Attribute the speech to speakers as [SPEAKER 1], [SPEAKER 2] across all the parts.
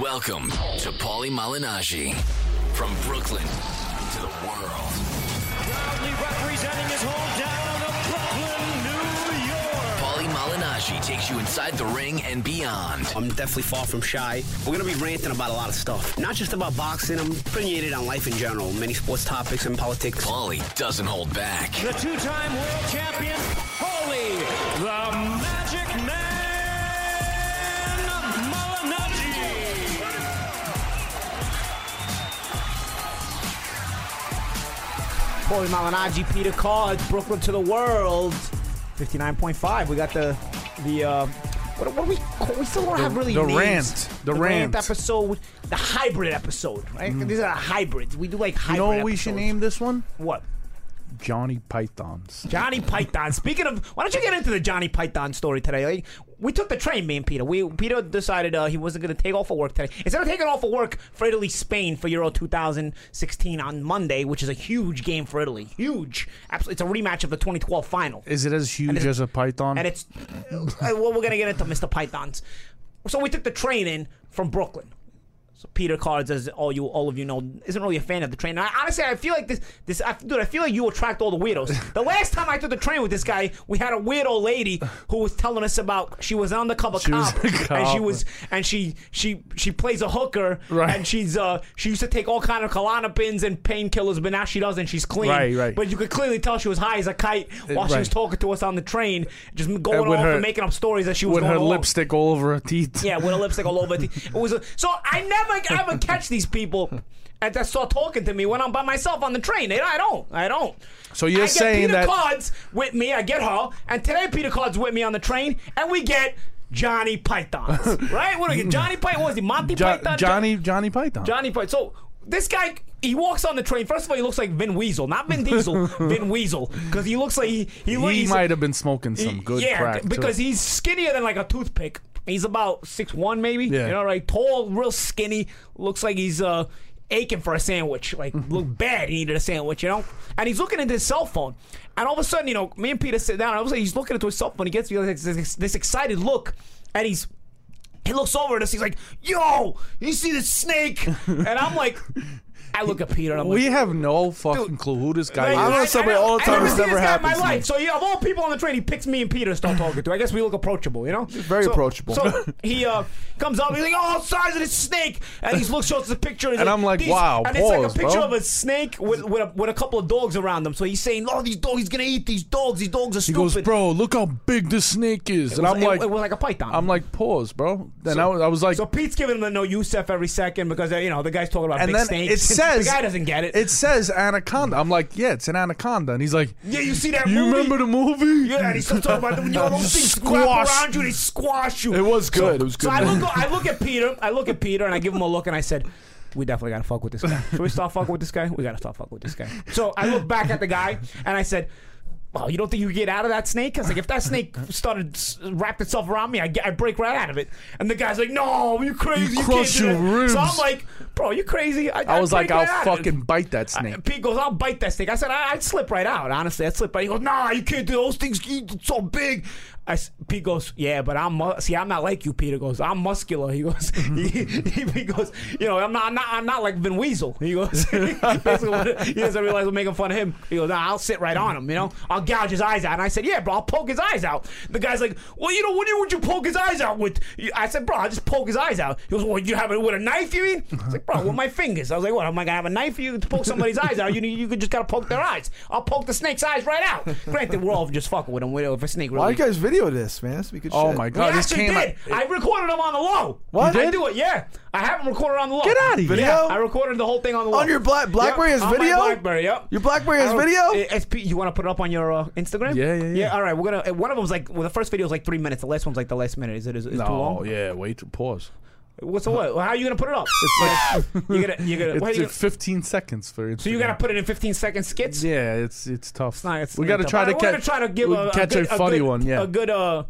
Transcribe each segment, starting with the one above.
[SPEAKER 1] Welcome to Paulie Malignaggi from Brooklyn to the world.
[SPEAKER 2] proudly representing his hometown of Brooklyn, New York.
[SPEAKER 1] Paulie Malignaggi takes you inside the ring and beyond.
[SPEAKER 3] I'm definitely far from shy. We're going to be ranting about a lot of stuff. Not just about boxing, I'm opinionated on life in general, many sports topics and politics.
[SPEAKER 1] Paulie doesn't hold back.
[SPEAKER 2] The two-time world champion, Holy the Magic Man Malinowski.
[SPEAKER 4] Paulie Malignaggi, Peter Cards, Brooklyn to the world. 59.5. We got the, the, uh, what, what do we call, we still don't have really
[SPEAKER 5] the
[SPEAKER 4] names.
[SPEAKER 5] rant. The rant. Mm-hmm.
[SPEAKER 4] episode. The hybrid episode, right? These are the hybrids. We do like
[SPEAKER 5] You
[SPEAKER 4] hybrid
[SPEAKER 5] know what we should
[SPEAKER 4] episodes.
[SPEAKER 5] name this one?
[SPEAKER 4] What?
[SPEAKER 5] Johnny Pythons.
[SPEAKER 4] Johnny Python. Speaking of, why don't you get into the Johnny Python story today? Like, we took the train, me and Peter. We Peter decided uh, he wasn't going to take off of work today. Instead of taking off of work for Italy, Spain for Euro 2016 on Monday, which is a huge game for Italy, huge. Absolutely, it's a rematch of the 2012 final.
[SPEAKER 5] Is it as huge
[SPEAKER 4] it's-
[SPEAKER 5] as a python?
[SPEAKER 4] And it's uh, well, we're gonna get into Mr. Python's. So we took the train in from Brooklyn. So Peter Cards, as all you all of you know, isn't really a fan of the train. And I, honestly, I feel like this this I, dude. I feel like you attract all the weirdos. the last time I took the train with this guy, we had a weirdo lady who was telling us about she was an undercover
[SPEAKER 5] She was
[SPEAKER 4] cop,
[SPEAKER 5] a
[SPEAKER 4] and she
[SPEAKER 5] cop.
[SPEAKER 4] was and she she she plays a hooker,
[SPEAKER 5] Right.
[SPEAKER 4] and she's uh she used to take all kind of Klonopins and painkillers, but now she doesn't. She's clean,
[SPEAKER 5] Right, right.
[SPEAKER 4] But you could clearly tell she was high as a kite while she
[SPEAKER 5] Uh, right.
[SPEAKER 4] was talking to us on the train, just going
[SPEAKER 5] And with
[SPEAKER 4] off
[SPEAKER 5] her-
[SPEAKER 4] and making up stories that she was
[SPEAKER 5] with
[SPEAKER 4] going
[SPEAKER 5] her
[SPEAKER 4] along.
[SPEAKER 5] lipstick all over her teeth.
[SPEAKER 4] Yeah, with a lipstick all over. it. It was a, so I never ever catch these people and that start talking to me when I'm by myself on the train. They- I don't. I don't.
[SPEAKER 5] So you're
[SPEAKER 4] I get
[SPEAKER 5] saying
[SPEAKER 4] Peter
[SPEAKER 5] that-
[SPEAKER 4] Cards with me. I get her, and today Peter Cards with me on the train, and we get Johnny Python's right. What do we get? Johnny Python? What was he? Monty
[SPEAKER 5] Jo-
[SPEAKER 4] Python?
[SPEAKER 5] Johnny Johnny Python.
[SPEAKER 4] Johnny Python. So this guy, he walks on the train. First of all, he looks like Vin Weasel, not Vin Diesel, Vin Weasel, because he looks like he he, lo-
[SPEAKER 5] he
[SPEAKER 4] he's-
[SPEAKER 5] might have been smoking some good
[SPEAKER 4] yeah,
[SPEAKER 5] crack.
[SPEAKER 4] c- because he's skinnier than like a toothpick. He's about six one, maybe.
[SPEAKER 5] Yeah.
[SPEAKER 4] You know, like tall, real skinny. Looks like he's uh aching for a sandwich. Like
[SPEAKER 5] Mm-hmm.
[SPEAKER 4] look bad. He needed a sandwich, you know. And he's looking into his cell phone, and all of a sudden, you know, me and Peter sit down. And all of a sudden, he's looking into his cell phone. He gets me like, this, this excited look, and he's. He looks over at us. He's like, "Yo, you see the snake?" and I'm like, I look at Peter. and I'm like,
[SPEAKER 5] we have no fucking clue who this guy
[SPEAKER 4] like,
[SPEAKER 5] is.
[SPEAKER 6] know somebody all the
[SPEAKER 4] I
[SPEAKER 6] time
[SPEAKER 4] never
[SPEAKER 6] that's
[SPEAKER 4] see
[SPEAKER 6] never
[SPEAKER 4] this guy in
[SPEAKER 6] happens to
[SPEAKER 4] My
[SPEAKER 6] me.
[SPEAKER 4] life. So yeah, of all people on the train, he picks me and Peter to start talking to. I guess we look approachable, you know?
[SPEAKER 6] Very
[SPEAKER 4] So-
[SPEAKER 6] approachable.
[SPEAKER 4] So he uh, comes up, he's like, "Oh, size of the snake," and he looks shows us a picture,
[SPEAKER 5] And I'm like,
[SPEAKER 4] these-
[SPEAKER 5] "Wow,
[SPEAKER 4] And it's like a
[SPEAKER 5] pause,
[SPEAKER 4] picture
[SPEAKER 5] bro."
[SPEAKER 4] of a snake with with a, with a couple of dogs around them. So he's saying, "Oh, these dogs, he's gonna eat these dogs. These dogs are
[SPEAKER 5] He
[SPEAKER 4] stupid."
[SPEAKER 5] goes, bro, look how big this snake is, and
[SPEAKER 4] It was-
[SPEAKER 5] I'm
[SPEAKER 4] it-
[SPEAKER 5] like,
[SPEAKER 4] it was like a python.
[SPEAKER 5] I'm like, pause, bro. Then I, was, I was like,
[SPEAKER 4] So Pete's giving him the no Yusef every second because uh, you know the guy's talking about
[SPEAKER 5] and
[SPEAKER 4] big
[SPEAKER 5] then
[SPEAKER 4] snakes.
[SPEAKER 5] it says
[SPEAKER 4] the guy doesn't get it.
[SPEAKER 5] It says anaconda. I'm like, yeah, it's an anaconda, and he's like,
[SPEAKER 4] yeah, you see that?
[SPEAKER 5] you
[SPEAKER 4] movie?
[SPEAKER 5] remember the movie?
[SPEAKER 4] Yeah, and he's still talking about them. Yo, those things
[SPEAKER 5] Squash.
[SPEAKER 4] squash around you, they squash you.
[SPEAKER 5] It was good. It was
[SPEAKER 4] So
[SPEAKER 5] good.
[SPEAKER 4] I look, I look at Peter. I look at Peter, and I give him a look, and I said, "We definitely gotta fuck with this guy. Should we stop fucking with this guy? We gotta stop fucking with this guy." So I look back at the guy, and I said. Well, you don't think you could get out of that snake? I was like, if that snake started s- wrapped itself around me, I get, I break right out of it. And the guy's like, "No, you crazy? You
[SPEAKER 5] crush
[SPEAKER 4] can't do
[SPEAKER 5] your
[SPEAKER 4] that." So I'm
[SPEAKER 5] ribs.
[SPEAKER 4] like, "Bro, you crazy?"
[SPEAKER 5] I was like,
[SPEAKER 4] break right
[SPEAKER 5] I'll
[SPEAKER 4] out of it."
[SPEAKER 5] fucking bite that snake.
[SPEAKER 4] And Pete goes, I'll bite that snake. I said, I, I'd slip right out. Honestly, I'd slip right. He goes, Nah, you can't do those things. You- It's so big. I s Pete goes, Yeah, but I'm mu- see, I'm not like you. Peter goes, I'm muscular. He goes, he, he, he goes, you know, I'm not, I'm not, I'm not like Vin Weasel. He goes, he doesn't- he doesn't realize we're making fun of him. He goes, nah, I'll sit right on him. You know, I'll gouge his eyes out. And I said, Yeah, bro, I'll poke his eyes out. The guy's like, Well, you know, what do you, would you poke his eyes out with? You- I said, Bro, I'll just poke his eyes out. He goes, Well, you have it with a knife, you mean? I was like, Bro, with my fingers. I was like, What? Am I gonna have a knife? You to poke somebody's eyes out? You you could just gotta poke their eyes. I'll poke the snake's eyes right out. Granted, we're all just fucking with him. We- If a snake really
[SPEAKER 6] Why you guys video this, man? That's be good
[SPEAKER 5] Oh
[SPEAKER 6] shit.
[SPEAKER 5] my
[SPEAKER 4] we
[SPEAKER 5] god, this
[SPEAKER 4] actually
[SPEAKER 5] came
[SPEAKER 4] did. I recorded them on the low.
[SPEAKER 6] What?
[SPEAKER 4] I
[SPEAKER 6] You did?
[SPEAKER 4] do it. Yeah, I have them recorded on the low.
[SPEAKER 6] Get outta here.
[SPEAKER 4] Yeah,
[SPEAKER 6] Video?
[SPEAKER 4] I recorded the whole thing on the low.
[SPEAKER 6] On your Black- BlackBerry
[SPEAKER 4] Yep,
[SPEAKER 6] has
[SPEAKER 4] on my
[SPEAKER 6] video?
[SPEAKER 4] BlackBerry. Yep.
[SPEAKER 6] Your BlackBerry
[SPEAKER 4] I
[SPEAKER 6] has
[SPEAKER 4] don't-
[SPEAKER 6] video?
[SPEAKER 4] Eh, SP, you want to put it up on your uh, Instagram?
[SPEAKER 5] Yeah, yeah, yeah.
[SPEAKER 4] all right, we're gonna. eh, One of them's like well, the first video is like three minutes. The last one's like the last minute. Is it? Is, is
[SPEAKER 5] No,
[SPEAKER 4] too
[SPEAKER 6] Oh,
[SPEAKER 4] long?
[SPEAKER 5] yeah, wait to pause.
[SPEAKER 4] What's the what? How are you gonna put it up? It's like you gotta. You gotta.
[SPEAKER 5] It's,
[SPEAKER 4] what are you
[SPEAKER 5] it's
[SPEAKER 4] gonna-
[SPEAKER 5] 15 seconds for Instagram.
[SPEAKER 4] so you gotta put it in 15 second skits.
[SPEAKER 5] Yeah, it's it's tough.
[SPEAKER 4] Nah, it's
[SPEAKER 5] we gotta
[SPEAKER 4] tough.
[SPEAKER 5] try
[SPEAKER 4] All
[SPEAKER 5] to
[SPEAKER 4] right, we're
[SPEAKER 5] catch
[SPEAKER 4] gonna try to give
[SPEAKER 5] we
[SPEAKER 4] a,
[SPEAKER 5] catch
[SPEAKER 4] a, good,
[SPEAKER 5] funny
[SPEAKER 4] good-
[SPEAKER 5] one. Yeah,
[SPEAKER 4] a good uh,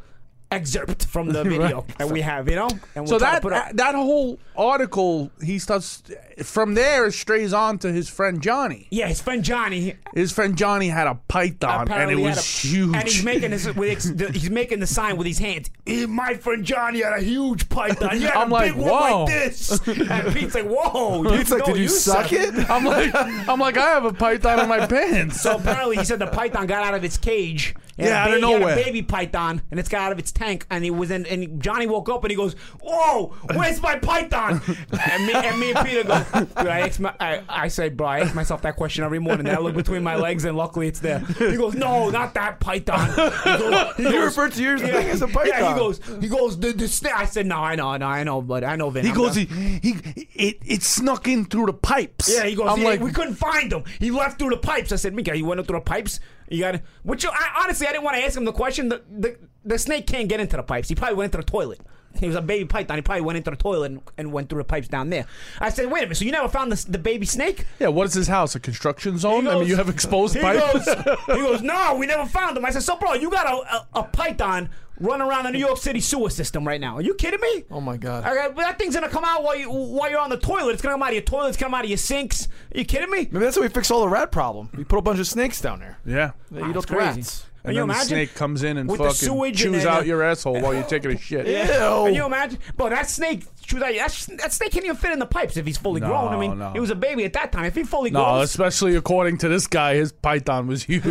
[SPEAKER 4] excerpt from the video that we have, you know? And we'll
[SPEAKER 6] So
[SPEAKER 4] try to
[SPEAKER 6] that
[SPEAKER 4] put up-
[SPEAKER 6] that whole article, he starts from there. It strays on to his friend Johnny.
[SPEAKER 4] yeah, his friend Johnny
[SPEAKER 6] His friend Johnny had a python, and
[SPEAKER 4] apparently
[SPEAKER 6] it
[SPEAKER 4] had
[SPEAKER 6] was
[SPEAKER 4] a-
[SPEAKER 6] huge.
[SPEAKER 4] And he's making this with ex- the, he's making the sign with his hands. "Eh, My friend Johnny had a huge python. He had
[SPEAKER 6] I'm
[SPEAKER 4] a
[SPEAKER 6] like,
[SPEAKER 4] big one
[SPEAKER 6] "Whoa."
[SPEAKER 4] like this. And Pete's like, whoa.
[SPEAKER 5] It's like,
[SPEAKER 4] no,
[SPEAKER 5] did you, suck, it?
[SPEAKER 6] I'm like, I'm like, I have a python in my pants.
[SPEAKER 4] So apparently, he said the python got out of its cage. And
[SPEAKER 6] Yeah,
[SPEAKER 4] a
[SPEAKER 6] out of
[SPEAKER 4] ba- he had
[SPEAKER 6] nowhere.
[SPEAKER 4] a baby python, and it's got out of its tank, and he was in. And Johnny woke up, and he goes, "Whoa, where's my python?" and, me, and me and Peter go, Dude, I, ask my, I, I say, bro, I ask myself that question every morning. And I look between my legs, and luckily, it's there. He goes, "No, not that python." He goes, he
[SPEAKER 5] You
[SPEAKER 4] goes-
[SPEAKER 5] referred to your
[SPEAKER 4] yeah,
[SPEAKER 5] thing as a python.
[SPEAKER 4] Yeah, he goes, he goes, the, the snake. I said, no, I know, no, I know, but I know Vin.
[SPEAKER 6] He
[SPEAKER 4] I'm
[SPEAKER 6] goes,
[SPEAKER 4] done."
[SPEAKER 6] he, he it, it snuck in through the pipes.
[SPEAKER 4] Yeah, he goes.
[SPEAKER 6] I'm
[SPEAKER 4] "Yeah,
[SPEAKER 6] like,
[SPEAKER 4] we couldn't find him. He left through the pipes. I said, Mika, you went up through the pipes. You got to Which you, I, honestly, I didn't want to ask him the question. The, the the snake can't get into the pipes. He probably went into the toilet. He was a baby python. He probably went into the toilet and, and went through the pipes down there. I said, wait a minute. So you never found the, the baby snake?
[SPEAKER 6] yeah, what is his house? A construction zone?
[SPEAKER 4] He
[SPEAKER 6] I mean,
[SPEAKER 4] goes-
[SPEAKER 6] you have exposed
[SPEAKER 4] He
[SPEAKER 6] pipes.
[SPEAKER 4] goes, he goes, no, we never found him. I said, so bro, you got a, a, a python running around the New York City sewer system right now. Are you kidding me?
[SPEAKER 5] Oh my god.
[SPEAKER 4] I got- that thing's gonna come out while you while you're on the toilet. It's gonna come out of your toilet. It's gonna come out of your sinks. Are you kidding me?
[SPEAKER 5] Maybe that's how we fix all the rat problem. We put a bunch of snakes down there.
[SPEAKER 6] yeah.
[SPEAKER 5] They eat
[SPEAKER 4] That's
[SPEAKER 5] up the
[SPEAKER 4] crazy.
[SPEAKER 5] rats.
[SPEAKER 4] Can
[SPEAKER 6] And
[SPEAKER 4] you
[SPEAKER 6] then the
[SPEAKER 4] imagine?
[SPEAKER 6] snake comes in and
[SPEAKER 4] With the
[SPEAKER 6] fucking
[SPEAKER 4] sewage and
[SPEAKER 6] chews
[SPEAKER 4] then-
[SPEAKER 6] out your asshole while you're taking a shit.
[SPEAKER 4] Can you imagine? Bro, that snake, shoot, that, that, sh- that snake can't even fit in the pipes if he's fully
[SPEAKER 6] No,
[SPEAKER 4] grown. I mean,
[SPEAKER 6] no.
[SPEAKER 4] he was a baby at that time. If he fully
[SPEAKER 6] No,
[SPEAKER 4] grows,
[SPEAKER 6] especially according to this guy, his python was huge.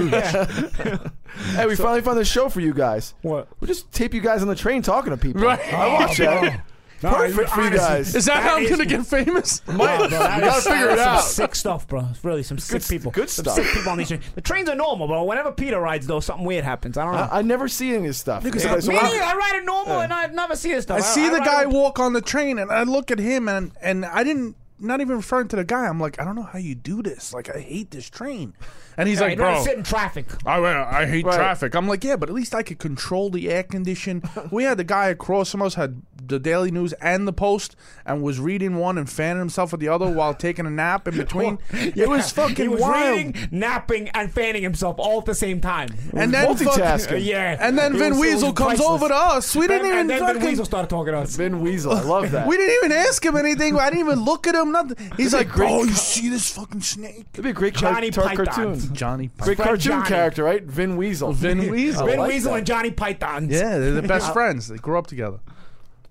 [SPEAKER 5] Hey, we finally found a show for you guys.
[SPEAKER 4] What?
[SPEAKER 5] We just tape you guys on the train talking to people.
[SPEAKER 6] Right.
[SPEAKER 5] I watch that. Perfect for you
[SPEAKER 4] honestly,
[SPEAKER 5] guys.
[SPEAKER 6] Is that,
[SPEAKER 4] That
[SPEAKER 6] how I'm
[SPEAKER 4] is-
[SPEAKER 6] gonna get famous?
[SPEAKER 4] Wow, bro, that
[SPEAKER 5] We gotta
[SPEAKER 4] is-
[SPEAKER 5] figure
[SPEAKER 4] that
[SPEAKER 5] it
[SPEAKER 4] is some
[SPEAKER 5] out.
[SPEAKER 4] Sick stuff, bro. It's really some sick
[SPEAKER 5] Good-
[SPEAKER 4] people.
[SPEAKER 5] good
[SPEAKER 4] some
[SPEAKER 5] stuff.
[SPEAKER 4] Sick people on these trains. The trains are normal, bro. Whenever Peter rides, though, something weird happens. I don't know.
[SPEAKER 5] I, I never see any of this stuff.
[SPEAKER 4] Me,
[SPEAKER 5] So- so I-
[SPEAKER 4] I ride it normal, and I never see this stuff.
[SPEAKER 6] I see the
[SPEAKER 4] ride
[SPEAKER 6] guy
[SPEAKER 4] it-
[SPEAKER 6] walk on the train, and I look at him, and and I didn't not even referring to the guy. I'm like, I don't know how you do this. Like, I hate this train. And he's
[SPEAKER 4] Yeah,
[SPEAKER 6] like,
[SPEAKER 4] you'd rather
[SPEAKER 6] bro,
[SPEAKER 4] sit in traffic.
[SPEAKER 6] I, I hate
[SPEAKER 5] Right.
[SPEAKER 6] traffic. I'm like, yeah, but at least I could control the air condition. we had the guy across from us had the Daily News and the Post, and was reading one and fanning himself with the other while taking a nap in between. It was
[SPEAKER 4] Yeah.
[SPEAKER 6] fucking
[SPEAKER 4] He was
[SPEAKER 6] wild.
[SPEAKER 4] reading, napping, and fanning himself all at the same time.
[SPEAKER 6] and then fuck-
[SPEAKER 5] multitasking.
[SPEAKER 4] Yeah.
[SPEAKER 6] And then
[SPEAKER 4] It
[SPEAKER 6] Vin
[SPEAKER 4] was- it was
[SPEAKER 6] Weasel comes
[SPEAKER 4] priceless.
[SPEAKER 6] over to us. We didn't
[SPEAKER 4] and,
[SPEAKER 6] even
[SPEAKER 4] and then
[SPEAKER 6] fucking.
[SPEAKER 4] the weasel started talking to us.
[SPEAKER 5] Ben Weasel. I love that.
[SPEAKER 6] We didn't even ask him anything. I didn't even look at him. Nothing. He's like,
[SPEAKER 5] great
[SPEAKER 6] "Bro, you
[SPEAKER 5] co-
[SPEAKER 6] see this fucking snake?"
[SPEAKER 5] It'd be a great
[SPEAKER 4] Johnny
[SPEAKER 5] car- tar-
[SPEAKER 4] Python.
[SPEAKER 5] cartoon.
[SPEAKER 6] Johnny.
[SPEAKER 4] Fred
[SPEAKER 5] Great cartoon
[SPEAKER 4] Johnny.
[SPEAKER 5] character, right? Vin Weasel.
[SPEAKER 6] Vin Weasel.
[SPEAKER 4] Ben
[SPEAKER 5] like
[SPEAKER 4] Weasel
[SPEAKER 5] that.
[SPEAKER 4] and Johnny Python.
[SPEAKER 6] Yeah, they're the best friends. They grew up together.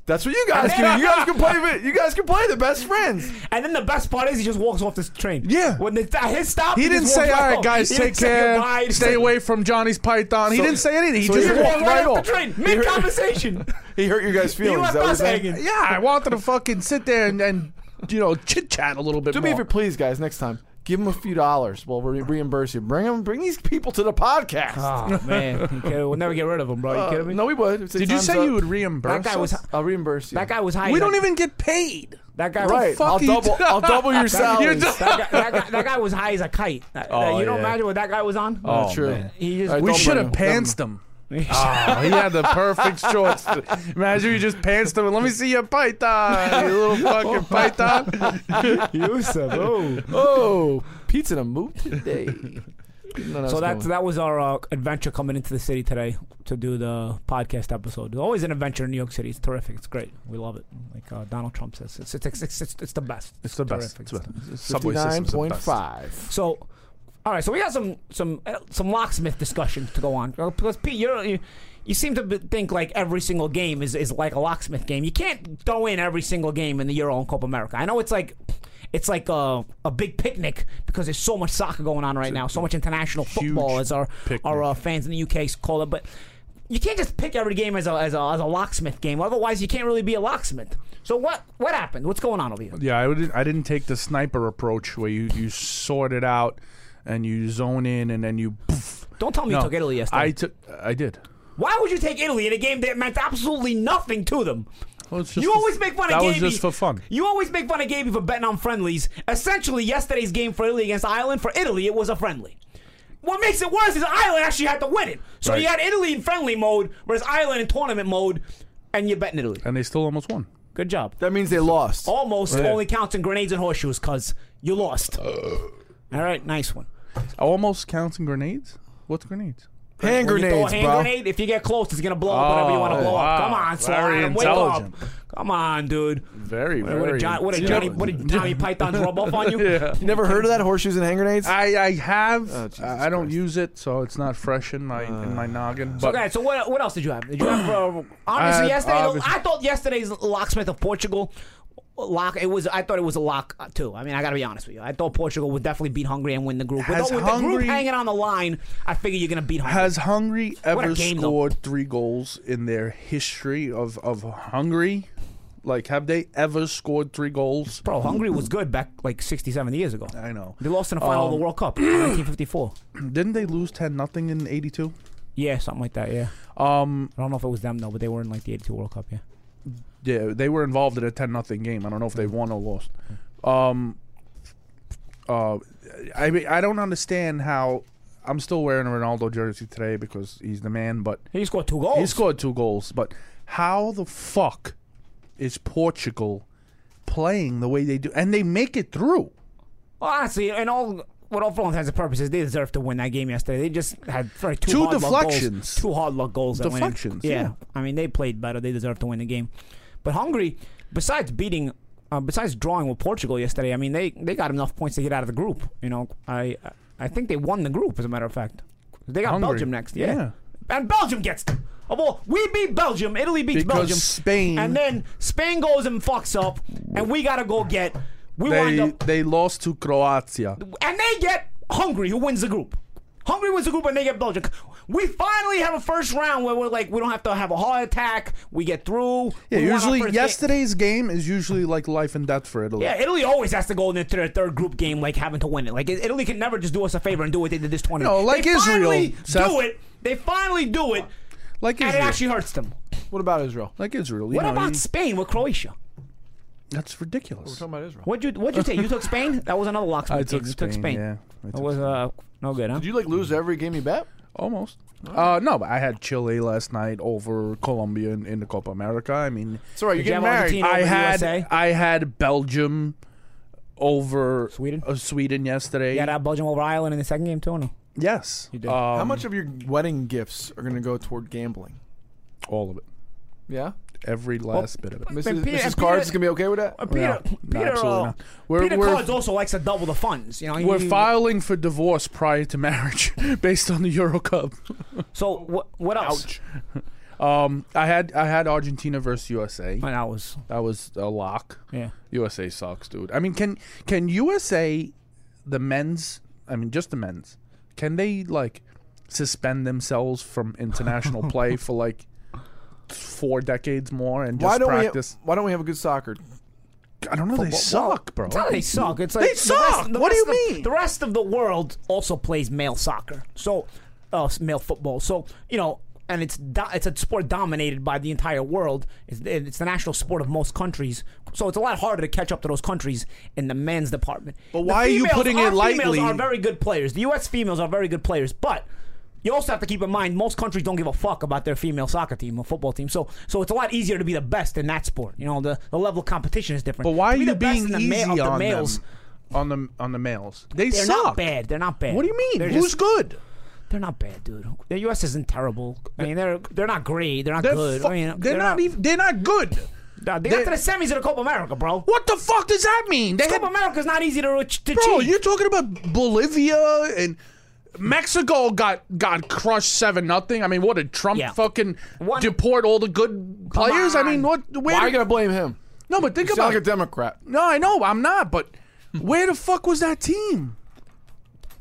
[SPEAKER 5] That's what you guys can. You guys can play. Vin- You guys can play the best friends.
[SPEAKER 4] And then the best part is he just walks off this train.
[SPEAKER 6] Yeah.
[SPEAKER 4] When the, at his stop,
[SPEAKER 6] He didn't
[SPEAKER 4] just
[SPEAKER 6] say,
[SPEAKER 4] walks
[SPEAKER 6] "All right,
[SPEAKER 4] off."
[SPEAKER 6] guys,
[SPEAKER 4] He
[SPEAKER 6] take
[SPEAKER 4] didn't say goodbye.
[SPEAKER 6] care,
[SPEAKER 4] He
[SPEAKER 6] stay
[SPEAKER 4] said-
[SPEAKER 6] away from Johnny's python." He
[SPEAKER 5] So-
[SPEAKER 6] didn't say anything. He
[SPEAKER 5] so
[SPEAKER 4] He
[SPEAKER 6] just
[SPEAKER 4] just
[SPEAKER 5] he
[SPEAKER 6] walked
[SPEAKER 4] walked right off
[SPEAKER 6] off.
[SPEAKER 4] the train. Mid conversation.
[SPEAKER 5] He hurt your guys'
[SPEAKER 4] He
[SPEAKER 5] feelings.
[SPEAKER 4] left
[SPEAKER 5] that was
[SPEAKER 4] us
[SPEAKER 5] that?
[SPEAKER 4] hanging.
[SPEAKER 6] Yeah, I wanted to fucking sit there and, and you know chit chat a little bit
[SPEAKER 5] Do me
[SPEAKER 6] more.
[SPEAKER 5] a favor, please, guys. Next time, give them a few dollars. We'll re- reimburse you. Bring them. Bring these people to the podcast.
[SPEAKER 6] Ah,
[SPEAKER 4] Oh man, okay, we'll never get rid of him, bro. You
[SPEAKER 5] Uh,
[SPEAKER 4] kidding me?
[SPEAKER 5] no, we would. If the
[SPEAKER 6] Did you
[SPEAKER 5] time's
[SPEAKER 6] say
[SPEAKER 5] up,
[SPEAKER 6] you would reimburse?
[SPEAKER 4] That guy was.
[SPEAKER 6] us?
[SPEAKER 5] I'll reimburse you.
[SPEAKER 4] That guy was high.
[SPEAKER 6] We
[SPEAKER 4] as
[SPEAKER 6] don't
[SPEAKER 4] a-
[SPEAKER 6] even get paid.
[SPEAKER 4] That guy.
[SPEAKER 5] Right.
[SPEAKER 6] fuck
[SPEAKER 5] I'll
[SPEAKER 6] you
[SPEAKER 5] double.
[SPEAKER 6] do-
[SPEAKER 5] I'll double your
[SPEAKER 6] You're
[SPEAKER 5] salaries.
[SPEAKER 6] just-
[SPEAKER 4] That guy, that, guy, that guy was high as a kite. That-
[SPEAKER 6] Oh,
[SPEAKER 4] you don't
[SPEAKER 6] yeah.
[SPEAKER 4] imagine what that guy was on.
[SPEAKER 6] Oh,
[SPEAKER 5] True.
[SPEAKER 6] man.
[SPEAKER 4] He just.
[SPEAKER 5] All
[SPEAKER 6] We
[SPEAKER 5] Don't
[SPEAKER 6] should
[SPEAKER 5] blame
[SPEAKER 6] have
[SPEAKER 5] him.
[SPEAKER 6] pantsed him. Oh, he had the perfect choice. Imagine you just pantsed him and let me see your python, you little fucking python.
[SPEAKER 4] Yusuf. Oh.
[SPEAKER 5] oh, pizza to move today. No, no,
[SPEAKER 4] So
[SPEAKER 5] it's
[SPEAKER 4] that
[SPEAKER 5] cool.
[SPEAKER 4] that was our uh, adventure coming into the city today to do the podcast episode. There's always an adventure in New York City. It's terrific. It's great. We love it. Like uh, Donald Trump says, it's it's, it's, it's, it's, it's the best.
[SPEAKER 6] It's the best.
[SPEAKER 4] Terrific.
[SPEAKER 6] It's the best. Subway system's the best.
[SPEAKER 5] 59.5.
[SPEAKER 4] So, all right. So we got some some uh, some locksmith discussions to go on Uh, because Pete, you're, you you seem to be- think like every single game is is like a locksmith game. You can't throw in every single game in the Euro and Copa America. I know it's like. It's like a, a big picnic because there's so much soccer going on right now, so much international football as our our uh, fans in the UK call it. But you can't just pick every game as a, as a as a locksmith game. Otherwise, you can't really be a locksmith. So what what happened? What's going on over here?
[SPEAKER 6] Yeah, I, would, I didn't take the sniper approach where you, you sort it out and you zone in and then you. Poof.
[SPEAKER 4] Don't tell me
[SPEAKER 6] No,
[SPEAKER 4] you took Italy yesterday.
[SPEAKER 6] I took. I did.
[SPEAKER 4] Why would you take Italy in a game that meant absolutely nothing to them?
[SPEAKER 6] Well, it's just
[SPEAKER 4] You
[SPEAKER 6] for-
[SPEAKER 4] always make fun of
[SPEAKER 6] That
[SPEAKER 4] Gaby.
[SPEAKER 6] was just for fun.
[SPEAKER 4] You always make fun of Gaby for betting on friendlies. Essentially, yesterday's game for Italy against Ireland, for Italy, it was a friendly. What makes it worse is Ireland actually had to win it. So
[SPEAKER 6] Right.
[SPEAKER 4] you had Italy in friendly mode, whereas Ireland in tournament mode, and you're betting Italy.
[SPEAKER 6] And they still almost won.
[SPEAKER 4] Good job.
[SPEAKER 5] That means they lost.
[SPEAKER 4] Almost only counts in grenades and horseshoes because you
[SPEAKER 6] Uh.
[SPEAKER 4] lost. All right, nice one.
[SPEAKER 6] Almost counting grenades? What's grenades?
[SPEAKER 5] Hand
[SPEAKER 4] When you throw
[SPEAKER 5] grenades,
[SPEAKER 4] a hand
[SPEAKER 5] bro.
[SPEAKER 4] grenade, if you get close, it's gonna blow up whatever you want to
[SPEAKER 6] Oh,
[SPEAKER 4] blow up. Come
[SPEAKER 6] wow.
[SPEAKER 4] on, Sly,
[SPEAKER 6] Very
[SPEAKER 4] wake up.
[SPEAKER 6] intelligent.
[SPEAKER 4] Come on, dude.
[SPEAKER 6] Very,
[SPEAKER 4] What did,
[SPEAKER 6] very
[SPEAKER 4] John, what did Johnny?
[SPEAKER 6] intelligent.
[SPEAKER 4] What did Tommy Python's rub off on you?
[SPEAKER 6] Yeah.
[SPEAKER 5] You never heard of that horseshoes and hand grenades?
[SPEAKER 6] I, I have.
[SPEAKER 5] Jesus
[SPEAKER 6] I I don't use it, so it's not fresh in my in my noggin. But
[SPEAKER 4] Okay, so what, what else did you have? Did you have uh, honestly
[SPEAKER 6] Uh,
[SPEAKER 4] yesterday?
[SPEAKER 6] obviously-
[SPEAKER 4] I thought yesterday's locksmith of Portugal lock. It was I thought it was a lock uh, too. I mean, I got to be honest with you. I thought Portugal would definitely beat Hungary and win the group. With,
[SPEAKER 6] Has
[SPEAKER 4] the, with the
[SPEAKER 6] Hungary-
[SPEAKER 4] group hanging on the line, I figure you're gonna beat Hungary.
[SPEAKER 6] has Hungary ever
[SPEAKER 4] game, though.
[SPEAKER 6] scored three goals in their history of of Hungary? Like, have they ever scored three goals?
[SPEAKER 4] Bro, Hungary was good back like 60, 70 years ago.
[SPEAKER 6] I know. Um,
[SPEAKER 4] They lost in the final of the World Cup, 1954.
[SPEAKER 6] Didn't they lose ten nothing in eighty two?
[SPEAKER 4] Yeah, something like that. Yeah,
[SPEAKER 6] Um,
[SPEAKER 4] I don't know if it was them though, but they were in like the 82 World Cup. Yeah.
[SPEAKER 6] yeah, they were involved in a ten nothing game. I don't know if they
[SPEAKER 4] Mm.
[SPEAKER 6] won or lost. Um, uh, I mean, I don't understand how. I'm still wearing a Ronaldo jersey today because he's the man, but
[SPEAKER 4] He scored two goals.
[SPEAKER 6] He scored two goals, but how the fuck is Portugal playing the way they do? And they make it through.
[SPEAKER 4] Well, honestly, and all what all for all intents and purposes, they deserve to win that game yesterday. They just had very two,
[SPEAKER 6] Two
[SPEAKER 4] hard luck
[SPEAKER 6] deflections.
[SPEAKER 4] goals, two hard luck goals. that went in.
[SPEAKER 6] Deflections,
[SPEAKER 4] Yeah.
[SPEAKER 6] yeah.
[SPEAKER 4] I mean they played better. They deserve to win the game. But Hungary, besides beating, uh, besides drawing with Portugal yesterday, I mean they they got enough points to get out of the group. You know, I I think they won the group as a matter of fact. They got
[SPEAKER 6] Hungary.
[SPEAKER 4] Belgium next. Yeah.
[SPEAKER 6] Yeah.
[SPEAKER 4] and Belgium gets them. Of all, we beat Belgium. Italy beats
[SPEAKER 6] Because
[SPEAKER 4] Belgium.
[SPEAKER 6] Spain-
[SPEAKER 4] and then Spain goes and fucks up, and we gotta go get. We wind
[SPEAKER 6] They
[SPEAKER 4] up
[SPEAKER 6] they lost to Croatia.
[SPEAKER 4] and they get Hungary, who wins the group. Hungary wins the group, and they get Belgium. We finally have a first round where we're like, we don't have to have a heart attack. We get through. We
[SPEAKER 6] Yeah,
[SPEAKER 4] won our
[SPEAKER 6] usually
[SPEAKER 4] first
[SPEAKER 6] yesterday's game. is usually like life and death for Italy.
[SPEAKER 4] Game. Yeah, Italy always has to go into their third group game like having to win it. Like Italy can never just do us a favor and do what they did this tournament.
[SPEAKER 6] No, like
[SPEAKER 4] they finally
[SPEAKER 6] Israel, Seth.
[SPEAKER 4] do it. They finally do it,
[SPEAKER 6] like
[SPEAKER 4] and it
[SPEAKER 6] Israel.
[SPEAKER 4] actually hurts them.
[SPEAKER 5] What about Israel?
[SPEAKER 6] like Israel. you
[SPEAKER 4] What
[SPEAKER 6] know,
[SPEAKER 4] about
[SPEAKER 6] you-
[SPEAKER 4] Spain with Croatia?
[SPEAKER 6] that's ridiculous.
[SPEAKER 5] What about Israel?
[SPEAKER 4] What'd you What'd you take? You took Spain. That was another locksmith.
[SPEAKER 6] I
[SPEAKER 4] game.
[SPEAKER 6] took
[SPEAKER 4] You took
[SPEAKER 6] Spain,
[SPEAKER 4] Spain.
[SPEAKER 6] yeah. I
[SPEAKER 4] That
[SPEAKER 6] took
[SPEAKER 4] was uh no good, huh?
[SPEAKER 5] Did you like lose every game you bet?
[SPEAKER 6] Almost. Uh, no, but I had Chile last night over Colombia in, in the Copa America. I mean,
[SPEAKER 5] Sorry, you're
[SPEAKER 4] Did you
[SPEAKER 5] getting
[SPEAKER 4] have
[SPEAKER 5] married.
[SPEAKER 4] Argentina?
[SPEAKER 6] I
[SPEAKER 4] over
[SPEAKER 6] had
[SPEAKER 4] USA?
[SPEAKER 6] I had Belgium over
[SPEAKER 4] Sweden?
[SPEAKER 6] uh, Sweden yesterday.
[SPEAKER 4] Yeah, that Belgium over Ireland in the second game too. or No.
[SPEAKER 6] Yes. Uh, You
[SPEAKER 4] did.
[SPEAKER 5] How much of your wedding gifts are going to go toward gambling?
[SPEAKER 6] All of it.
[SPEAKER 5] Yeah,
[SPEAKER 6] Every last bit of it.
[SPEAKER 5] Mrs.
[SPEAKER 4] Peter-
[SPEAKER 5] Mrs.
[SPEAKER 4] and
[SPEAKER 5] Cards is
[SPEAKER 4] Peter-
[SPEAKER 5] going to be okay with that.
[SPEAKER 4] Uh, Peter,
[SPEAKER 6] No, no,
[SPEAKER 4] Peter,
[SPEAKER 6] absolutely
[SPEAKER 4] uh,
[SPEAKER 6] not. We're-
[SPEAKER 4] Peter
[SPEAKER 6] we're-
[SPEAKER 4] Cards also likes to double the funds. You know, he-
[SPEAKER 6] We're
[SPEAKER 4] he-
[SPEAKER 6] filing for divorce prior to marriage based on the Euro Cup.
[SPEAKER 4] So what? What else?
[SPEAKER 6] Um, I had I had Argentina versus USA.
[SPEAKER 4] Oh, that was
[SPEAKER 6] That was a lock.
[SPEAKER 4] yeah.
[SPEAKER 6] USA sucks, dude. I mean, can can USA the men's? I mean, just the men's. Can they like suspend themselves from international play for like four decades more and just
[SPEAKER 5] Why don't
[SPEAKER 6] practice?
[SPEAKER 5] we? Why don't we have a good soccer?
[SPEAKER 6] I don't know. They suck, bro.
[SPEAKER 4] It's not that they suck. It's like
[SPEAKER 6] They
[SPEAKER 4] the rest-
[SPEAKER 6] suck!
[SPEAKER 4] the
[SPEAKER 6] What
[SPEAKER 4] rest
[SPEAKER 6] do you
[SPEAKER 4] of-
[SPEAKER 6] mean?
[SPEAKER 4] The rest of the world also plays male soccer. So, uh, s- male football. So you know, and it's do- it's a sport dominated by the entire world. It's, it's the national sport of most countries. So it's a lot harder to catch up to those countries in the men's department.
[SPEAKER 6] But
[SPEAKER 4] The
[SPEAKER 6] why are you
[SPEAKER 4] females-
[SPEAKER 6] putting
[SPEAKER 4] our
[SPEAKER 6] it lightly?
[SPEAKER 4] Females are very good players. The U.S. females are very good players, but. You also have to keep in mind most countries don't give a fuck about their female soccer team or football team, so so it's a lot easier to be the best in that sport. You know the, the level of competition is different.
[SPEAKER 6] But why
[SPEAKER 4] To
[SPEAKER 6] are
[SPEAKER 4] be
[SPEAKER 6] you
[SPEAKER 4] the best
[SPEAKER 6] being
[SPEAKER 4] in the ma-
[SPEAKER 6] easy
[SPEAKER 4] of the
[SPEAKER 6] on
[SPEAKER 4] males,
[SPEAKER 6] them? On the on the males, they
[SPEAKER 4] They're
[SPEAKER 6] suck.
[SPEAKER 4] not bad. They're not bad.
[SPEAKER 6] What do you mean?
[SPEAKER 4] They're
[SPEAKER 6] Who's
[SPEAKER 4] just-
[SPEAKER 6] good?
[SPEAKER 4] They're not bad, dude. The U.S. isn't terrible. I mean, they're they're not great. They're not
[SPEAKER 6] They're,
[SPEAKER 4] good.
[SPEAKER 6] fu-
[SPEAKER 4] I mean,
[SPEAKER 6] they're, not, even. They're not good.
[SPEAKER 4] Nah, They
[SPEAKER 6] they're-
[SPEAKER 4] got to the semis of the Copa America, bro.
[SPEAKER 6] What the fuck does that mean? They had-
[SPEAKER 4] Copa America's not easy to, reach- to
[SPEAKER 6] Bro,
[SPEAKER 4] achieve.
[SPEAKER 6] you're talking about Bolivia and Mexico got got crushed seven nothing. I mean, what did Trump
[SPEAKER 4] Yeah.
[SPEAKER 6] fucking
[SPEAKER 4] What-
[SPEAKER 6] deport all the good players? I mean,
[SPEAKER 4] on.
[SPEAKER 6] what? Where?
[SPEAKER 5] Why are you
[SPEAKER 6] did-
[SPEAKER 5] going to blame him?
[SPEAKER 6] no, but think
[SPEAKER 5] You sound
[SPEAKER 6] about
[SPEAKER 5] like a
[SPEAKER 6] it.
[SPEAKER 5] Democrat.
[SPEAKER 6] no, I know I'm not, but where the fuck was that team?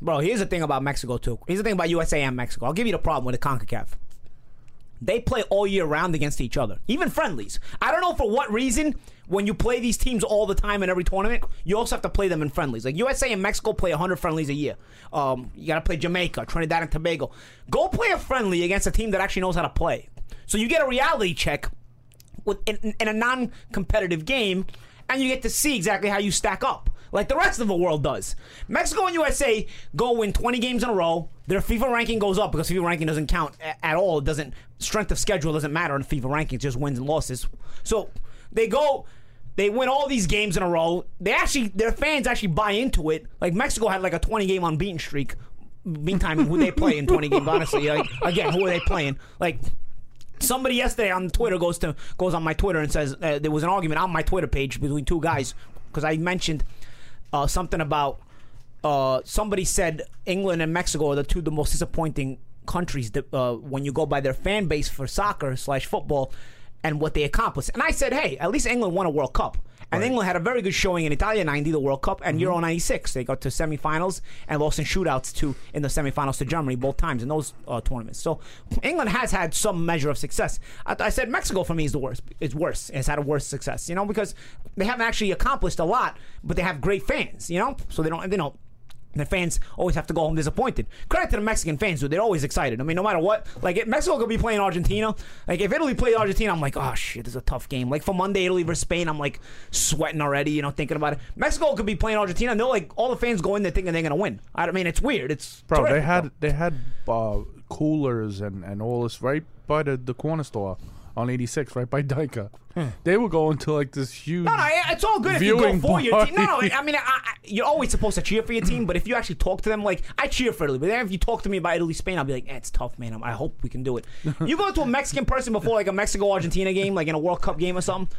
[SPEAKER 4] Bro, here's the thing about Mexico too. Here's the thing about USA and Mexico. I'll give you the problem with the CONCACAF. They play all year round against each other, even friendlies. I don't know for what reason. When you play these teams all the time in every tournament, you also have to play them in friendlies. Like USA and Mexico play 100 friendlies a year. Um, you got to play Jamaica, Trinidad and Tobago. Go play a friendly against a team that actually knows how to play. So you get a reality check with in, in a non-competitive game, and you get to see exactly how you stack up, like the rest of the world does. Mexico and USA go win 20 games in a row. Their FIFA ranking goes up because FIFA ranking doesn't count a- at all. It doesn't strength of schedule doesn't matter in FIFA rankings. Just wins and losses. So they go. They win all these games in a row. They actually, their fans actually buy into it. Like Mexico had like a 20 game unbeaten streak meantime who they play in 20 games. Honestly, like again, who are they playing? Like somebody yesterday on Twitter goes to goes on my Twitter and says uh, there was an argument on my Twitter page between two guys because I mentioned uh, something about uh, somebody said England and Mexico are the two the most disappointing countries that, uh, when you go by their fan base for soccer slash football and what they accomplished. And I said, hey, at least England won a World Cup. And England had a very good showing in Italia 90, the World Cup, and Euro 96. They got to semifinals and lost in shootouts to in the semifinals to Germany both times in those uh, tournaments. So England has had some measure of success. I, I said Mexico for me is the worst. It's worse. It's had a worse success, you know, because they haven't actually accomplished a lot, but they have great fans, you know. So they don't they don't and the fans always have to go home disappointed. Credit to the Mexican fans, dude. They're always excited. I mean, no matter what. Like, if Mexico could be playing Argentina. Like, if Italy played Argentina, I'm like, oh, shit, this is a tough game. Like, for Monday, Italy versus Spain, I'm like sweating already, you know, thinking about it. Mexico could be playing Argentina. And they're like, all the fans go in there thinking they're going to win. I mean, it's weird. It's.
[SPEAKER 5] Bro, they
[SPEAKER 4] terrific,
[SPEAKER 5] had they had uh, coolers and, and all this right by the, the corner store on 86, right by Dyka. They were going to like this huge.
[SPEAKER 4] No, no, it- it's all good if you go
[SPEAKER 5] Viewing
[SPEAKER 4] for your team. No, no,
[SPEAKER 5] party.
[SPEAKER 4] I mean, I, I, you're always supposed to cheer for your team, but if you actually talk to them, like, I cheer for Italy, but then if you talk to me about Italy, Spain, I'll be like, eh, it's tough, man. I'm- I hope we can do it. You go to a Mexican person before, like, a Mexico Argentina game, like in a World Cup game or something.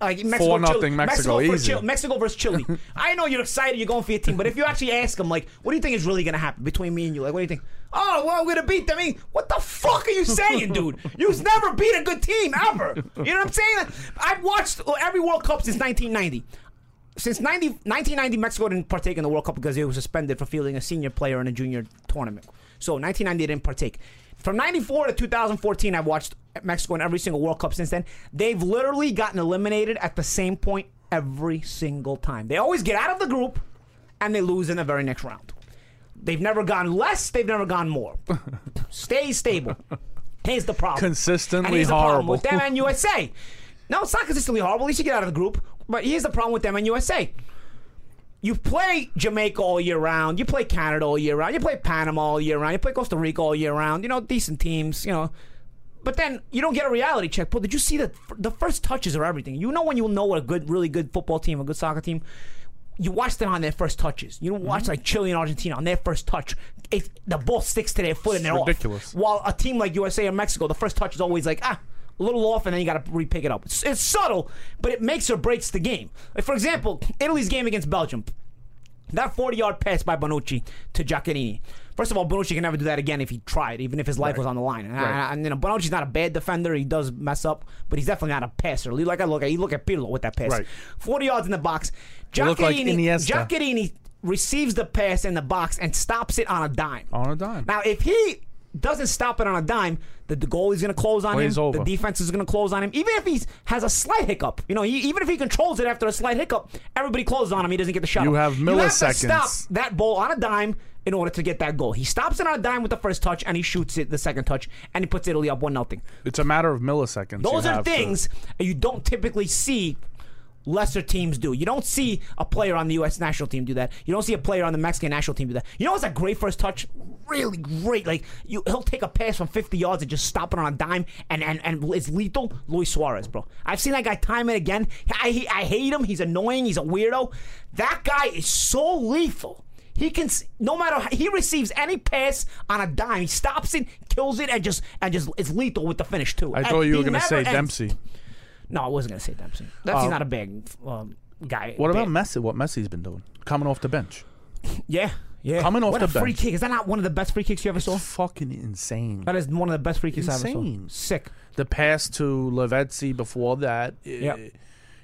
[SPEAKER 4] Like Mexico,
[SPEAKER 5] nothing
[SPEAKER 4] Chile.
[SPEAKER 5] Mexico,
[SPEAKER 4] Mexico, versus
[SPEAKER 5] easy.
[SPEAKER 4] Chile, Mexico versus Chile. I know you're excited, you're going for your team, but if you actually ask them, like, what do you think is really going to happen between me and you? Like, what do you think? Oh, well, we're going to beat them. I mean, what the fuck are you saying, dude? You've never beat a good team ever. You know what I'm saying? I've watched every World Cup since 1990. Since 90, 1990, Mexico didn't partake in the World Cup because they were suspended for fielding a senior player in a junior tournament. So 1990 they didn't partake. From 94 to 2014, I've watched Mexico in every single World Cup since then. They've literally gotten eliminated at the same point every single time. They always get out of the group and they lose in the very next round. They've never gone less, they've never gone more. Stay stable. Here's the problem.
[SPEAKER 5] Consistently
[SPEAKER 4] and here's the problem
[SPEAKER 5] horrible.
[SPEAKER 4] with them and USA. No, it's not consistently horrible. They should get out of the group. But here's the problem with them and USA. You play Jamaica all year round. You play Canada all year round. You play Panama all year round. You play Costa Rica all year round. You know, decent teams. You know, but then you don't get a reality check. But did you see that the first touches are everything? You know when you'll know what a good, really good football team, a good soccer team. You watch them on their first touches. You don't watch like Chile and Argentina on their first touch. It, the ball sticks to their foot and they're
[SPEAKER 5] ridiculous.
[SPEAKER 4] off. While a team like USA or Mexico, the first touch is always like ah. A little off, and then you got to re-pick it up. It's, it's subtle, but it makes or breaks the game. Like for example, Italy's game against Belgium, that 40 yard pass by Bonucci to Giacchini. First of all, Bonucci can never do that again if he tried, even if his life was on the line. And, I-
[SPEAKER 5] Right.
[SPEAKER 4] and, you know, Bonucci's not a bad defender. He does mess up, but he's definitely not a passer. Like I look at, you look at Pirlo with that pass.
[SPEAKER 5] Right.
[SPEAKER 4] 40 yards in the box.
[SPEAKER 5] looked like Iniesta.
[SPEAKER 4] Giacchini, Giacchini receives the pass in the box and stops it on a dime.
[SPEAKER 5] On a dime.
[SPEAKER 4] Now, if he doesn't stop it on a dime, the, the goalie's going to close on
[SPEAKER 5] Plays
[SPEAKER 4] him.
[SPEAKER 5] over.
[SPEAKER 4] The defense is going to close on him. Even if he has a slight hiccup, you know, he, even if he controls it after a slight hiccup, everybody closes on him. He doesn't get the shot.
[SPEAKER 5] You
[SPEAKER 4] off.
[SPEAKER 5] have
[SPEAKER 4] to stop
[SPEAKER 5] milliseconds.
[SPEAKER 4] that ball on a dime in order to get that goal. He stops it on a dime with the first touch, and he shoots it the second touch, and he puts Italy up one nothing.
[SPEAKER 5] It's a matter of milliseconds.
[SPEAKER 4] Those
[SPEAKER 5] you
[SPEAKER 4] are
[SPEAKER 5] have to-
[SPEAKER 4] things you don't typically see lesser teams do. You don't see a player on the U.S. national team do that. You don't see a player on the Mexican national team do that. You know what's a great first touch? Really great. Like you, he'll take a pass from 50 yards and just stop it on a dime, and and, and it's lethal. Luis Suarez, bro. I've seen that guy time and again. I he- I hate him. He's annoying. He's a weirdo. That guy is so lethal. He can, s- no matter how, he receives any pass on a dime, he stops it, kills it, and just and just it's lethal with the finish too.
[SPEAKER 5] I
[SPEAKER 4] And
[SPEAKER 5] thought you were
[SPEAKER 4] he
[SPEAKER 5] going to
[SPEAKER 4] never
[SPEAKER 5] say
[SPEAKER 4] ends-
[SPEAKER 5] Dempsey. Uh,
[SPEAKER 4] No, I wasn't going to say Dempsey. Dempsey's not a big um, guy.
[SPEAKER 5] What about
[SPEAKER 4] big-
[SPEAKER 5] Messi? What Messi's been doing? Coming off the bench.
[SPEAKER 4] Yeah, yeah.
[SPEAKER 5] Coming off
[SPEAKER 4] what
[SPEAKER 5] the
[SPEAKER 4] a free
[SPEAKER 5] bench.
[SPEAKER 4] kick. Is that not one of the best free kicks you ever saw?
[SPEAKER 5] Fucking insane.
[SPEAKER 4] That is one of the best free kicks I ever saw.
[SPEAKER 5] Insane.
[SPEAKER 4] Sick.
[SPEAKER 5] The pass to Lavezzi before that.
[SPEAKER 4] Yep.
[SPEAKER 5] It,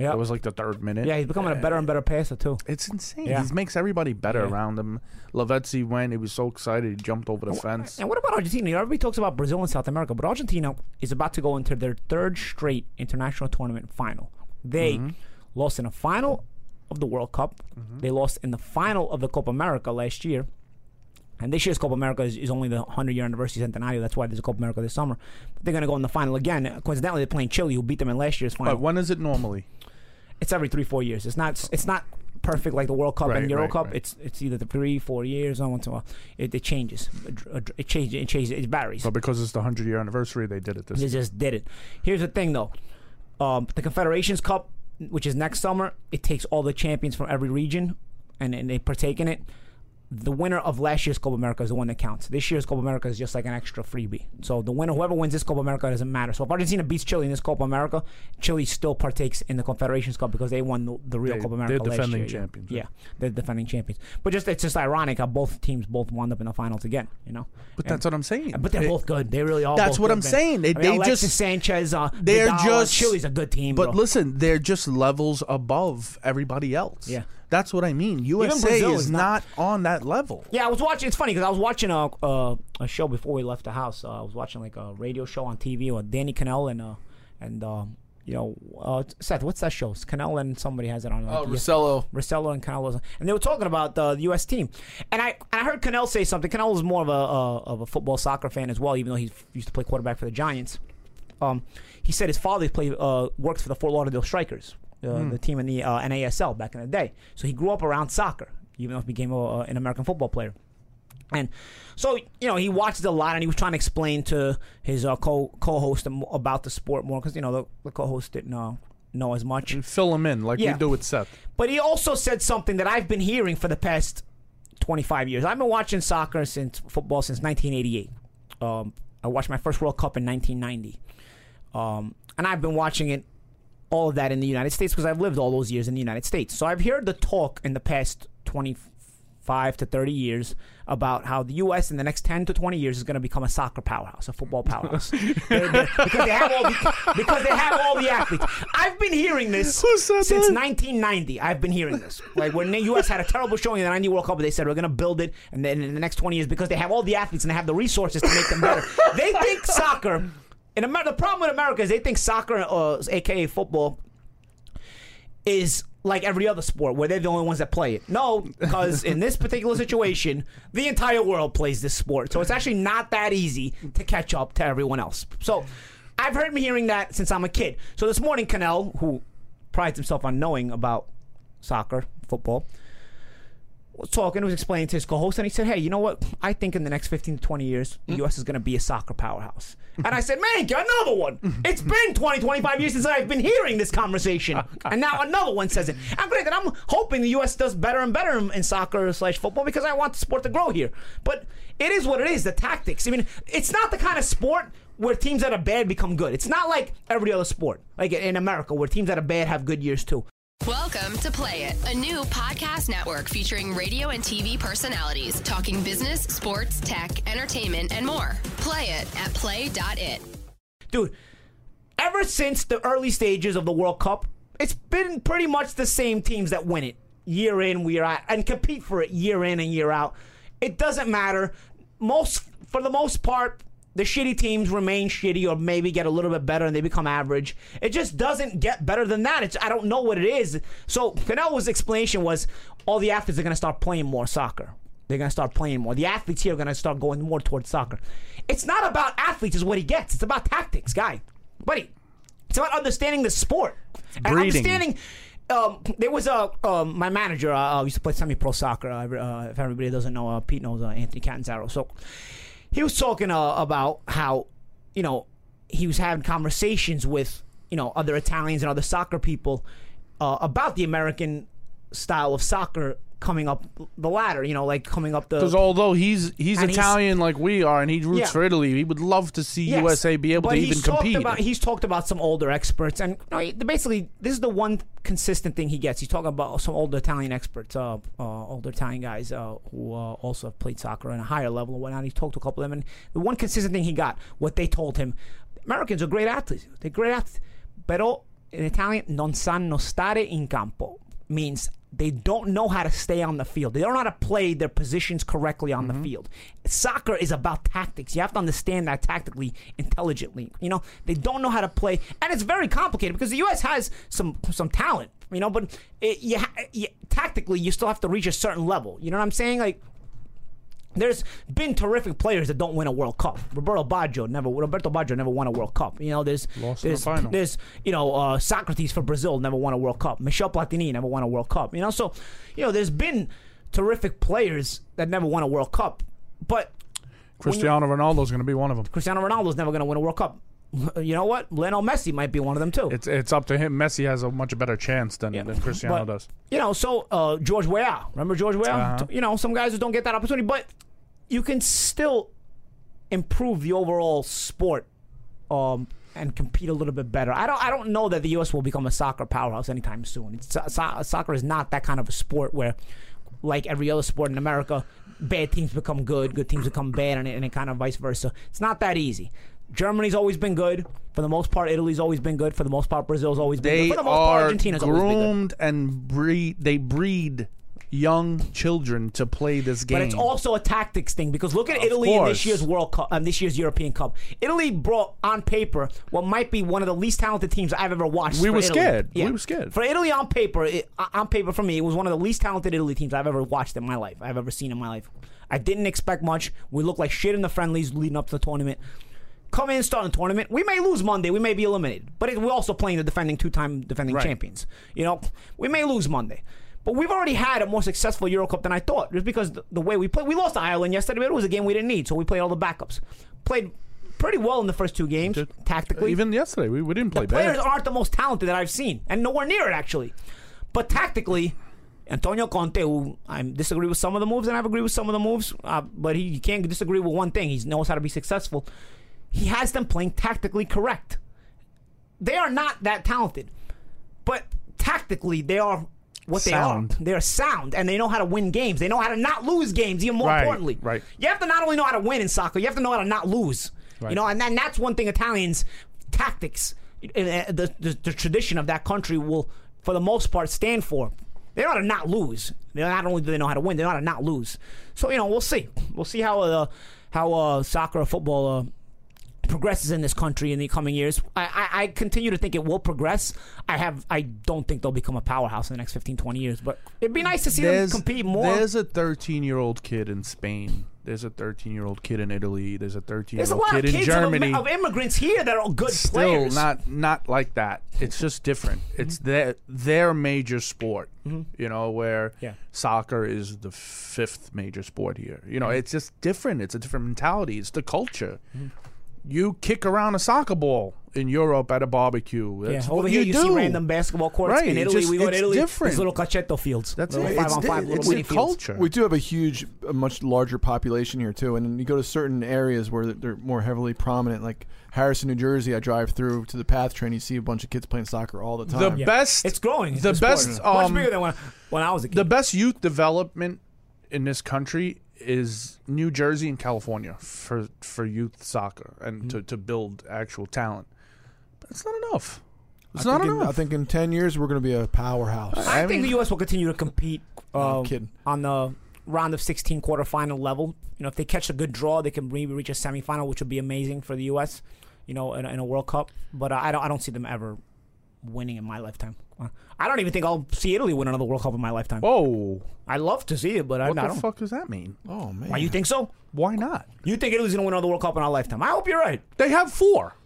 [SPEAKER 4] Yep.
[SPEAKER 5] it was like the third minute.
[SPEAKER 4] Yeah, he's becoming a better and better passer too.
[SPEAKER 5] It's insane.
[SPEAKER 4] Yeah.
[SPEAKER 5] He makes everybody better around him. Lavezzi went. He was so excited. He jumped over the fence.
[SPEAKER 4] And what about Argentina? You know, Everybody talks about Brazil and South America, but Argentina is about to go into their third straight international tournament final. They
[SPEAKER 5] Mm-hmm.
[SPEAKER 4] lost in a final of the World Cup. They lost in the final of the Copa America last year. And this year's Copa America is, is only the 100 year anniversary centenario. That's why there's a Copa America this summer. But they're going to go in the final again. Coincidentally, they're playing Chile, who beat them in last year's final.
[SPEAKER 5] But when is it normally?
[SPEAKER 4] it's every three, four years. It's not. It's not perfect like the World Cup
[SPEAKER 5] Right,
[SPEAKER 4] and Euro
[SPEAKER 5] right,
[SPEAKER 4] Cup.
[SPEAKER 5] right.
[SPEAKER 4] It's it's either the three, four years. Or once in a while, it, it changes. It, it changes. It changes. It varies.
[SPEAKER 5] But because it's the hundred year anniversary, they did it this.
[SPEAKER 4] They just did it. Here's the thing, though. Um, the Confederations Cup, which is next summer, it takes all the champions from every region, and, and they partake in it. the winner of last year's Copa America is the one that counts. This year's Copa America is just like an extra freebie. So the winner, whoever wins this Copa America, doesn't matter. So if Argentina beats Chile in this Copa America, Chile still partakes in the Confederations Cup because they won the, the real
[SPEAKER 5] They-
[SPEAKER 4] Copa America.
[SPEAKER 5] they're
[SPEAKER 4] last
[SPEAKER 5] defending
[SPEAKER 4] year, yeah.
[SPEAKER 5] champions,
[SPEAKER 4] Yeah. they're defending champions. But just it's just ironic how both teams both wound up in the finals again. You know.
[SPEAKER 5] But that's what I'm saying. Eh,
[SPEAKER 4] But they're
[SPEAKER 5] It-
[SPEAKER 4] both good. They really are.
[SPEAKER 5] That's
[SPEAKER 4] both
[SPEAKER 5] what
[SPEAKER 4] good,
[SPEAKER 5] I'm
[SPEAKER 4] man.
[SPEAKER 5] saying. They-
[SPEAKER 4] I mean,
[SPEAKER 5] they
[SPEAKER 4] Alexis
[SPEAKER 5] just-
[SPEAKER 4] Sanchez. Uh,
[SPEAKER 5] they're
[SPEAKER 4] Vidal,
[SPEAKER 5] just
[SPEAKER 4] Chile's a good team.
[SPEAKER 5] But
[SPEAKER 4] bro.
[SPEAKER 5] listen, they're just levels above everybody else.
[SPEAKER 4] Yeah.
[SPEAKER 5] that's what I mean. USA
[SPEAKER 4] Brazil
[SPEAKER 5] is,
[SPEAKER 4] is
[SPEAKER 5] not, on that level.
[SPEAKER 4] Yeah, I was watching. It's funny because I was watching a, a a show before we left the house. Uh, I was watching like a radio show on TV with Danny Cannell and uh and um you know uh, Seth, what's that show? It's Cannell and somebody has it on. Like, E
[SPEAKER 6] Oh,
[SPEAKER 4] yeah.
[SPEAKER 6] Rosello.
[SPEAKER 4] Rosello and Cannell, was- and they were talking about uh, the U.S. team, and I and I heard Cannell say something. Cannell is more of a uh, of a football soccer fan as well, even though he used to play quarterback for the Giants. Um, he said his father played uh, worked for the Fort Lauderdale Strikers, uh, the team in the uh, NASL back in the day. So he grew up around soccer, even though he became a, uh, an American football player. And so, you know, he watches a lot, and he was trying to explain to his uh, co co-host am- about the sport more because you know the, the co-host didn't uh, know as much.
[SPEAKER 5] Fill them in like
[SPEAKER 4] Yeah.
[SPEAKER 5] we do with Seth.
[SPEAKER 4] But he also said something that I've been hearing for the past 25 years. I've been watching soccer since football since 1988. Um, I watched my first World Cup in 1990. Um, and I've been watching it all of that in the United States because I've lived all those years in the United States. So I've heard the talk in the past 25 to 30 years about how the U.S. in the next 10 to 20 years is going to become a soccer powerhouse, a football powerhouse. They're- they're- because, they have all the, because they have all the athletes. I've been hearing this
[SPEAKER 5] Who said
[SPEAKER 4] since
[SPEAKER 5] that?
[SPEAKER 4] 1990. I've been hearing this. Like when the U.S. had a terrible showing in the 90 World Cup, they said we're going to build it, and then in the next 20 years, because they have all the athletes and they have the resources to make them better, they think soccer. And Amer- the problem with America is they think soccer, uh, aka football, is like every other sport where they're the only ones that play it. No, because in this particular situation, the entire world plays this sport. So it's actually not that easy to catch up to everyone else. So I've heard me hearing that since I'm a kid. So this morning, Cannell, who prides himself on knowing about soccer, football, was talking, was explaining to his co-host, and he said, "Hey, you know what? I think in the next 15 to 20 years, the U.S. is going to be a soccer powerhouse." And I said, "Man, get another one! It's been 20, 25 years since I've been hearing this conversation, and now another one says it." And granted, I'm hoping the U.S. does better and better in, in soccer slash football because I want the sport to grow here. But it is what it is. The tactics. I mean, it's not the kind of sport where teams that are bad become good. It's not like every other sport, like in America, where teams that are bad have good years too.
[SPEAKER 7] Welcome to Play It, a new podcast network featuring radio and TV personalities talking business, sports, tech, entertainment, and more. Play it at play.it.
[SPEAKER 4] dude. Ever since the early stages of the World Cup, it's been pretty much the same teams that win it year in, year out, and compete for it year in and year out. It doesn't matter. Most, for the most part, the shitty teams remain shitty or maybe get a little bit better and they become average. It just doesn't get better than that. It's, I don't know what it is. So Canelo's explanation was all the athletes are going to start playing more soccer. They're going to start playing more. The athletes here are going to start going more towards soccer. It's not about athletes, is what he gets. It's about tactics, guy. Buddy, it's about understanding the sport. And
[SPEAKER 5] Breeding.
[SPEAKER 4] understanding. Um, there was a um, my manager. Uh, uh, used to play semi-pro soccer. Uh, uh, if everybody doesn't know, uh, Pete knows uh, Anthony Catanzaro. So he was talking uh, about how you know he was having conversations with you know other Italians and other soccer people uh, about the American style of soccer coming up the ladder. You know, like coming up the
[SPEAKER 5] Because although he's he's
[SPEAKER 4] Uh, And he's-
[SPEAKER 5] Italian like we are, and he roots
[SPEAKER 4] Yeah.
[SPEAKER 5] for Italy, he would love to see
[SPEAKER 4] Yes,
[SPEAKER 5] USA be able
[SPEAKER 4] but
[SPEAKER 5] to
[SPEAKER 4] he's
[SPEAKER 5] even
[SPEAKER 4] talked
[SPEAKER 5] compete.
[SPEAKER 4] About, he's talked about some older experts, and you know, he- basically, this is the one consistent thing he gets. He's talking about some older Italian experts, uh, uh, older Italian guys uh, who uh, also have played soccer at a higher level and whatnot. He talked to a couple of them, and the one consistent thing he got, what they told him, Americans are great athletes. They're great athletes, pero in Italian, non sanno stare in campo means they don't know how to stay on the field. They don't know how to play their positions correctly on the field. Soccer is about tactics. You have to understand that tactically, intelligently. You know, they don't know how to play, and it's very complicated because the U.S. has some some talent. You know, but it, you, ha- you tactically you still have to reach a certain level. You know what I'm saying? Like there's been terrific players that don't win a World Cup. Roberto Baggio never. Roberto Baggio never won a World Cup. You know, there's
[SPEAKER 5] Lost in the
[SPEAKER 4] there's, uh,
[SPEAKER 5] final. Cristiano Ronaldo's going to be one of them.
[SPEAKER 4] Cristiano Ronaldo's never going to win a World Cup. you know what? Lionel Messi might be one of them too.
[SPEAKER 5] It's it's up to him. Messi has a much better chance than, than Cristiano
[SPEAKER 4] But,
[SPEAKER 5] does. Uh-huh.
[SPEAKER 4] You know, so uh, George Weah, remember George Weah? T- You know, some guys who don't get that opportunity, but you can still improve the overall sport um, and compete a little bit better. I don't, I don't know that the U.S. will become a soccer powerhouse anytime soon. It's, so, so- soccer is not that kind of a sport where, like every other sport in America, bad teams become good, good teams become bad, and it, and it kind of vice versa. It's not that easy. Germany's always been good for the most part. Italy's always been good for the most part. Brazil's always been
[SPEAKER 5] They
[SPEAKER 4] good for the most part.
[SPEAKER 5] are
[SPEAKER 4] Argentina's always been good.
[SPEAKER 5] groomed and breed. They breed young children to play this game.
[SPEAKER 4] But it's also a tactics thing because look at Italy in
[SPEAKER 5] course.
[SPEAKER 4] this year's World Cup and this year's European Cup. Italy brought on paper what might be one of the least talented teams I've ever watched.
[SPEAKER 5] We
[SPEAKER 4] for
[SPEAKER 5] were
[SPEAKER 4] Italy.
[SPEAKER 5] scared. We were scared.
[SPEAKER 4] For Italy on paper, it, on paper for me, it was one of the least talented Italy teams I've ever watched in my life. I've ever seen in my life. I didn't expect much. We looked like shit in the friendlies leading up to the tournament. Come in and start the tournament. We may lose Monday. We may be eliminated. But it, we're also playing the defending two-time defending
[SPEAKER 5] Right.
[SPEAKER 4] champions. You know, we may lose Monday. But we've already had a more successful Euro Cup than I thought, just because the, the way we played. We lost to Ireland yesterday, but it was a game we didn't need, so we played all the backups. Played pretty well in the first two games, tactically.
[SPEAKER 5] even yesterday we, we didn't play
[SPEAKER 4] The players
[SPEAKER 5] bad.
[SPEAKER 4] aren't the most talented that I've seen, and nowhere near it actually. But tactically, Antonio Conte, who I disagree with some of the moves, and I've agreed with some of the moves, uh, but he you can't disagree with one thing. He knows how to be successful. He has them playing tactically correct. They are not that talented, but tactically they are what
[SPEAKER 5] Sound.
[SPEAKER 4] they are. They are sound, and they know how to win games. They know how to not lose games. Even more
[SPEAKER 5] Right,
[SPEAKER 4] importantly,
[SPEAKER 5] right.
[SPEAKER 4] You have to not only know how to win in soccer, you have to know how to not lose. You know, and, and that's one thing Italians tactics, uh, the, the the tradition of that country will, for the most part, stand for. They know how to not lose. They not only do they know how to win, they know how to not lose. So you know, we'll see. We'll see how uh, how uh, soccer or football. Uh, progresses in this country in the coming years. I, I, I continue to think it will progress. I have I don't think they'll become a powerhouse in the next 15, 20 years, but it'd be nice to see them compete more.
[SPEAKER 5] There's a 13 year old kid in Spain. There's a 13 year old kid in Italy. There's a 13
[SPEAKER 4] There's
[SPEAKER 5] year
[SPEAKER 4] a
[SPEAKER 5] old
[SPEAKER 4] lot of
[SPEAKER 5] kid in
[SPEAKER 4] kids
[SPEAKER 5] Germany.
[SPEAKER 4] Of, of immigrants here that are good
[SPEAKER 5] Still
[SPEAKER 4] players. Mm-hmm.
[SPEAKER 5] not not like that. It's just different. It's their their major sport. You know where
[SPEAKER 4] Yeah.
[SPEAKER 5] soccer is the fifth major sport here. You
[SPEAKER 4] Mm-hmm.
[SPEAKER 5] know it's just different. It's a different mentality. It's the culture. You kick around a soccer ball in Europe at a barbecue.
[SPEAKER 4] yeah,
[SPEAKER 5] That's
[SPEAKER 4] over
[SPEAKER 5] what
[SPEAKER 4] here you, see
[SPEAKER 5] do.
[SPEAKER 4] random basketball courts.
[SPEAKER 5] Right,
[SPEAKER 4] In
[SPEAKER 5] it's
[SPEAKER 4] Italy,
[SPEAKER 5] just-
[SPEAKER 4] we go to
[SPEAKER 5] it's
[SPEAKER 4] Italy.
[SPEAKER 5] different.
[SPEAKER 4] There's little cachetto fields.
[SPEAKER 5] That's
[SPEAKER 4] little
[SPEAKER 5] it.
[SPEAKER 4] Five
[SPEAKER 5] It's
[SPEAKER 4] on
[SPEAKER 5] the-
[SPEAKER 4] five.
[SPEAKER 5] it's
[SPEAKER 4] little
[SPEAKER 5] the
[SPEAKER 4] mini fields.
[SPEAKER 5] culture.
[SPEAKER 6] We do have a huge, a much larger population here too, and then you go to certain areas where they're more heavily prominent, like Harrison, New Jersey. I drive through to the path train, you see a bunch of kids playing soccer all the
[SPEAKER 5] The
[SPEAKER 6] time.
[SPEAKER 5] best.
[SPEAKER 4] It's growing.
[SPEAKER 5] The
[SPEAKER 4] It's
[SPEAKER 5] best.
[SPEAKER 4] growing.
[SPEAKER 5] um,
[SPEAKER 4] much bigger than when, when I was a kid.
[SPEAKER 5] the best youth development in this country is New Jersey and California for for youth soccer and to, to build actual talent. But it's not enough. It's
[SPEAKER 6] I
[SPEAKER 5] not
[SPEAKER 6] think in-
[SPEAKER 5] enough.
[SPEAKER 6] I think in ten years we're going to be a powerhouse.
[SPEAKER 4] I think the U.S. will continue to compete uh,
[SPEAKER 6] kidding.
[SPEAKER 4] on the round of 16 quarterfinal level. You know, if they catch a good draw, they can maybe reach a semifinal, which would be amazing for the U.S. You know, in, a- in a World Cup. But uh, I don't, I don't see them ever winning in my lifetime. Uh, I don't even think I'll see Italy win another World Cup in my lifetime.
[SPEAKER 5] Whoa!
[SPEAKER 4] I love to see it, but I, I
[SPEAKER 5] Oh. What the
[SPEAKER 4] don't.
[SPEAKER 5] fuck does that mean?
[SPEAKER 6] oh man,
[SPEAKER 4] Why you think so?
[SPEAKER 5] Why not?
[SPEAKER 4] You think Italy's gonna win another World Cup in our lifetime? I hope you're right.
[SPEAKER 5] They have four.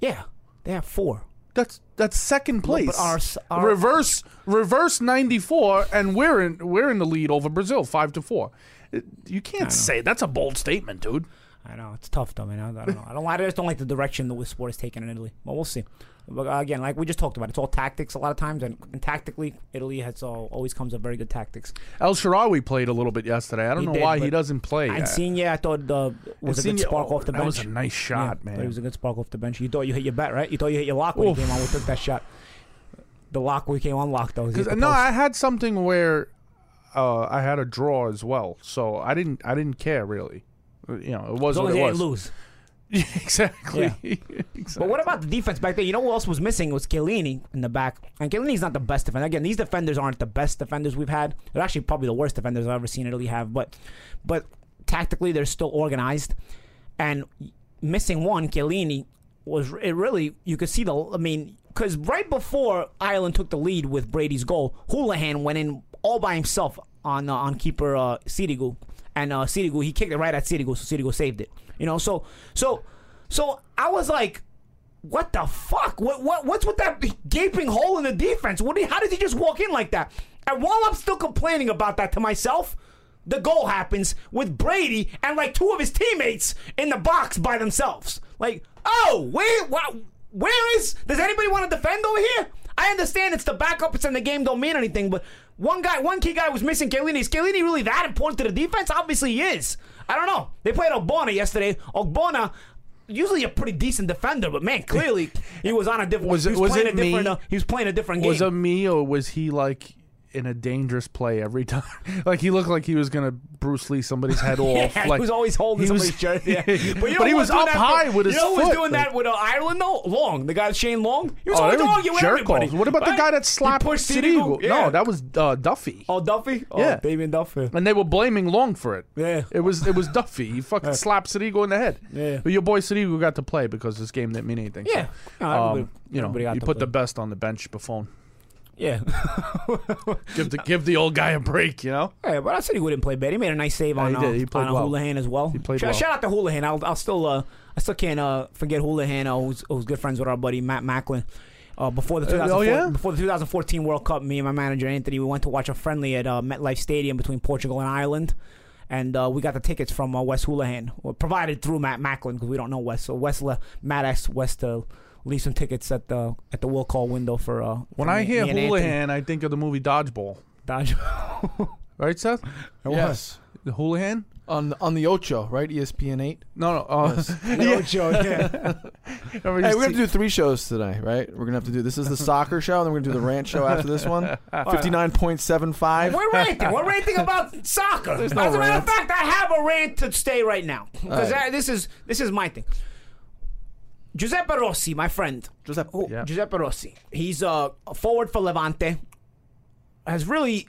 [SPEAKER 4] Yeah, they have four.
[SPEAKER 5] That's that's second place.
[SPEAKER 4] but our s- our-
[SPEAKER 5] reverse reverse ninety four, and we're in we're in the lead over Brazil five to four. It- You can't say that's a bold statement, dude.
[SPEAKER 4] I know it's tough, though, man. I, I don't know. I don't. I just don't like the direction the sport is taking in Italy. But we'll see. But uh, again, like we just talked about, it's all tactics a lot of times, and, and tactically, Italy has all, always comes up very good tactics.
[SPEAKER 5] El Shirawi played a little bit yesterday. I don't
[SPEAKER 4] He
[SPEAKER 5] know
[SPEAKER 4] did,
[SPEAKER 5] why he
[SPEAKER 4] but
[SPEAKER 5] doesn't play.
[SPEAKER 4] And
[SPEAKER 5] I-
[SPEAKER 4] Insigne, I thought uh, was a good
[SPEAKER 5] Insigne-
[SPEAKER 4] spark
[SPEAKER 5] oh,
[SPEAKER 4] off the
[SPEAKER 5] that
[SPEAKER 4] bench.
[SPEAKER 5] was a nice shot, man.
[SPEAKER 4] It was a good spark off the bench. You thought you hit your bat, right? You thought you hit your lock when
[SPEAKER 5] Oof.
[SPEAKER 4] you came on. We took that shot. The lock we came on lock though. He hit
[SPEAKER 5] Because
[SPEAKER 4] the
[SPEAKER 5] no,
[SPEAKER 4] post.
[SPEAKER 5] I had something where uh, I had a draw as well, so I didn't I didn't care really. Uh, You know, it
[SPEAKER 4] as
[SPEAKER 5] was
[SPEAKER 4] long
[SPEAKER 5] what
[SPEAKER 4] as
[SPEAKER 5] it
[SPEAKER 4] they
[SPEAKER 5] was.
[SPEAKER 4] didn't lose.
[SPEAKER 5] exactly.
[SPEAKER 4] But
[SPEAKER 5] exactly.
[SPEAKER 4] what about the defense back there? You know who else was missing? It was Chiellini in the back. And Chiellini's not the best defender. Again, these defenders aren't the best defenders we've had. They're actually probably the worst defenders I've ever seen Italy have. But but tactically, they're still organized. And missing one, Chiellini, was it really, you could see the, I mean, because right before Ireland took the lead with Brady's goal, Houlihan went in all by himself on uh, on keeper uh, Sirigu. And uh, Sirigu, he kicked it right at Sirigu, so Sirigu saved it. You know, so, so, so I was like, what the fuck? What what what's with that gaping hole in the defense? What? do you- How did he just walk in like that? And while I'm still complaining about that to myself, the goal happens with Brady and like two of his teammates in the box by themselves. Like, oh, where, wha- where is? Does anybody want to defend over here? I understand it's the backup, it's in the game, don't mean anything. But one guy, one key guy was missing. Chiellini. Is Chiellini really that important to the defense? Obviously, he is. I don't know. They played Ogbonna yesterday. Ogbonna. Usually a pretty decent defender, but man, clearly he was on a different.
[SPEAKER 5] Was it-
[SPEAKER 4] he was,
[SPEAKER 5] was
[SPEAKER 4] playing
[SPEAKER 5] it
[SPEAKER 4] a different.
[SPEAKER 5] me?
[SPEAKER 4] Uh, he was playing a different game.
[SPEAKER 5] Was it me or was he like in a dangerous play every time? like he looked like he was gonna Bruce Lee somebody's head off.
[SPEAKER 4] Yeah,
[SPEAKER 5] like
[SPEAKER 4] he was always holding
[SPEAKER 5] he was-
[SPEAKER 4] somebody's shirt. Yeah. But, you know
[SPEAKER 5] But he
[SPEAKER 4] who
[SPEAKER 5] was up
[SPEAKER 4] doing that
[SPEAKER 5] high
[SPEAKER 4] for-
[SPEAKER 5] with his
[SPEAKER 4] You know who was
[SPEAKER 5] foot,
[SPEAKER 4] doing
[SPEAKER 5] like-
[SPEAKER 4] that with uh, Ireland though? Long, the guy Shane Long. He was
[SPEAKER 5] Oh,
[SPEAKER 4] always
[SPEAKER 5] they were
[SPEAKER 4] arguing with
[SPEAKER 5] jerk
[SPEAKER 4] everybody.
[SPEAKER 5] offs. What about the
[SPEAKER 4] right?
[SPEAKER 5] guy that slapped
[SPEAKER 4] he pushed
[SPEAKER 5] City?
[SPEAKER 4] City?
[SPEAKER 5] No, that was uh, Duffy.
[SPEAKER 4] oh Duffy. Oh,
[SPEAKER 5] Yeah.
[SPEAKER 4] Damien Duffy.
[SPEAKER 5] And they were blaming Long for it.
[SPEAKER 4] Yeah.
[SPEAKER 5] It was it was Duffy. He fucking slapped Sadigo in the head.
[SPEAKER 4] Yeah.
[SPEAKER 5] But your boy Sadigo got to play because this game didn't mean anything.
[SPEAKER 4] Yeah.
[SPEAKER 5] So,
[SPEAKER 4] No,
[SPEAKER 5] um,
[SPEAKER 4] everybody-
[SPEAKER 5] you know,
[SPEAKER 4] everybody got
[SPEAKER 5] you
[SPEAKER 4] to
[SPEAKER 5] put the
[SPEAKER 4] play.
[SPEAKER 5] best on the bench, Buffon.
[SPEAKER 4] Yeah.
[SPEAKER 5] Give the give the old guy a break, you know?
[SPEAKER 4] Yeah, but I said he wouldn't play bad. He made a nice save on
[SPEAKER 5] he did.
[SPEAKER 4] uh,
[SPEAKER 5] He played
[SPEAKER 4] on uh,
[SPEAKER 5] well.
[SPEAKER 4] Houlihan as well. He
[SPEAKER 5] played
[SPEAKER 4] shout,
[SPEAKER 5] well.
[SPEAKER 4] shout out to Houlihan. I'll, I'll still uh, I still can't uh, forget Houlihan, uh, who's, who's good friends with our buddy Matt Macklin. Uh, before the 2004,
[SPEAKER 5] oh, yeah?
[SPEAKER 4] before the 2014 World Cup, me and my manager Anthony we went to watch a friendly at uh, MetLife Stadium between Portugal and Ireland. And uh, we got the tickets from uh, Wes Houlihan, well, provided through Matt Macklin because we don't know Wes. So Wes, le- Matt asked Wes to leave some tickets at the at the will call window for. Uh,
[SPEAKER 5] When
[SPEAKER 4] for
[SPEAKER 5] I
[SPEAKER 4] me-
[SPEAKER 5] hear
[SPEAKER 4] me and Anthony.
[SPEAKER 5] Houlihan, I think of the movie Dodgeball.
[SPEAKER 4] Dodge.
[SPEAKER 5] Right, Seth?
[SPEAKER 6] I
[SPEAKER 5] Yeah.
[SPEAKER 6] was.
[SPEAKER 5] The Houlihan?
[SPEAKER 6] On, the- on the Ocho, right? E ESPN 8.
[SPEAKER 5] No, no. Uh,
[SPEAKER 4] No joke. Yeah.
[SPEAKER 5] remember
[SPEAKER 6] Hey,
[SPEAKER 5] you
[SPEAKER 6] we're going to
[SPEAKER 5] see-
[SPEAKER 6] do three shows today, right? We're going to have to do this is the soccer show, then we're going to do the rant show after this one. 59.75.
[SPEAKER 4] We're ranting. We're ranting about soccer. As a matter of fact, I have a rant to stay right now because
[SPEAKER 6] right.
[SPEAKER 4] this is this is my thing. Giuseppe Rossi, my friend.
[SPEAKER 6] Giuseppe.
[SPEAKER 4] Oh,
[SPEAKER 5] Yeah.
[SPEAKER 4] Giuseppe Rossi. He's uh, a forward for Levante. Has really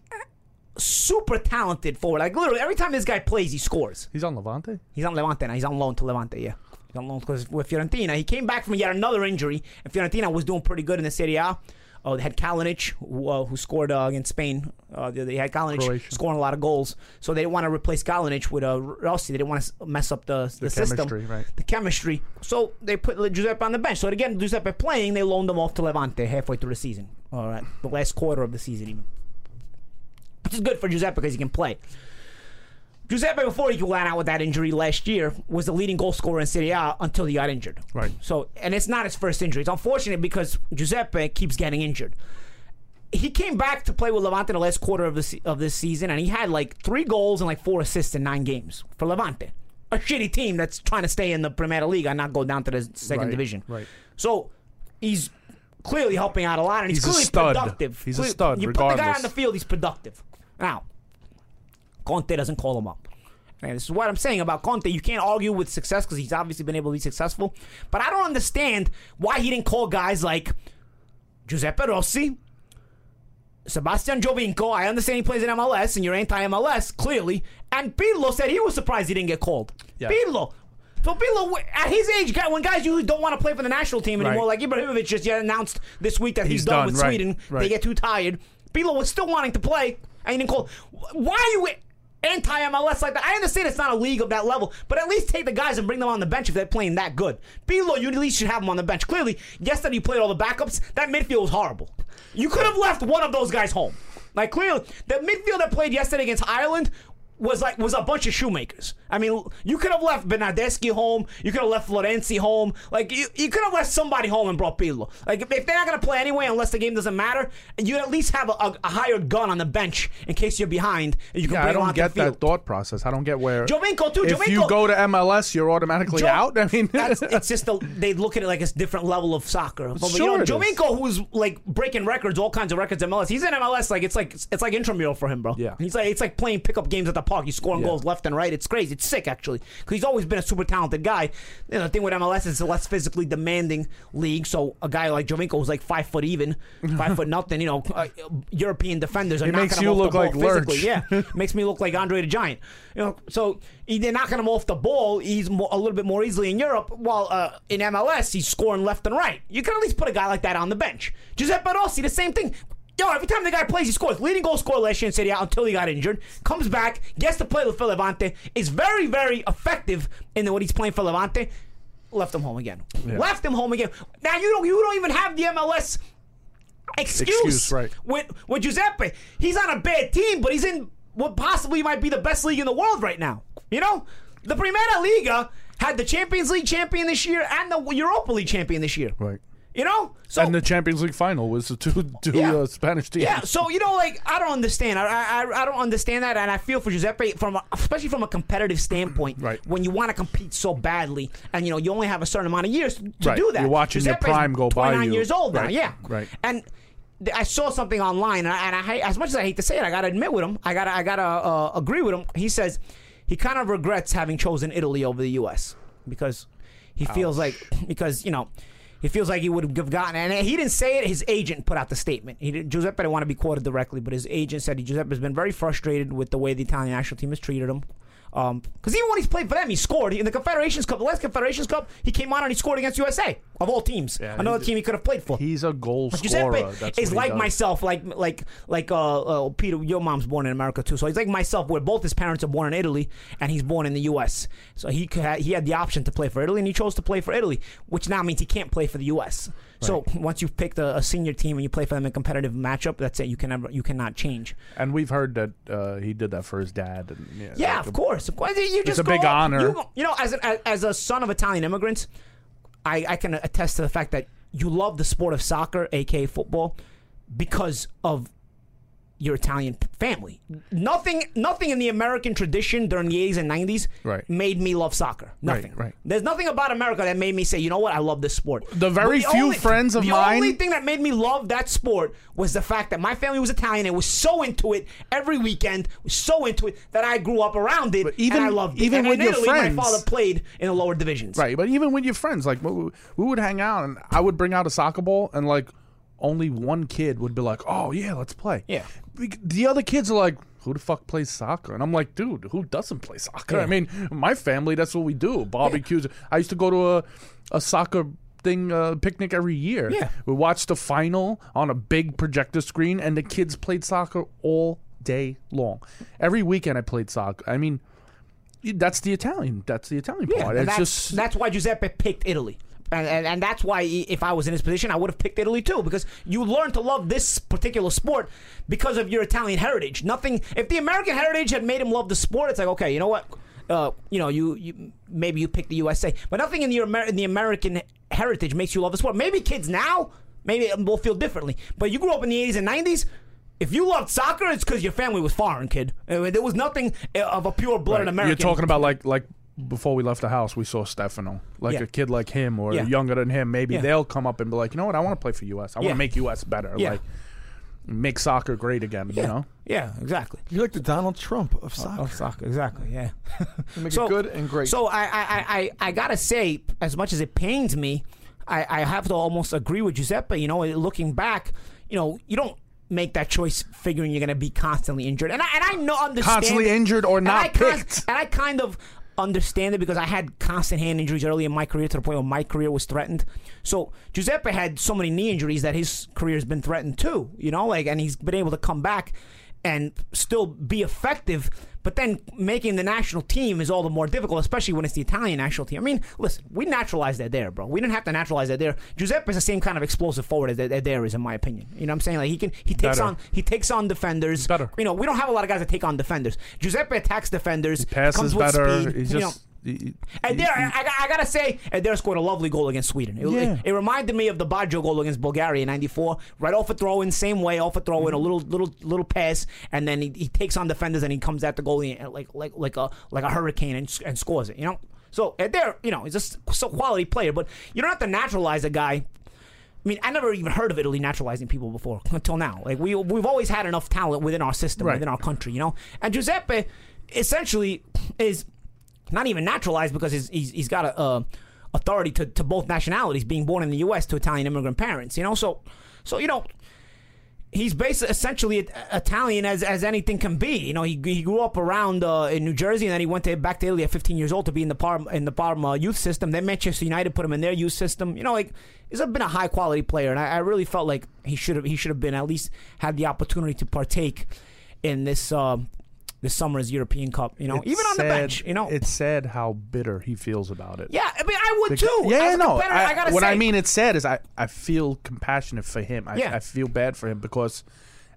[SPEAKER 4] super talented forward. Like literally, every time this guy plays, he scores.
[SPEAKER 5] He's on Levante?
[SPEAKER 4] He's on Levante now. He's on loan to Levante, yeah. He's on loan because with Fiorentina, he came back from yet another injury. And Fiorentina was doing pretty good in the Serie A. Uh, they had Kalinic, who, uh, who scored uh, against Spain. Uh, they- they had Kalinic
[SPEAKER 5] Croatia.
[SPEAKER 4] scoring a lot of goals. So they didn't want to replace Kalinic with uh, Rossi. They didn't want to mess up the, the, system.
[SPEAKER 5] chemistry, right.
[SPEAKER 4] The chemistry. So they put Giuseppe on the bench. So again, Giuseppe playing, they loaned him off to Levante halfway through the season. All right. The last quarter of the season, even. Which is good for Giuseppe because he can play. Giuseppe, before he went out with that injury last year, was the leading goal scorer in Serie A until he got injured.
[SPEAKER 5] Right.
[SPEAKER 4] So, and it's not his first injury. It's unfortunate because Giuseppe keeps getting injured. He came back to play with Levante in the last quarter of this of this season, and he had like three goals and like four assists in nine games for Levante, a shitty team that's trying to stay in the Primera League and not go down to the second
[SPEAKER 5] Right,
[SPEAKER 4] division.
[SPEAKER 5] right.
[SPEAKER 4] So, he's clearly helping out a lot, and he's,
[SPEAKER 5] He's a
[SPEAKER 4] clearly
[SPEAKER 5] stud.
[SPEAKER 4] productive.
[SPEAKER 5] He's a
[SPEAKER 4] Cle-
[SPEAKER 5] stud,
[SPEAKER 4] You put the guy on
[SPEAKER 5] regardless.
[SPEAKER 4] the field, he's productive. Now, Conte doesn't call him up. And this is what I'm saying about Conte. You can't argue with success because he's obviously been able to be successful. But I don't understand why he didn't call guys like Giuseppe Rossi, Sebastian Jovinko. I understand he plays in MLS and you're anti MLS, clearly. And Pirlo said he was surprised he didn't get called.
[SPEAKER 5] Yeah.
[SPEAKER 4] Pirlo. So Pirlo, at his age, guy- when guys usually don't want to play for the national team anymore,
[SPEAKER 5] Right.
[SPEAKER 4] like Ibrahimovic just yet announced this week that he's,
[SPEAKER 5] He's
[SPEAKER 4] done,
[SPEAKER 5] done,
[SPEAKER 4] with
[SPEAKER 5] right,
[SPEAKER 4] Sweden, they
[SPEAKER 5] right.
[SPEAKER 4] get too tired. Pirlo was still wanting to play, and he didn't call. Why are you anti MLS like that? I understand it's not a league of that level, but at least take the guys and bring them on the bench if they're playing that good. Pirlo, you at least should have them on the bench. Clearly, yesterday you played all the backups. That midfield was horrible. You could have left one of those guys home. Like clearly, the midfield that played yesterday against Ireland. Was like was a bunch of shoemakers. I mean, you could have left Bernardeschi home. You could have left Florenzi home. Like you, you could have left somebody home and brought Pirlo. Like if, if they're not gonna play anyway, unless the game doesn't matter, you at least have a, a, a hired gun on the bench in case you're behind. And you can
[SPEAKER 5] Yeah,
[SPEAKER 4] bring
[SPEAKER 5] I
[SPEAKER 4] him
[SPEAKER 5] don't
[SPEAKER 4] onto
[SPEAKER 5] get
[SPEAKER 4] the field.
[SPEAKER 5] that thought process. I don't get where
[SPEAKER 4] Jovinko, too.
[SPEAKER 5] If you
[SPEAKER 4] Jovinko-
[SPEAKER 5] go to MLS, you're automatically
[SPEAKER 4] Jo-
[SPEAKER 5] out. I mean,
[SPEAKER 4] that's, it's just the, they look at it like it's a different level of soccer. But,
[SPEAKER 5] Sure
[SPEAKER 4] you
[SPEAKER 5] it
[SPEAKER 4] know,
[SPEAKER 5] is.
[SPEAKER 4] Jovinko, who's like breaking records, all kinds of records in MLS. He's in MLS, like it's like it's like intramural for him, bro.
[SPEAKER 5] Yeah.
[SPEAKER 4] he's like it's like playing pickup games at the park. He's scoring
[SPEAKER 5] Yeah.
[SPEAKER 4] goals left and right. It's crazy. It's sick actually, because he's always been a super talented guy. You know, the thing with MLS is it's a less physically demanding league. So a guy like Jovinko who's like five foot even, five foot nothing. You know, uh, European defenders are
[SPEAKER 5] It
[SPEAKER 4] knocking
[SPEAKER 5] makes
[SPEAKER 4] him
[SPEAKER 5] you
[SPEAKER 4] off the
[SPEAKER 5] look
[SPEAKER 4] ball
[SPEAKER 5] like
[SPEAKER 4] physically.
[SPEAKER 5] Lurch.
[SPEAKER 4] Yeah, makes me look like Andre the Giant. You know, so he- they're knocking him off the ball. He's mo a little bit more easily in Europe, while uh, in MLS he's scoring left and right. You can at least put a guy like that on the bench. Giuseppe Rossi, the same thing. Yo, every time the guy plays, he scores. Leading goal scorer last year in Serie A until he got injured. Comes back, gets to play with Phil Levante. Is very, very effective in what he's playing for Levante. Left him home again. Left him home again. Now you don't, you don't even have the MLS excuse,
[SPEAKER 5] Excuse, right.
[SPEAKER 4] with with Giuseppe. He's on a bad team, but he's in what possibly might be the best league in the world right now. You know, the Primera Liga had the Champions League champion this year and the Europa League champion this year.
[SPEAKER 5] Right.
[SPEAKER 4] You know, so
[SPEAKER 5] and the Champions League final was the two two
[SPEAKER 4] Yeah.
[SPEAKER 5] uh, Spanish teams.
[SPEAKER 4] yeah, so you know, like I don't understand. I, I I- I don't understand that, and I feel for Giuseppe from a, especially from a competitive standpoint.
[SPEAKER 5] Right.
[SPEAKER 4] When you want to compete so badly, and you know you only have a certain amount of years to
[SPEAKER 5] Right.
[SPEAKER 4] do that.
[SPEAKER 5] You're watching your
[SPEAKER 4] Giuseppe's
[SPEAKER 5] prime go by
[SPEAKER 4] 29
[SPEAKER 5] you.
[SPEAKER 4] years old now.
[SPEAKER 5] Right.
[SPEAKER 4] Yeah.
[SPEAKER 5] Right.
[SPEAKER 4] And th- I saw something online, and I, and I hate- as much as I hate to say it, I gotta admit with him. I gotta I gotta uh, agree with him. He says he kind of regrets having chosen Italy over the U.S. because he feels like because you know. He feels like he would have gotten, and he didn't say it. His agent put out the statement. He didn't, Giuseppe didn't want to be quoted directly, but his agent said Giuseppe has been very frustrated with the way the Italian national team has treated him. Because even when he's played for them, he scored in the Confederations Cup. The last Confederations Cup, he came on and he scored against USA of all teams. Another team he could have played for.
[SPEAKER 5] He's a goal scorer.
[SPEAKER 4] Giuseppe is
[SPEAKER 5] That's what he
[SPEAKER 4] like
[SPEAKER 5] does.
[SPEAKER 4] myself, like like like uh, uh, Peter. Your mom's born in America too, so he's like myself, where both his parents are born in Italy, and he's born in the U.S. So he could ha- he had the option to play for Italy, and he chose to play for Italy, which now means he can't play for the U.S. So once you've picked a, a senior team and you play for them in a competitive matchup, that's it. You can never you cannot change.
[SPEAKER 5] And we've heard that uh, he did that for his dad. And, yeah,
[SPEAKER 4] Yeah,
[SPEAKER 5] like,
[SPEAKER 4] of course. Of course. You just
[SPEAKER 5] a
[SPEAKER 4] go
[SPEAKER 5] big
[SPEAKER 4] up-
[SPEAKER 5] honor.
[SPEAKER 4] You, go- you know, as, an, as as a son of Italian immigrants, I, I can attest to the fact that you love the sport of soccer, aka football, because of your Italian family. Nothing, nothing in the American tradition during the 80s and 90s
[SPEAKER 5] Right.
[SPEAKER 4] made me love soccer. Nothing.
[SPEAKER 5] right.
[SPEAKER 4] There's nothing about America that made me say, you know what, I love this sport.
[SPEAKER 5] The very
[SPEAKER 4] But
[SPEAKER 5] few friends of
[SPEAKER 4] the
[SPEAKER 5] mine-
[SPEAKER 4] only thing that made me love that sport was the fact that my family was Italian and was so into it every weekend, was so into it that I grew up around it.
[SPEAKER 5] But even-
[SPEAKER 4] and I loved it.
[SPEAKER 5] even
[SPEAKER 4] and
[SPEAKER 5] with
[SPEAKER 4] in
[SPEAKER 5] your
[SPEAKER 4] Italy,
[SPEAKER 5] friends-
[SPEAKER 4] my father played in the lower divisions.
[SPEAKER 5] Right, but even with your friends, like we, we would hang out, and I would bring out a soccer ball, and like only one kid would be like, "Oh yeah, let's play."
[SPEAKER 4] Yeah.
[SPEAKER 5] Be- The other kids are like, "Who the fuck plays soccer?" And I'm like, "Dude, who doesn't play soccer?" I mean, my family, that's what we do: barbecues. I used to go to a a soccer thing uh, picnic every year.
[SPEAKER 4] Yeah.
[SPEAKER 5] we watched the final on a big projector screen, and the kids played soccer all day long. Every weekend, I played soccer. I mean. That's the Italian. That's the Italian
[SPEAKER 4] Yeah,
[SPEAKER 5] part.
[SPEAKER 4] and
[SPEAKER 5] It's
[SPEAKER 4] that's,
[SPEAKER 5] just
[SPEAKER 4] that's why Giuseppe picked Italy. And, and, and that's why, he- if I was in his position, I would have picked Italy too, because you learn to love this particular sport because of your Italian heritage. Nothing, if the American heritage had made him love the sport, it's like, okay, you know what? Uh, you know, you, you maybe you pick the USA, but nothing in the, Amer- in the American heritage makes you love the sport. Maybe kids now, maybe will feel differently. But you grew up in the 80s and 90s. If you loved soccer, it's because your family was foreign, kid. Uh, There was nothing uh, of a pure blooded
[SPEAKER 5] Right.
[SPEAKER 4] American.
[SPEAKER 5] You're talking about like like before we left the house, we saw Stefano, like
[SPEAKER 4] Yeah.
[SPEAKER 5] a kid like him or
[SPEAKER 4] Yeah.
[SPEAKER 5] younger than him. Maybe
[SPEAKER 4] Yeah.
[SPEAKER 5] they'll come up and be like, you know what, I want to play for U.S. I want
[SPEAKER 4] Yeah.
[SPEAKER 5] to make U.S. better,
[SPEAKER 4] Yeah.
[SPEAKER 5] like make soccer great again. You know,
[SPEAKER 4] Yeah, exactly.
[SPEAKER 6] You're like the Donald Trump of soccer.
[SPEAKER 4] Oh, soccer, exactly. Yeah.
[SPEAKER 6] Make it good and great.
[SPEAKER 4] So I, I, I, I- I gotta say, as much as it pains me, I, I have to almost agree with Giuseppe. You know, looking back, you know, you don't make that choice figuring you're gonna be constantly injured, and I, and I know understand
[SPEAKER 5] Constantly injured or
[SPEAKER 4] and
[SPEAKER 5] not
[SPEAKER 4] I cons-
[SPEAKER 5] picked.
[SPEAKER 4] and I kind of understand it because I had constant hand injuries early in my career to the point where my career was threatened. So Giuseppe had so many knee injuries that his career has been threatened too. You know, like and he's been able to come back and still be effective. But then making the national team is all the more difficult, especially when it's the Italian national team. I mean, listen, we naturalized that there, bro. We didn't have to naturalize that there. Giuseppe is the same kind of explosive forward as that there is, in my opinion. You know what I'm saying? Like he can, he takes
[SPEAKER 5] Better.
[SPEAKER 4] on, he takes on defenders.
[SPEAKER 5] Better.
[SPEAKER 4] You know, we don't have a lot of guys that take on defenders. Giuseppe attacks defenders
[SPEAKER 5] passes
[SPEAKER 4] comes with
[SPEAKER 5] better.
[SPEAKER 4] Speed,
[SPEAKER 5] He's
[SPEAKER 4] you
[SPEAKER 5] just.
[SPEAKER 4] know.
[SPEAKER 5] he- he-
[SPEAKER 4] And there, I, I- I gotta say, Adair scored a lovely goal against Sweden. It,
[SPEAKER 5] Yeah.
[SPEAKER 4] it, it reminded me of the Baggio goal against Bulgaria in '94. Right off a throw in, same way, off a throw in, a little, little, little pass, and then he, he takes on defenders and he comes at the goalie and like, like, like a, like a hurricane and, s- and scores it. You know, so Adair, you know, he's just so quality player, but you don't have to naturalize a guy I mean, I never even heard of Italy naturalizing people before until now. Like we we've always had enough talent within our system,
[SPEAKER 5] Right.
[SPEAKER 4] within our country, you know. And Giuseppe, essentially, is not even naturalized because he's he's, he's got a, uh authority to, to both nationalities, being born in the U.S. to Italian immigrant parents, you know. So, so you know, he's basically essentially it- uh, Italian as, as anything can be. You know, he, he grew up around uh, in New Jersey, and then he went to, back to Italy at 15 years old to be in the Parma in the Parma youth system. Then Manchester United put him in their youth system. You know, like he's been a high quality player, and I, I really felt like he should have he should have been at least had the opportunity to partake in this um, this summer's European Cup. You know,
[SPEAKER 5] it's
[SPEAKER 4] even on the
[SPEAKER 5] sad-
[SPEAKER 4] bench. You know,
[SPEAKER 5] it's sad how bitter he feels about it.
[SPEAKER 4] yeah, I mean, I would too.
[SPEAKER 5] Yeah,
[SPEAKER 4] As
[SPEAKER 5] yeah,
[SPEAKER 4] a
[SPEAKER 5] no.
[SPEAKER 4] competitor,
[SPEAKER 5] I,
[SPEAKER 4] gotta
[SPEAKER 5] what I
[SPEAKER 4] say-
[SPEAKER 5] mean, it's sad is I, I feel compassionate for him. I,
[SPEAKER 4] Yeah.
[SPEAKER 5] I feel bad for him because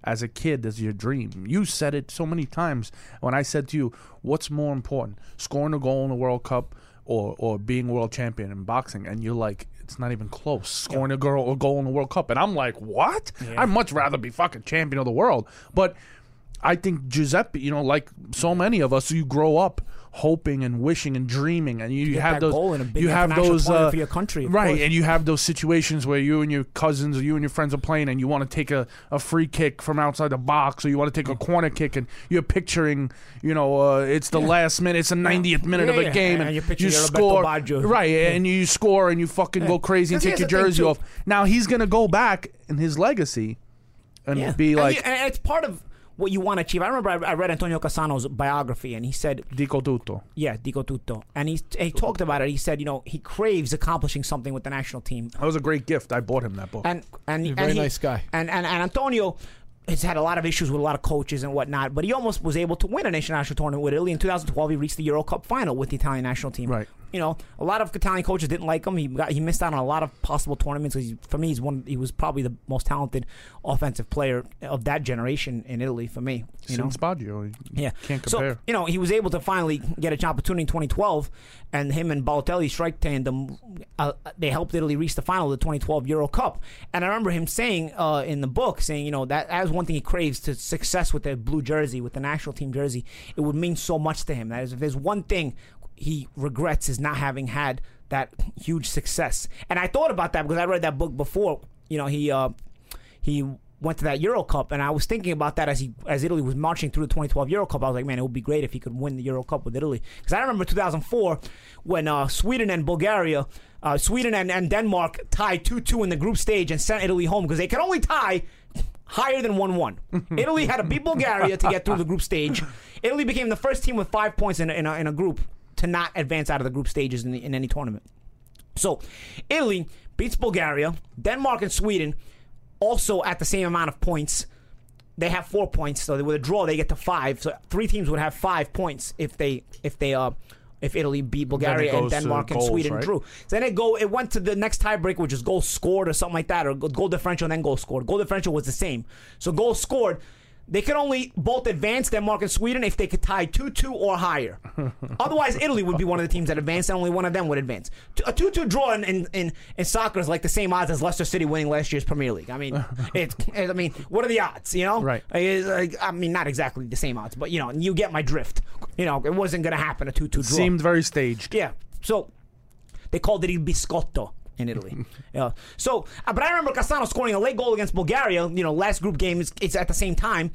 [SPEAKER 5] as a kid, that's your dream. You said it so many times when I said to you, what's more important, scoring a goal in the World Cup or or being world champion in boxing, and you're like, it's not even close. Scoring a girl or goal in the World Cup, and I'm like, what? I'd much rather be fucking champion of the world. But I think Giuseppe, you know, like so many of us, you grow up hoping and wishing and dreaming, and you, you
[SPEAKER 4] get
[SPEAKER 5] have
[SPEAKER 4] that
[SPEAKER 5] those
[SPEAKER 4] goal in a big
[SPEAKER 5] you have
[SPEAKER 4] international
[SPEAKER 5] those
[SPEAKER 4] tournament
[SPEAKER 5] uh,
[SPEAKER 4] for your country, of
[SPEAKER 5] right?
[SPEAKER 4] course.
[SPEAKER 5] And you have those situations where you and your cousins or you and your friends are playing, and you want to take a, a free kick from outside the box, or you want to take a corner kick, and you're picturing, you know, uh, it's the last minute, it's the 90th minute
[SPEAKER 4] Yeah,
[SPEAKER 5] of the
[SPEAKER 4] yeah.
[SPEAKER 5] game,
[SPEAKER 4] And
[SPEAKER 5] and,
[SPEAKER 4] you picture
[SPEAKER 5] you
[SPEAKER 4] your Roberto
[SPEAKER 5] score,
[SPEAKER 4] Baggio.
[SPEAKER 5] right? And you score, and you fucking go crazy and
[SPEAKER 4] 'Cause
[SPEAKER 5] take your
[SPEAKER 4] here's the thing,
[SPEAKER 5] jersey
[SPEAKER 4] too.
[SPEAKER 5] off. Now he's gonna go back in his legacy and be
[SPEAKER 4] And
[SPEAKER 5] like.
[SPEAKER 4] you- and it's part of what you want to achieve. I remember I, I read Antonio Cassano's biography, and he said,
[SPEAKER 5] Dico tutto.
[SPEAKER 4] "Yeah, dico tutto," and he he talked about it. He said, you know, he craves accomplishing something with the national team,
[SPEAKER 5] That was a great gift. I bought him that book.
[SPEAKER 4] and and
[SPEAKER 6] He's a
[SPEAKER 4] and
[SPEAKER 6] very
[SPEAKER 4] he-
[SPEAKER 6] nice guy.
[SPEAKER 4] And and and Antonio. Has had a lot of issues with a lot of coaches and whatnot, but he almost was able to win an international tournament with Italy. In 2012, he reached the Euro Cup final with the Italian national team.
[SPEAKER 5] Right.
[SPEAKER 4] You know, a lot of Italian coaches didn't like him. He got he missed out on a lot of possible tournaments. 'cause he- for me, he's one. He was probably the most talented offensive player of that generation in Italy. For me, you know,
[SPEAKER 5] Since Baggio, you
[SPEAKER 4] Yeah,
[SPEAKER 5] can't compare.
[SPEAKER 4] So, you know, he was able to finally get an opportunity in 2012, and him and Balotelli strike tandem. Uh, they helped Italy reach the final of the 2012 Euro Cup. And I remember him saying uh, in the book, saying, you know, that that is one thing he craves to success with the blue jersey, with the national team jersey. It would mean so much to him. That is, if there's one thing he regrets is not having had that huge success. And I thought about that because I read that book before. You know, he. Uh, he went to that Euro Cup, and I was thinking about that as he as Italy was marching through the 2012 Euro Cup. I was like, man, it would be great if he could win the Euro Cup with Italy, because I remember 2004 when uh, Sweden and Bulgaria. Uh, Sweden and, and Denmark tied 2 2 in the group stage and sent Italy home because they could only tie higher than 1 1. Italy had to beat Bulgaria to get through the group stage. Italy became the first team with five points in a, in a, in a group to not advance out of the group stages in, the, in any tournament. So, Italy beats Bulgaria, Denmark and Sweden also at the same amount of points. They have four points, so with a draw they get to five. So three teams would have five points if they if they uh if Italy beat Bulgaria and
[SPEAKER 5] goes to
[SPEAKER 4] Denmark and
[SPEAKER 5] goals,
[SPEAKER 4] Sweden
[SPEAKER 5] right?
[SPEAKER 4] drew. So then it go it went to the next tiebreak, which is goal scored or something like that, or goal differential and then goal scored. Goal differential was the same, so goal scored. They could only both advance Denmark and Sweden if they could tie 2 2 or higher. Otherwise, Italy would be one of the teams that advanced, and only one of them would advance. T- A 2 2 draw in, in, in, in soccer is like the same odds as Leicester City winning last year's Premier League. I mean, it's, I mean, what are the odds, you know?
[SPEAKER 5] Right.
[SPEAKER 4] It is, like, I mean, not exactly the same odds, but, you know, you get my drift. You know, it wasn't going to happen a 2 2 draw.
[SPEAKER 5] Seemed very staged.
[SPEAKER 4] Yeah. So they called it il biscotto in Italy. yeah. So, uh, but I remember Castano scoring a late goal against Bulgaria. You know, last group game is it's at the same time.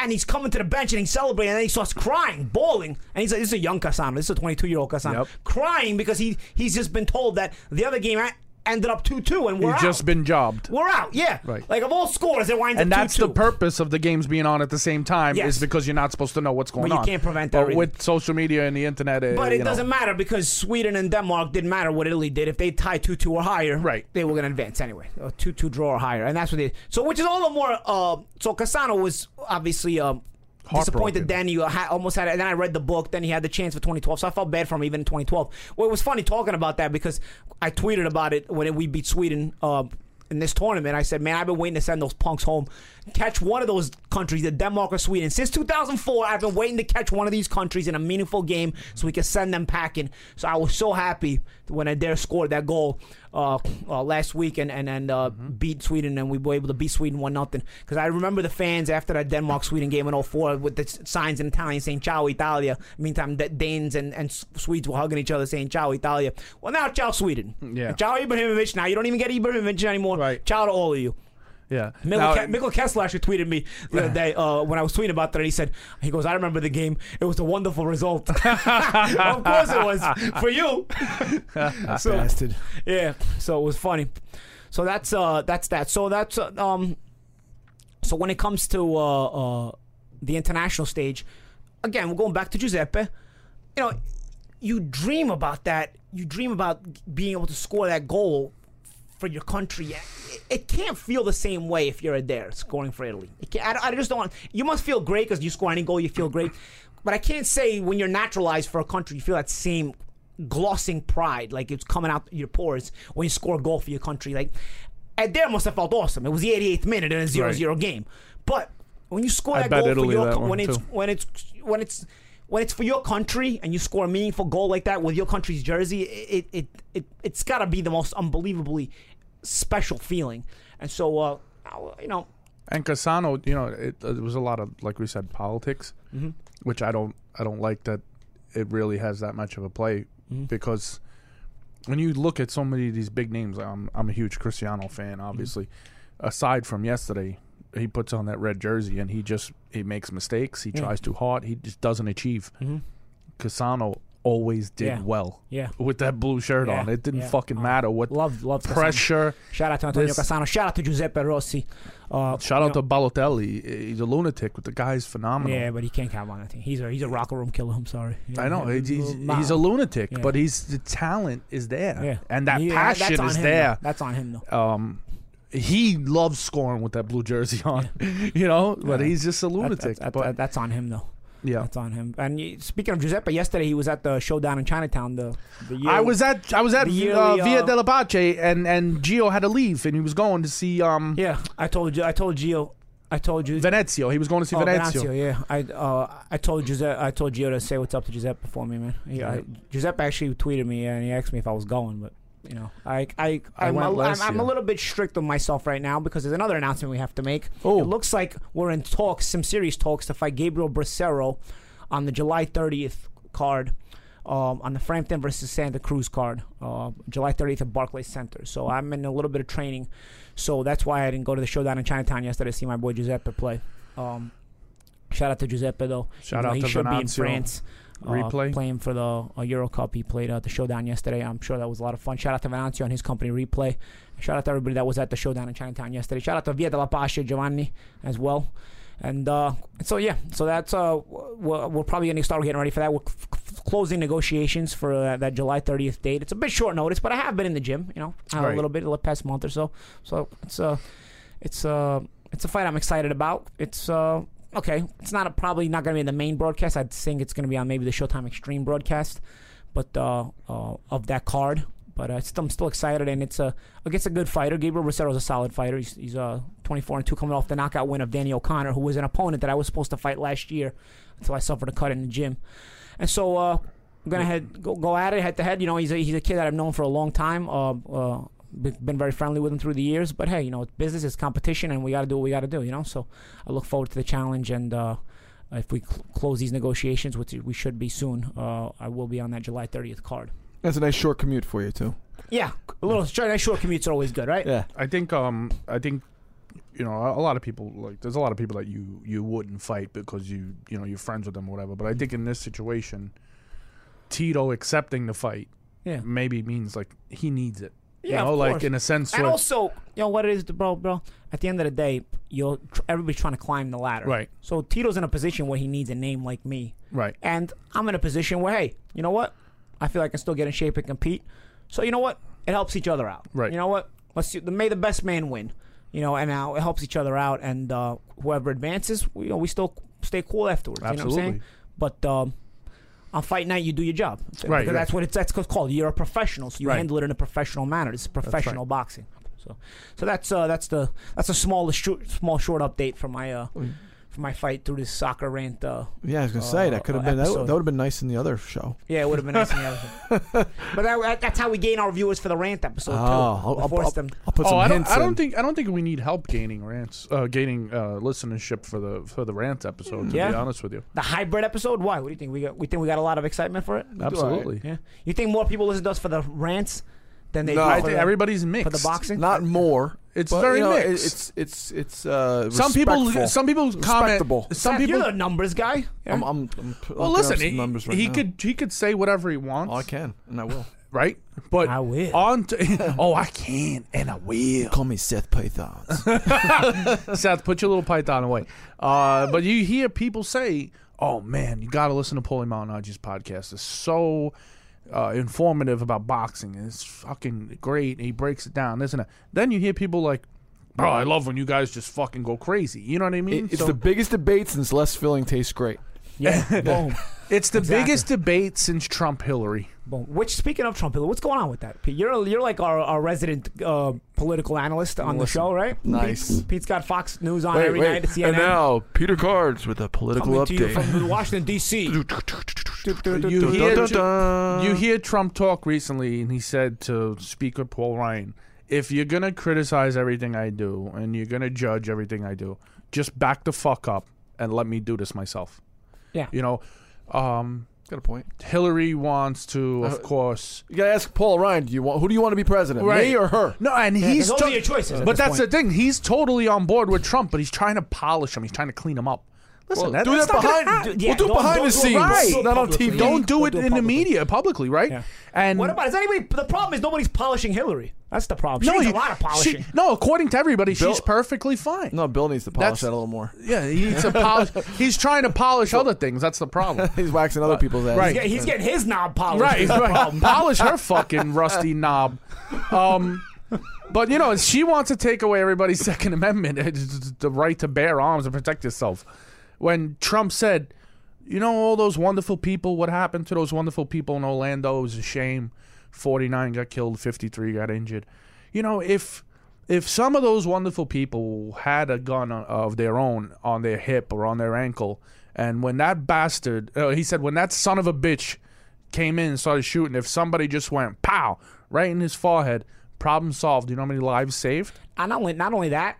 [SPEAKER 4] And he's coming to the bench and he's celebrating, and then he starts crying, bawling. And he's like, "This is a young Cassano. This is a 22 year old Cassano
[SPEAKER 5] Yep.
[SPEAKER 4] crying because he he's just been told that the other game a- ended up 2-2 and we're
[SPEAKER 5] He's
[SPEAKER 4] out.
[SPEAKER 5] just been jobbed.
[SPEAKER 4] we're out. Yeah,
[SPEAKER 5] Right.
[SPEAKER 4] Like of all scores, it winds
[SPEAKER 5] and
[SPEAKER 4] up
[SPEAKER 5] that's
[SPEAKER 4] 2-2.
[SPEAKER 5] the purpose of the games being on at the same time
[SPEAKER 4] Yes.
[SPEAKER 5] is because you're not supposed to know what's going
[SPEAKER 4] you
[SPEAKER 5] on.
[SPEAKER 4] can't prevent
[SPEAKER 5] But
[SPEAKER 4] everything.
[SPEAKER 5] with social media and the internet, uh,
[SPEAKER 4] But
[SPEAKER 5] you
[SPEAKER 4] it
[SPEAKER 5] know.
[SPEAKER 4] doesn't matter because Sweden and Denmark didn't matter what Italy did. If they tied two two or higher,
[SPEAKER 5] Right.
[SPEAKER 4] they were going to advance anyway. A two two draw or higher, and that's what they. So which is all the more. Uh, so Cassano was obviously. Um,
[SPEAKER 5] Heartbroken.
[SPEAKER 4] Disappointed then you ha- almost had it. Then I read the book. Then he had the chance for 2012. So I felt bad for him even in 2012. Well, it was funny talking about that because I tweeted about it when we beat Sweden uh, in this tournament. I said, "Man, I've been waiting to send those punks home. Catch one of those countries, the Denmark or Sweden. Since 2004, I've been waiting to catch one of these countries in a meaningful game so we can send them packing." So I was so happy when Adair scored that goal uh, uh, last week and and, and uh,
[SPEAKER 5] Mm-hmm.
[SPEAKER 4] beat Sweden, and we were able to beat Sweden one nothing. Because I remember the fans after that Denmark Sweden game in 04 with the s- signs in Italian saying "Ciao Italia." Meantime, the Danes and, and S- Swedes were hugging each other saying "Ciao Italia." Well, now "Ciao Sweden."
[SPEAKER 5] Yeah.
[SPEAKER 4] Ciao Ibrahimovic. Now you don't even get Ibrahimovic anymore.
[SPEAKER 5] Right.
[SPEAKER 4] Ciao to all of you.
[SPEAKER 5] Yeah.
[SPEAKER 4] Mikkel,
[SPEAKER 5] Now,
[SPEAKER 4] Ke- Mikkel Kessler actually tweeted me the other day uh, when I was tweeting about that. He said, "He goes, I remember the game. It was a wonderful result. of course it was for you. so,
[SPEAKER 6] Bastard.
[SPEAKER 4] yeah, so it was funny. So that's uh that's that. So that's uh, um so when it comes to uh uh the international stage, again, we're going back to Giuseppe. You know, you dream about that. You dream about being able to score that goal for your country. It, it can't feel the same way if you're a there scoring for Italy. It can't, I, don't- I just don't. want- You must feel great because you score any goal, you feel great. But I can't say when you're naturalized for a country, you feel that same glossing pride, like it's coming out your pores when you score a goal for your country. Like Adair must have felt awesome. It was the 88th minute in a 0-0 game, but when you score
[SPEAKER 5] I
[SPEAKER 4] that
[SPEAKER 5] bet
[SPEAKER 4] goal
[SPEAKER 5] Italy
[SPEAKER 4] for your
[SPEAKER 5] that
[SPEAKER 4] co-
[SPEAKER 5] one
[SPEAKER 4] when it's
[SPEAKER 5] too.
[SPEAKER 4] when it's when it's when it's for your country and you score a meaningful goal like that with your country's jersey, it it it it's got to be the most unbelievably special feeling. And so, uh, I'll- you know,
[SPEAKER 5] And Cassano, you know, it, it was a lot of like we said politics,
[SPEAKER 4] Mm-hmm.
[SPEAKER 5] which I don't I don't like that it really has that much of a play
[SPEAKER 4] Mm-hmm.
[SPEAKER 5] because when you look at so many of these big names, I'm I'm a huge Cristiano fan,
[SPEAKER 4] Mm-hmm.
[SPEAKER 5] obviously. Aside from yesterday, he puts on that red jersey and he just he makes mistakes. He tries too hard. He just doesn't achieve. Cassano always did
[SPEAKER 4] Mm-hmm. Yeah.
[SPEAKER 5] well.
[SPEAKER 4] Yeah.
[SPEAKER 5] with that blue shirt
[SPEAKER 4] Yeah,
[SPEAKER 5] on, it didn't
[SPEAKER 4] yeah.
[SPEAKER 5] fucking matter what
[SPEAKER 4] Love- love Cassano.
[SPEAKER 5] pressure.
[SPEAKER 4] shout out to Antonio
[SPEAKER 5] This-
[SPEAKER 4] Cassano. Shout out to Giuseppe Rossi. Uh,
[SPEAKER 5] Shout out to Balotelli. He's a lunatic, but the guy's phenomenal.
[SPEAKER 4] yeah, but he can't count on that team. He's a he's a locker room killer. I'm sorry.
[SPEAKER 5] I know he's, he's,
[SPEAKER 4] Nah.
[SPEAKER 5] he's a lunatic,
[SPEAKER 4] Yeah.
[SPEAKER 5] but he's the talent is there,
[SPEAKER 4] Yeah.
[SPEAKER 5] and that
[SPEAKER 4] Yeah, that's
[SPEAKER 5] passion
[SPEAKER 4] on
[SPEAKER 5] is
[SPEAKER 4] him,
[SPEAKER 5] there.
[SPEAKER 4] though. That's on him though.
[SPEAKER 5] Um, he loves scoring with that blue jersey on, you know. But he's just a
[SPEAKER 4] That-
[SPEAKER 5] lunatic.
[SPEAKER 4] that-
[SPEAKER 5] but
[SPEAKER 4] that- that's on him though.
[SPEAKER 5] yeah,
[SPEAKER 4] That's on him. And y- speaking of Giuseppe, yesterday he was at the showdown in Chinatown. The, the year
[SPEAKER 5] I was at I was at
[SPEAKER 4] The
[SPEAKER 5] uh,
[SPEAKER 4] yearly,
[SPEAKER 5] Via
[SPEAKER 4] uh,
[SPEAKER 5] della Pace, and and Gio had to leave, and he was going to see um
[SPEAKER 4] Yeah, I told you. I told Gio. I told you.
[SPEAKER 5] Venezio. He was going to see
[SPEAKER 4] Oh,
[SPEAKER 5] Venezio.
[SPEAKER 4] Venanzio, yeah. I uh, I told Giuseppe. I told Gio to say what's up to Giuseppe for me, man. Yeah, I, Giuseppe actually tweeted me and he asked me if I was going, but you know, I I I'm,
[SPEAKER 5] went
[SPEAKER 4] a,
[SPEAKER 5] last
[SPEAKER 4] I'm, I'm a
[SPEAKER 5] year.
[SPEAKER 4] little bit strict on myself right now because there's another announcement we have to make.
[SPEAKER 5] Oh.
[SPEAKER 4] it looks like we're in talks, some serious talks to fight Gabriel Bracero on the July 30th card. Um, on the Frampton versus Santa Cruz card, uh, July 30th at Barclays Center. So I'm in a little bit of training, so that's why I didn't go to the showdown in Chinatown yesterday to see my boy Giuseppe play. Um, Shout out to Giuseppe though.
[SPEAKER 5] Shout
[SPEAKER 4] Even though
[SPEAKER 5] out
[SPEAKER 4] he
[SPEAKER 5] to
[SPEAKER 4] should be in
[SPEAKER 5] Venanzio.
[SPEAKER 4] France. uh,
[SPEAKER 5] Replay.
[SPEAKER 4] playing for the uh, Euro Cup. He played at the showdown yesterday. I'm sure that was a lot of fun. Shout out to Venanzio and his company Replay. Shout out to everybody that was at the showdown in Chinatown yesterday. Shout out to Via della Pace Giovanni as well. And uh, so yeah, so that's uh, we're, we're probably gonna start getting ready for that. We're c- c- closing negotiations for uh, that July 30th date. It's a bit short notice, but I have been in the gym, you know, uh, a
[SPEAKER 5] Right.
[SPEAKER 4] little bit the past month or so. So it's uh, it's uh, it's a fight I'm excited about. It's uh, okay. It's not a, probably not going to be in the main broadcast. I'd think it's going to be on maybe the Showtime Extreme broadcast, but uh, uh, of that card. But uh, it's- I'm still excited, and it's a against a good fighter. Gabriel Rosero's a solid fighter. He's, he's uh, 24 and two, coming off the knockout win of Danny O'Connor, who was an opponent that I was supposed to fight last year, until I suffered a cut in the gym. And so uh, I'm gonna head go, go at it head to head. You know, he's a, he's a kid that I've known for a long time. Uh, uh, be- been very friendly with him through the years. But hey, you know, it's business is competition, and we got to do what we got to do. You know, so I look forward to the challenge and. Uh, if we cl- close these negotiations, which we should be soon, uh, I will be on that July 30th card.
[SPEAKER 6] That's a nice short commute for you too.
[SPEAKER 4] Yeah, a little short, nice short commutes are always good, right?
[SPEAKER 6] Yeah.
[SPEAKER 5] I think um I think you know a a lot of people like there's a lot of people that you you wouldn't fight because you you know you're friends with them or whatever. But I think in this situation, Tito accepting the fight
[SPEAKER 4] Yeah.
[SPEAKER 5] maybe means like he needs it. you
[SPEAKER 4] Yeah,
[SPEAKER 5] know,
[SPEAKER 4] of
[SPEAKER 5] like
[SPEAKER 4] course.
[SPEAKER 5] in a sense.
[SPEAKER 4] And
[SPEAKER 5] where-
[SPEAKER 4] also, you know what it is, bro, bro. At the end of the day, you're tr- everybody's trying to climb the ladder.
[SPEAKER 5] Right.
[SPEAKER 4] So Tito's in a position where he needs a name like me.
[SPEAKER 5] Right.
[SPEAKER 4] And I'm in a position where, hey, you know what? I feel I can still get in shape and compete. So you know what? It helps each other out.
[SPEAKER 5] Right.
[SPEAKER 4] You know what? Let's see, may the best man win. You know, and now it helps each other out, and uh, whoever advances, we, you know, we still stay cool afterwards. You know what I'm saying?
[SPEAKER 5] Absolutely.
[SPEAKER 4] But um, on fight night, you do your job.
[SPEAKER 5] Right,
[SPEAKER 4] Because
[SPEAKER 5] yeah.
[SPEAKER 4] that's what it's that's called. You're a professional, so you
[SPEAKER 5] Right.
[SPEAKER 4] handle it in a professional manner. This is professional boxing. So, so that's uh, that's the that's a small short, small short update from my uh, from my fight through this soccer rant. Uh,
[SPEAKER 6] Yeah, I was gonna say that could have
[SPEAKER 4] uh,
[SPEAKER 6] been that,
[SPEAKER 4] episode.
[SPEAKER 6] would have been nice in the other show.
[SPEAKER 4] yeah, it would have been nice. in the other but that, that's how we gain our viewers for the rant episode too. We force them.
[SPEAKER 6] I'll put
[SPEAKER 5] oh,
[SPEAKER 6] some
[SPEAKER 5] I don't,
[SPEAKER 6] hints.
[SPEAKER 5] I don't
[SPEAKER 6] in.
[SPEAKER 5] think I don't think we need help gaining rants, uh, gaining uh, listenership for the for the rant episode. To
[SPEAKER 4] Yeah.
[SPEAKER 5] be honest with you,
[SPEAKER 4] The hybrid episode. Why? What do you think? We got we think we got a lot of excitement for it.
[SPEAKER 5] absolutely.
[SPEAKER 4] Yeah. You think more people listen to us for the rants than they
[SPEAKER 6] No.
[SPEAKER 4] do
[SPEAKER 5] I
[SPEAKER 4] for
[SPEAKER 5] think
[SPEAKER 4] the-
[SPEAKER 5] everybody's mixed
[SPEAKER 4] for the boxing?
[SPEAKER 6] not more.
[SPEAKER 5] It's
[SPEAKER 6] but,
[SPEAKER 5] very
[SPEAKER 6] you know, it-
[SPEAKER 5] mixed.
[SPEAKER 6] It's it's it's uh,
[SPEAKER 5] Some people,
[SPEAKER 6] respectful.
[SPEAKER 5] some people
[SPEAKER 6] Respectable.
[SPEAKER 5] comment. Some
[SPEAKER 4] Seth,
[SPEAKER 5] people
[SPEAKER 4] You're the numbers guy. Yeah.
[SPEAKER 6] I'm, I'm, I'm p-
[SPEAKER 5] Well,
[SPEAKER 6] looking up
[SPEAKER 5] listen,
[SPEAKER 6] some
[SPEAKER 5] he,
[SPEAKER 6] numbers right
[SPEAKER 5] he
[SPEAKER 6] now.
[SPEAKER 5] could he could say whatever he wants,
[SPEAKER 6] Oh, I can, and I will.
[SPEAKER 5] right? But
[SPEAKER 4] I will.
[SPEAKER 5] On to, oh, I can and I will.
[SPEAKER 6] Call me Seth Python.
[SPEAKER 5] Seth, put your little python away. Uh, but you hear people say, "Oh man, you got to listen to Paulie Malinagi's podcast. It's so uh, informative about boxing. and It's fucking great. He breaks it down. This and that." Then you hear people like, "Bro, I love when you guys just fucking go crazy." You know what I mean?
[SPEAKER 6] it's
[SPEAKER 5] So-
[SPEAKER 6] the biggest debate since less filling tastes great.
[SPEAKER 4] yeah. Boom.
[SPEAKER 5] it's the biggest debate since Trump Hillary.
[SPEAKER 4] Boom. Which, speaking of Trump, what's going on with that? Pete, you're you're like our, our resident uh, political analyst on the show, right?
[SPEAKER 6] Nice.
[SPEAKER 4] Pete's, Pete's got Fox News on every night at CNN.
[SPEAKER 8] And now, Peter Cards with a political
[SPEAKER 4] coming to you
[SPEAKER 8] update.
[SPEAKER 4] from Washington D.C.
[SPEAKER 5] You hear,
[SPEAKER 8] dun, dun.
[SPEAKER 5] you hear Trump talk recently, and he said to Speaker Paul Ryan, "If you're gonna criticize everything I do, and you're gonna judge everything I do, just back the fuck up and let me do this myself."
[SPEAKER 4] Yeah.
[SPEAKER 5] You know, um,
[SPEAKER 6] Got a point.
[SPEAKER 5] Hillary wants to, of course.
[SPEAKER 6] You gotta ask Paul Ryan. Do you want who do you want to be president? Me or her?
[SPEAKER 5] No, and he's
[SPEAKER 4] there's only
[SPEAKER 5] to-
[SPEAKER 4] your choices at
[SPEAKER 5] But
[SPEAKER 4] this
[SPEAKER 5] that's
[SPEAKER 4] point.
[SPEAKER 5] the thing. He's totally on board with Trump, but he's trying to polish him. He's trying to clean him up. Listen,
[SPEAKER 6] Well,
[SPEAKER 5] that,
[SPEAKER 6] do
[SPEAKER 5] that's
[SPEAKER 6] that
[SPEAKER 5] not gonna
[SPEAKER 6] behind-
[SPEAKER 5] happen.
[SPEAKER 6] do- yeah, We'll do don't- behind don't the do it scenes,
[SPEAKER 5] right?
[SPEAKER 6] publicly. not on
[SPEAKER 4] Publicly.
[SPEAKER 6] TV.
[SPEAKER 5] Don't do it
[SPEAKER 4] Don't do it
[SPEAKER 5] in the
[SPEAKER 4] publicly.
[SPEAKER 5] media publicly, right?
[SPEAKER 4] Yeah.
[SPEAKER 5] And
[SPEAKER 4] What about is anybody? The problem is nobody's polishing Hillary. That's the problem. She needs
[SPEAKER 5] you-
[SPEAKER 4] a lot of polishing.
[SPEAKER 5] She, no, according to everybody,
[SPEAKER 6] Bill-
[SPEAKER 5] she's perfectly fine.
[SPEAKER 6] No, Bill needs to polish
[SPEAKER 5] That's-
[SPEAKER 6] that a little more.
[SPEAKER 5] Yeah, he needs to polish. He's trying to polish other things. That's the problem.
[SPEAKER 6] He's waxing other people's ass.
[SPEAKER 5] Right.
[SPEAKER 4] Yeah, he's getting his knob polished.
[SPEAKER 5] right,
[SPEAKER 4] That's the
[SPEAKER 5] right.
[SPEAKER 4] problem.
[SPEAKER 5] polish her fucking rusty knob. Um, but you know, she wants to take away everybody's Second Amendment, it's the right to bear arms and protect yourself. When Trump said, "You know, all those wonderful people, what happened to those wonderful people in Orlando? It was a shame. Forty-nine got killed, fifty-three got injured. You know, if if some of those wonderful people had a gun o- of their own on their hip or on their ankle, and when that bastard, uh, he said, when that son of a bitch came in and started shooting, if somebody just went pow right in his forehead, problem solved. You know how many lives saved?
[SPEAKER 4] And not only not only that,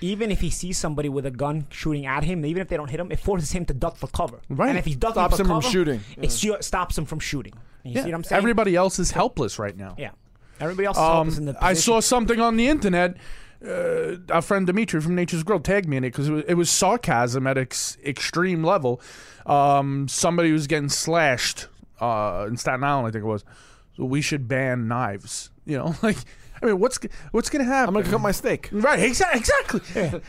[SPEAKER 4] even if he sees somebody with a gun shooting at him, even if they don't hit him, it forces him to duck for cover.
[SPEAKER 5] Right.
[SPEAKER 4] And if he ducks
[SPEAKER 6] Stops
[SPEAKER 4] for
[SPEAKER 6] him from
[SPEAKER 4] cover,
[SPEAKER 6] shooting.
[SPEAKER 4] It stu- stops him from shooting. You see what I'm saying?
[SPEAKER 5] Everybody else is helpless right now.
[SPEAKER 4] yeah. Everybody else
[SPEAKER 5] Um,
[SPEAKER 4] is in the
[SPEAKER 5] I
[SPEAKER 4] position.
[SPEAKER 5] saw something on the internet. Uh, our friend Dimitri from Nature's Grill tagged me in it because it was, it was sarcasm at ex- extreme level. Um, somebody was getting slashed uh, in Staten Island, I think it was. So we should ban knives. You know, like I mean, what's g- what's gonna happen?
[SPEAKER 6] I'm gonna cut my steak.
[SPEAKER 5] right, exa- exactly.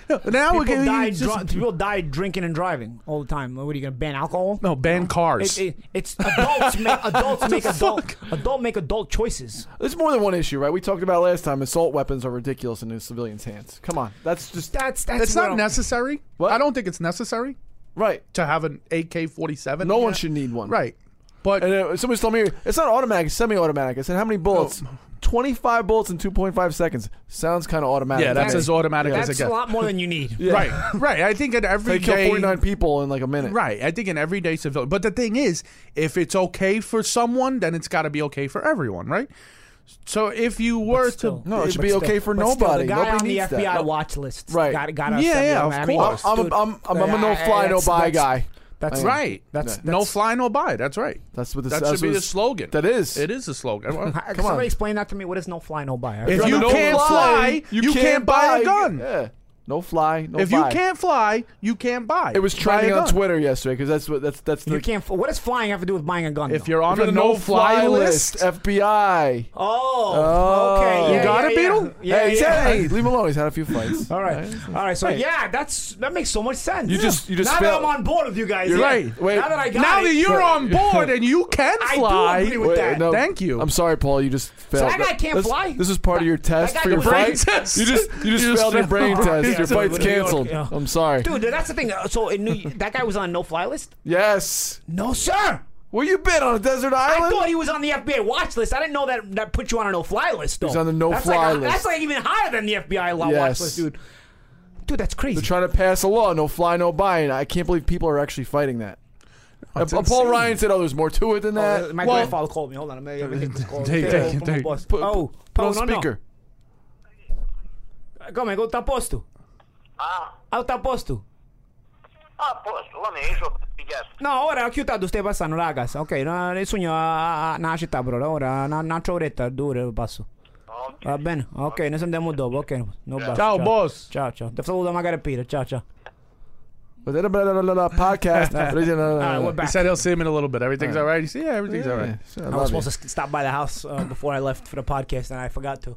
[SPEAKER 5] Now we're
[SPEAKER 4] People
[SPEAKER 5] getting
[SPEAKER 4] die,
[SPEAKER 5] just-
[SPEAKER 4] drunk- people die drinking and driving all the time. What are you gonna ban alcohol?
[SPEAKER 5] no ban cars.
[SPEAKER 4] It, it, it's adults make adults make adult adult make adult choices.
[SPEAKER 6] There's more than one issue, right? We talked about last time. Assault weapons are ridiculous in the civilians' hands. Come on, that's just
[SPEAKER 4] That's that's
[SPEAKER 5] it's
[SPEAKER 4] what
[SPEAKER 5] not
[SPEAKER 4] I'm-
[SPEAKER 5] necessary. I don't think it's necessary
[SPEAKER 6] right.
[SPEAKER 5] to have an AK forty seven.
[SPEAKER 6] No one should need one.
[SPEAKER 5] Right, but
[SPEAKER 6] And uh, somebody's telling me it's not automatic, it's semi-automatic. I said, how many bullets? 25 bullets in 2.5 seconds. Sounds kind of automatic.
[SPEAKER 5] yeah, that's
[SPEAKER 6] to me.
[SPEAKER 5] as automatic as it
[SPEAKER 4] That's a
[SPEAKER 5] gets.
[SPEAKER 4] lot more than you need.
[SPEAKER 5] Right, right. I think in every
[SPEAKER 6] They kill
[SPEAKER 5] day-
[SPEAKER 6] 49 people in like a minute.
[SPEAKER 5] Right, I think in everyday civil. But the thing is, if it's okay for someone, then it's got to be okay for everyone, right? So if you were
[SPEAKER 4] still.
[SPEAKER 5] to,
[SPEAKER 6] No, it should
[SPEAKER 4] But
[SPEAKER 6] be
[SPEAKER 4] still-
[SPEAKER 6] okay for
[SPEAKER 4] but still,
[SPEAKER 6] nobody.
[SPEAKER 4] the guy
[SPEAKER 6] Nobody
[SPEAKER 4] on the
[SPEAKER 6] needs that.
[SPEAKER 4] FBI
[SPEAKER 6] No.
[SPEAKER 4] watch list.
[SPEAKER 6] Right.
[SPEAKER 4] Got, got
[SPEAKER 5] Yeah, yeah,
[SPEAKER 4] I
[SPEAKER 5] of
[SPEAKER 4] mean,
[SPEAKER 5] course.
[SPEAKER 6] I'm, I'm, I'm, I'm a no fly, no
[SPEAKER 4] that's-
[SPEAKER 6] buy
[SPEAKER 4] that's-
[SPEAKER 6] guy.
[SPEAKER 4] That's
[SPEAKER 6] Yeah.
[SPEAKER 5] right,
[SPEAKER 4] That's-
[SPEAKER 5] no
[SPEAKER 4] that's-
[SPEAKER 5] fly, no buy. That's right.
[SPEAKER 6] That's what this
[SPEAKER 5] that
[SPEAKER 6] that's
[SPEAKER 5] should be
[SPEAKER 6] what
[SPEAKER 5] the
[SPEAKER 6] this-
[SPEAKER 5] slogan.
[SPEAKER 6] That is.
[SPEAKER 5] it is the slogan.
[SPEAKER 4] Can
[SPEAKER 6] Come on.
[SPEAKER 4] somebody explain that to me? What is no fly, no buy?
[SPEAKER 5] If
[SPEAKER 6] You're
[SPEAKER 5] you
[SPEAKER 6] on the
[SPEAKER 5] can't fly, you can't buy a gun.
[SPEAKER 6] Yeah. No fly, no
[SPEAKER 5] if
[SPEAKER 6] buy.
[SPEAKER 5] you can't fly, you can't buy.
[SPEAKER 6] It was
[SPEAKER 5] Buy a
[SPEAKER 6] trending on
[SPEAKER 5] gun.
[SPEAKER 6] Twitter yesterday because that's what that's that's the
[SPEAKER 4] you can't. What does flying have to do with buying a gun?
[SPEAKER 5] If
[SPEAKER 4] though?
[SPEAKER 5] you're on
[SPEAKER 6] You're
[SPEAKER 5] a no-fly list,
[SPEAKER 6] FBI.
[SPEAKER 4] oh,
[SPEAKER 6] Oh.
[SPEAKER 4] okay,
[SPEAKER 6] You
[SPEAKER 4] yeah,
[SPEAKER 5] got
[SPEAKER 4] yeah,
[SPEAKER 5] it,
[SPEAKER 4] yeah.
[SPEAKER 5] Beetle?
[SPEAKER 4] Yeah,
[SPEAKER 6] hey,
[SPEAKER 4] yeah.
[SPEAKER 6] hey, leave him alone. He's had a few fights.
[SPEAKER 4] All right, all right. So yeah, that's that makes so much sense.
[SPEAKER 6] You just- you just
[SPEAKER 4] now that
[SPEAKER 6] failed.
[SPEAKER 4] I'm on board with you guys.
[SPEAKER 6] You're
[SPEAKER 4] yeah.
[SPEAKER 6] right. Wait.
[SPEAKER 4] now that I got
[SPEAKER 5] now
[SPEAKER 4] it,
[SPEAKER 5] that you're on board and you can
[SPEAKER 4] I do
[SPEAKER 5] fly,
[SPEAKER 4] agree with Wait, that. no.
[SPEAKER 5] Thank you.
[SPEAKER 6] I'm sorry, Paul. You just failed.
[SPEAKER 4] that guy can't
[SPEAKER 6] this,
[SPEAKER 4] fly?
[SPEAKER 6] This is part of your test
[SPEAKER 4] guy
[SPEAKER 6] for your
[SPEAKER 4] couldn't
[SPEAKER 5] Brain
[SPEAKER 4] fly?
[SPEAKER 6] fight.
[SPEAKER 5] test.
[SPEAKER 6] You just you just failed your brain
[SPEAKER 4] failed
[SPEAKER 6] test.
[SPEAKER 4] it.
[SPEAKER 6] Your
[SPEAKER 4] Yeah,
[SPEAKER 6] fight's
[SPEAKER 4] so-
[SPEAKER 6] canceled.
[SPEAKER 4] Yeah.
[SPEAKER 6] I'm sorry.
[SPEAKER 4] dude. That's the thing. Uh, So in New, that guy was on a no fly list.
[SPEAKER 6] Yes.
[SPEAKER 4] No, sir.
[SPEAKER 6] Where you been on a desert
[SPEAKER 4] I
[SPEAKER 6] island?
[SPEAKER 4] thought he was on the FBI watch list. I didn't know that that put you on a no-fly list. Though.
[SPEAKER 6] He's on the no
[SPEAKER 4] that's
[SPEAKER 6] fly
[SPEAKER 4] like,
[SPEAKER 6] list.
[SPEAKER 4] That's like even higher than the FBI lo- watch
[SPEAKER 6] Yes.
[SPEAKER 4] list, dude. Dude, that's crazy.
[SPEAKER 6] They're trying to pass a law, no fly, no buy, and I can't believe people are actually fighting that. And Paul
[SPEAKER 5] insane.
[SPEAKER 6] Ryan said, "Oh, there's more to it than that."
[SPEAKER 4] Oh, My
[SPEAKER 5] Uh, Well-
[SPEAKER 4] grandfather called me. Hold on, I'm gonna take this call.
[SPEAKER 5] Take-
[SPEAKER 4] Okay,
[SPEAKER 5] take-
[SPEAKER 4] from my
[SPEAKER 5] take.
[SPEAKER 4] boss.
[SPEAKER 6] Put-
[SPEAKER 4] Oh,
[SPEAKER 6] Put
[SPEAKER 4] oh,
[SPEAKER 6] on
[SPEAKER 4] no, no.
[SPEAKER 6] speaker.
[SPEAKER 4] Come, go tá posto. Ah, tá posto.
[SPEAKER 9] Ah, posto, lá mesmo, yes.
[SPEAKER 4] No, ora ho chiuso, stai passando, ragazzi. Ok, no, nessuno a- a- nella città, bro. Ora, una una oretta, due passo. Va bene? Ok, ne sentiamo dopo. Ok, no, basta.
[SPEAKER 5] Ciao, boss.
[SPEAKER 4] Ciao, ciao. Ti saluto magari Piero. Ciao, ciao.
[SPEAKER 6] But then, blah, blah, blah, blah, podcast. Eh,
[SPEAKER 4] All right, Ah, we're
[SPEAKER 5] He
[SPEAKER 4] back.
[SPEAKER 5] said he'll see him in a little bit. Everything's all right. He said, yeah, everything's all right.
[SPEAKER 4] I was supposed to stop by the house uh, before I left for the podcast, and I forgot to.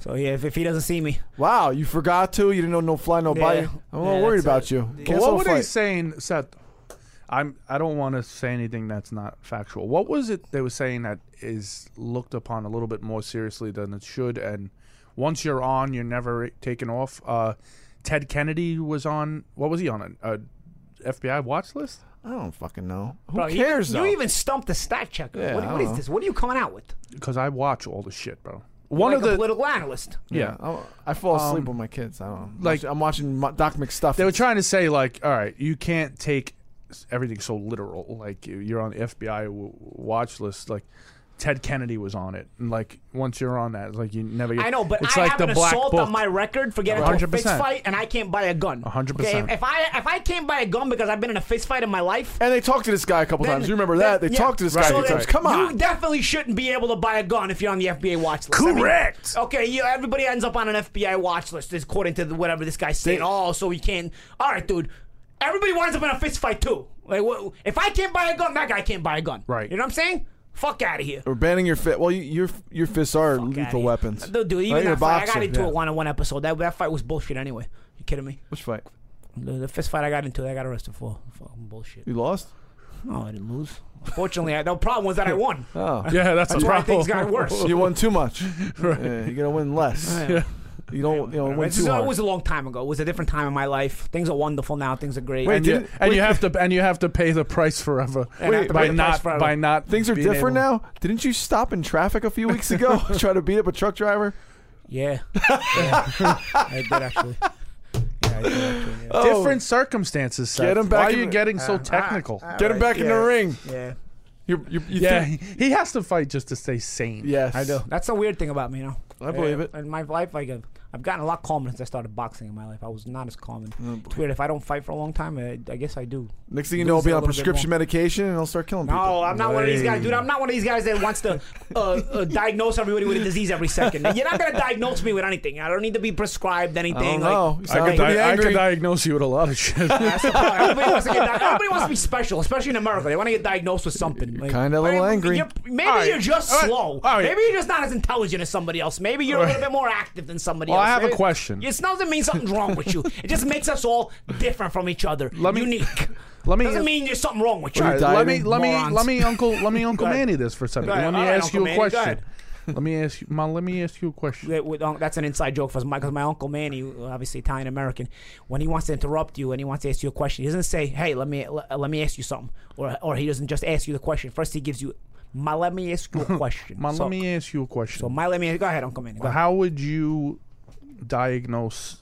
[SPEAKER 4] So yeah, if, if he doesn't see me,
[SPEAKER 6] Wow, you forgot to. You didn't know no fly, no
[SPEAKER 4] Yeah.
[SPEAKER 6] buy. I'm a little
[SPEAKER 4] Yeah,
[SPEAKER 6] worried
[SPEAKER 4] that's
[SPEAKER 6] about
[SPEAKER 4] it.
[SPEAKER 6] you.
[SPEAKER 5] But
[SPEAKER 6] Cancel
[SPEAKER 5] what
[SPEAKER 6] the
[SPEAKER 5] were they
[SPEAKER 6] fight.
[SPEAKER 5] saying, Seth? I'm. I don't want to say anything that's not factual. What was it they were saying that is looked upon a little bit more seriously than it should? And once you're on, you're never taken off. Uh, Ted Kennedy was on. What was he on? A, a FBI watch list?
[SPEAKER 6] I don't fucking know. Who
[SPEAKER 4] Bro, you-
[SPEAKER 6] cares
[SPEAKER 4] You,
[SPEAKER 6] though?
[SPEAKER 4] even stumped the stat checker.
[SPEAKER 6] Yeah,
[SPEAKER 4] what
[SPEAKER 6] I
[SPEAKER 4] what is
[SPEAKER 6] don't
[SPEAKER 4] this? What are you coming out with?
[SPEAKER 5] because I watch all the shit, bro. One
[SPEAKER 4] Like
[SPEAKER 5] of
[SPEAKER 4] a
[SPEAKER 5] the
[SPEAKER 4] political analyst.
[SPEAKER 5] yeah,
[SPEAKER 6] I, I fall
[SPEAKER 4] Um,
[SPEAKER 6] asleep with my kids. I don't know.
[SPEAKER 5] like-
[SPEAKER 6] Like I'm watching Mo- Doc McStuff.
[SPEAKER 5] they were trying to say like, all right, you can't take s- everything so literal. Like you- you're on the FBI w- watch list, like. Ted Kennedy was on it, and like once you're on that, it's like you never. Get,
[SPEAKER 4] I know, but
[SPEAKER 5] it's
[SPEAKER 4] I
[SPEAKER 5] like
[SPEAKER 4] have
[SPEAKER 5] the
[SPEAKER 4] an
[SPEAKER 5] black
[SPEAKER 4] assault
[SPEAKER 5] book.
[SPEAKER 4] on my record for getting into a
[SPEAKER 5] 100%.
[SPEAKER 4] fist fight, and I can't buy a gun.
[SPEAKER 5] 100%.
[SPEAKER 4] Okay, if, if I if I can't buy a gun because I've been in a fist fight in my life.
[SPEAKER 6] and they talked to this guy a couple
[SPEAKER 4] then-
[SPEAKER 6] times. You remember that? They
[SPEAKER 4] then- yeah.
[SPEAKER 6] talked to this guy. a
[SPEAKER 4] So
[SPEAKER 6] few
[SPEAKER 4] then
[SPEAKER 6] times. Come on.
[SPEAKER 4] You definitely shouldn't be able to buy a gun if you're on the FBI watch list. I mean,
[SPEAKER 5] Correct.
[SPEAKER 4] okay, you, everybody ends up on an FBI watch list is according to the, whatever this guy's saying. oh, so he can't. All right, dude. Everybody winds up in a fist fight too. Like, wha- if I can't buy a gun, that guy can't buy a gun.
[SPEAKER 5] Right.
[SPEAKER 4] You know what I'm saying? Fuck out of here.
[SPEAKER 6] We're banning your fit. Well, you, your your fists are
[SPEAKER 4] Outta
[SPEAKER 6] lethal
[SPEAKER 4] here.
[SPEAKER 6] weapons.
[SPEAKER 4] Dude, dude, even
[SPEAKER 6] Right? You're a
[SPEAKER 4] that fight, I got
[SPEAKER 6] boxer,
[SPEAKER 4] into
[SPEAKER 6] yeah.
[SPEAKER 4] it one on one episode. That that fight was bullshit anyway. You kidding me?
[SPEAKER 6] Which fight?
[SPEAKER 4] The, the fist fight I got into, I got arrested for fucking bullshit.
[SPEAKER 6] You lost?
[SPEAKER 4] No, I didn't lose. Fortunately, I, the problem was that I won.
[SPEAKER 6] Oh,
[SPEAKER 5] Yeah, that's,
[SPEAKER 4] That's
[SPEAKER 5] a
[SPEAKER 4] why
[SPEAKER 5] problem.
[SPEAKER 4] things got worse.
[SPEAKER 6] you won too much. Yeah, you're gonna win less. You don't. You know, win
[SPEAKER 4] This is-
[SPEAKER 6] too
[SPEAKER 4] it
[SPEAKER 6] hard.
[SPEAKER 4] was a long time ago. It was a different time in my life. Things are wonderful now. Things are great.
[SPEAKER 6] Wait,
[SPEAKER 5] and you,
[SPEAKER 6] Didn't-
[SPEAKER 5] and you
[SPEAKER 6] wait.
[SPEAKER 5] have to and you have to pay the price forever
[SPEAKER 4] And I have to pay
[SPEAKER 5] by
[SPEAKER 4] the price
[SPEAKER 5] not
[SPEAKER 4] forever.
[SPEAKER 5] by not
[SPEAKER 6] Things are
[SPEAKER 5] being
[SPEAKER 6] different
[SPEAKER 5] able-
[SPEAKER 6] now. Didn't you stop in traffic a few weeks ago? try to beat up a truck driver.
[SPEAKER 4] yeah. Yeah. I did actually. Yeah, I did actually.
[SPEAKER 6] Oh.
[SPEAKER 4] Yeah.
[SPEAKER 5] Different circumstances. Seth.
[SPEAKER 6] Get him back
[SPEAKER 5] Why are
[SPEAKER 6] in
[SPEAKER 5] you
[SPEAKER 6] the- Ah,
[SPEAKER 5] getting so technical?
[SPEAKER 6] Get him back in the
[SPEAKER 4] yeah.
[SPEAKER 6] ring.
[SPEAKER 4] yeah.
[SPEAKER 6] You, you, you
[SPEAKER 5] yeah,
[SPEAKER 6] think-
[SPEAKER 5] he, he has to fight just to stay sane.
[SPEAKER 6] Yes,
[SPEAKER 4] I do. That's the weird thing about me, you know.
[SPEAKER 6] I believe it.
[SPEAKER 4] In my life, like I've, I've gotten a lot calmer since I started boxing. In my life, I was not as calm. And it's weird if I don't fight for a long time. I, I guess I do.
[SPEAKER 6] Oh, Next thing you know, I'll
[SPEAKER 4] Lose
[SPEAKER 6] be
[SPEAKER 4] a
[SPEAKER 6] on
[SPEAKER 4] little bit
[SPEAKER 6] prescription medication and I'll start killing people.
[SPEAKER 4] No, I'm not one of these guys, dude. I'm not one of these guys that wants to uh, uh, diagnose everybody with a disease every second. You're not gonna diagnose me with anything. I don't need to be prescribed anything.
[SPEAKER 6] I don't
[SPEAKER 4] like,
[SPEAKER 6] know. You
[SPEAKER 5] I
[SPEAKER 6] sound pretty
[SPEAKER 5] could, di- I could
[SPEAKER 6] angry.
[SPEAKER 5] diagnose you with a lot of shit.
[SPEAKER 4] That's the problem. Everybody wants to get di- everybody wants to be special, especially in America. They want to get diagnosed with something. Like,
[SPEAKER 6] kinda a little
[SPEAKER 4] maybe-
[SPEAKER 6] angry.
[SPEAKER 4] you're- maybe
[SPEAKER 5] All right.
[SPEAKER 4] you're just
[SPEAKER 5] All right.
[SPEAKER 4] slow.
[SPEAKER 5] All right.
[SPEAKER 4] Maybe you're just not as intelligent as somebody else. Maybe you're a little bit more active than somebody
[SPEAKER 5] Well,
[SPEAKER 4] else.
[SPEAKER 5] I have a
[SPEAKER 4] Maybe-
[SPEAKER 5] question.
[SPEAKER 4] It doesn't mean something's wrong with you. It just makes us all different from each other.
[SPEAKER 5] Let me-
[SPEAKER 4] unique.
[SPEAKER 5] let me- uh,
[SPEAKER 4] doesn't mean there's something wrong with you.
[SPEAKER 5] All right, let me
[SPEAKER 6] dieting
[SPEAKER 5] let me
[SPEAKER 4] morons.
[SPEAKER 5] let me uncle let me uncle
[SPEAKER 4] Go ahead.
[SPEAKER 5] Manny this for a second.
[SPEAKER 4] Go ahead.
[SPEAKER 5] Let me
[SPEAKER 4] All right,
[SPEAKER 5] ask
[SPEAKER 4] Uncle
[SPEAKER 5] you a
[SPEAKER 4] Manny, go
[SPEAKER 5] question.
[SPEAKER 4] ahead.
[SPEAKER 5] Let me ask you, Ma, let me ask you a question.
[SPEAKER 4] that with- oh, that's an inside joke for us, because my uncle Manny, obviously Italian American, when he wants to interrupt you and he wants to ask you a question, he doesn't say, "Hey, let me let, let me ask you something," or or he doesn't just ask you the question. First, he gives you, "My, let me ask you a question."
[SPEAKER 5] Ma,
[SPEAKER 4] so,
[SPEAKER 5] let me ask you a question.
[SPEAKER 4] so my let me go ahead, Uncle Manny. Go ahead.
[SPEAKER 5] How would you diagnose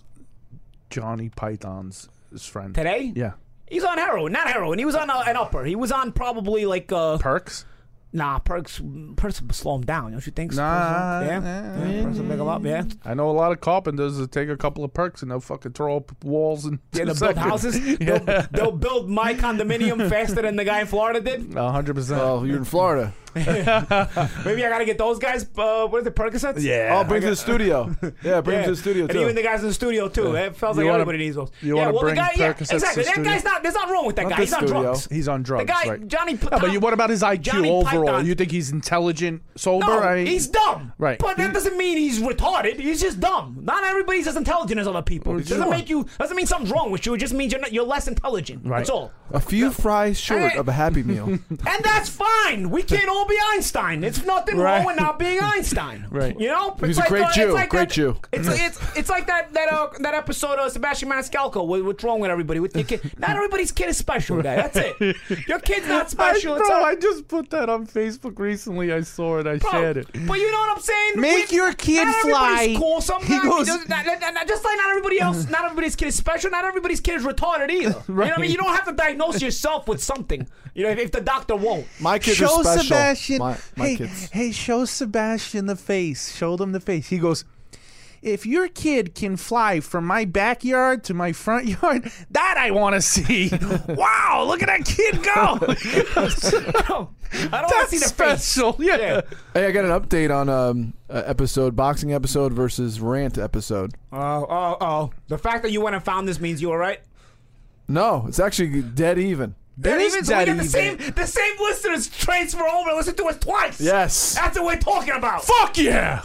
[SPEAKER 5] Johnny Python's his friend
[SPEAKER 4] Today,
[SPEAKER 5] Yeah,
[SPEAKER 4] he's on heroin, not heroin. He was on uh, an upper. He was on probably like uh,
[SPEAKER 5] perks.
[SPEAKER 4] nah, perks. Perks will slow him down, don't you think?
[SPEAKER 5] Nah,
[SPEAKER 4] yeah,
[SPEAKER 5] nah.
[SPEAKER 4] yeah, perks will make him up, yeah.
[SPEAKER 5] I know a lot of carpenters that take a couple of perks and they'll fucking throw up walls and
[SPEAKER 4] Yeah, they'll build houses. They'll, they'll build my condominium faster than the guy in Florida did.
[SPEAKER 5] hundred percent.
[SPEAKER 6] Oh, you're in Florida.
[SPEAKER 4] Maybe I gotta get those guys. Uh, what is it, Percocets?
[SPEAKER 5] Yeah.
[SPEAKER 6] Oh, bring to the studio. Yeah, bring him to the studio
[SPEAKER 4] and
[SPEAKER 6] too.
[SPEAKER 4] even the guys in the studio too. It feels
[SPEAKER 5] You
[SPEAKER 4] like
[SPEAKER 5] wanna-
[SPEAKER 4] everybody needs those.
[SPEAKER 5] you
[SPEAKER 4] yeah,
[SPEAKER 5] wanna
[SPEAKER 4] well,
[SPEAKER 5] bring
[SPEAKER 4] the guy, yeah,
[SPEAKER 5] Percocets to
[SPEAKER 4] exactly. That
[SPEAKER 5] studio?
[SPEAKER 4] guy's not. There's not wrong with that guy.
[SPEAKER 6] this
[SPEAKER 4] He's on
[SPEAKER 6] studio.
[SPEAKER 4] drugs.
[SPEAKER 5] He's on drugs.
[SPEAKER 4] The guy
[SPEAKER 5] right.
[SPEAKER 4] Johnny.
[SPEAKER 5] No,
[SPEAKER 4] Patan,
[SPEAKER 5] but you, what about his IQ
[SPEAKER 4] Johnny
[SPEAKER 5] overall?
[SPEAKER 4] Python.
[SPEAKER 5] You think he's intelligent, sober?
[SPEAKER 4] No,
[SPEAKER 5] I-
[SPEAKER 4] he's dumb.
[SPEAKER 5] Right.
[SPEAKER 4] But that doesn't mean he's retarded. He's just dumb. Not everybody's as intelligent as other people. It doesn't
[SPEAKER 5] sure.
[SPEAKER 4] make you. Doesn't mean something's wrong with you. It just means you're not, you're less intelligent.
[SPEAKER 5] Right.
[SPEAKER 4] That's all.
[SPEAKER 6] a few fries short
[SPEAKER 4] Hey.
[SPEAKER 6] of a Happy Meal.
[SPEAKER 4] And that's fine. We can't all be Einstein. It's nothing
[SPEAKER 5] Right.
[SPEAKER 4] wrong with not being Einstein.
[SPEAKER 5] Right.
[SPEAKER 4] You know,
[SPEAKER 6] He's a great
[SPEAKER 4] uh,
[SPEAKER 6] Jew, great
[SPEAKER 4] that,
[SPEAKER 6] Jew.
[SPEAKER 4] It's
[SPEAKER 5] Mm-hmm.
[SPEAKER 4] like, it's it's like that that uh, that episode of Sebastian Maniscalco. What, what's wrong with everybody? With your kid? Not everybody's kid is special. Guy. That's it. Your kid's not special.
[SPEAKER 5] I,
[SPEAKER 4] it's
[SPEAKER 5] bro,
[SPEAKER 4] all-
[SPEAKER 5] I just put that on Facebook recently. I saw it. I
[SPEAKER 4] Bro,
[SPEAKER 5] shared it.
[SPEAKER 4] But you know what I'm saying?
[SPEAKER 5] Make your kid
[SPEAKER 4] not everybody's
[SPEAKER 5] fly.
[SPEAKER 4] Cool.
[SPEAKER 5] He
[SPEAKER 4] Sometimes
[SPEAKER 5] goes-
[SPEAKER 4] he doesn't- not- not- not- just like not everybody else, not everybody's kid is special. Not everybody's kid is retarded either. You know what I mean? You don't have to diagnose yourself with something. You know, if, if the doctor won't.
[SPEAKER 6] My kids are special. My, my
[SPEAKER 5] hey,
[SPEAKER 6] kids.
[SPEAKER 5] hey, show Sebastian the face. Show them the face. He goes, if your kid can fly from my backyard to my front yard, that I want to see. wow, look at that kid go.
[SPEAKER 4] I don't want to
[SPEAKER 5] That's
[SPEAKER 4] see the face.
[SPEAKER 5] special. Yeah.
[SPEAKER 4] Yeah.
[SPEAKER 6] Hey, I got an update on um uh, episode boxing episode versus rant episode.
[SPEAKER 4] Oh, oh, oh. The fact that you went and found this means you were right.
[SPEAKER 6] No, it's actually dead even.
[SPEAKER 4] That
[SPEAKER 5] is
[SPEAKER 4] even- so we
[SPEAKER 5] dead
[SPEAKER 4] got the same
[SPEAKER 5] even.
[SPEAKER 4] the same listeners transfer over and listen to us twice.
[SPEAKER 6] Yes.
[SPEAKER 4] That's what we're talking about.
[SPEAKER 5] Fuck yeah.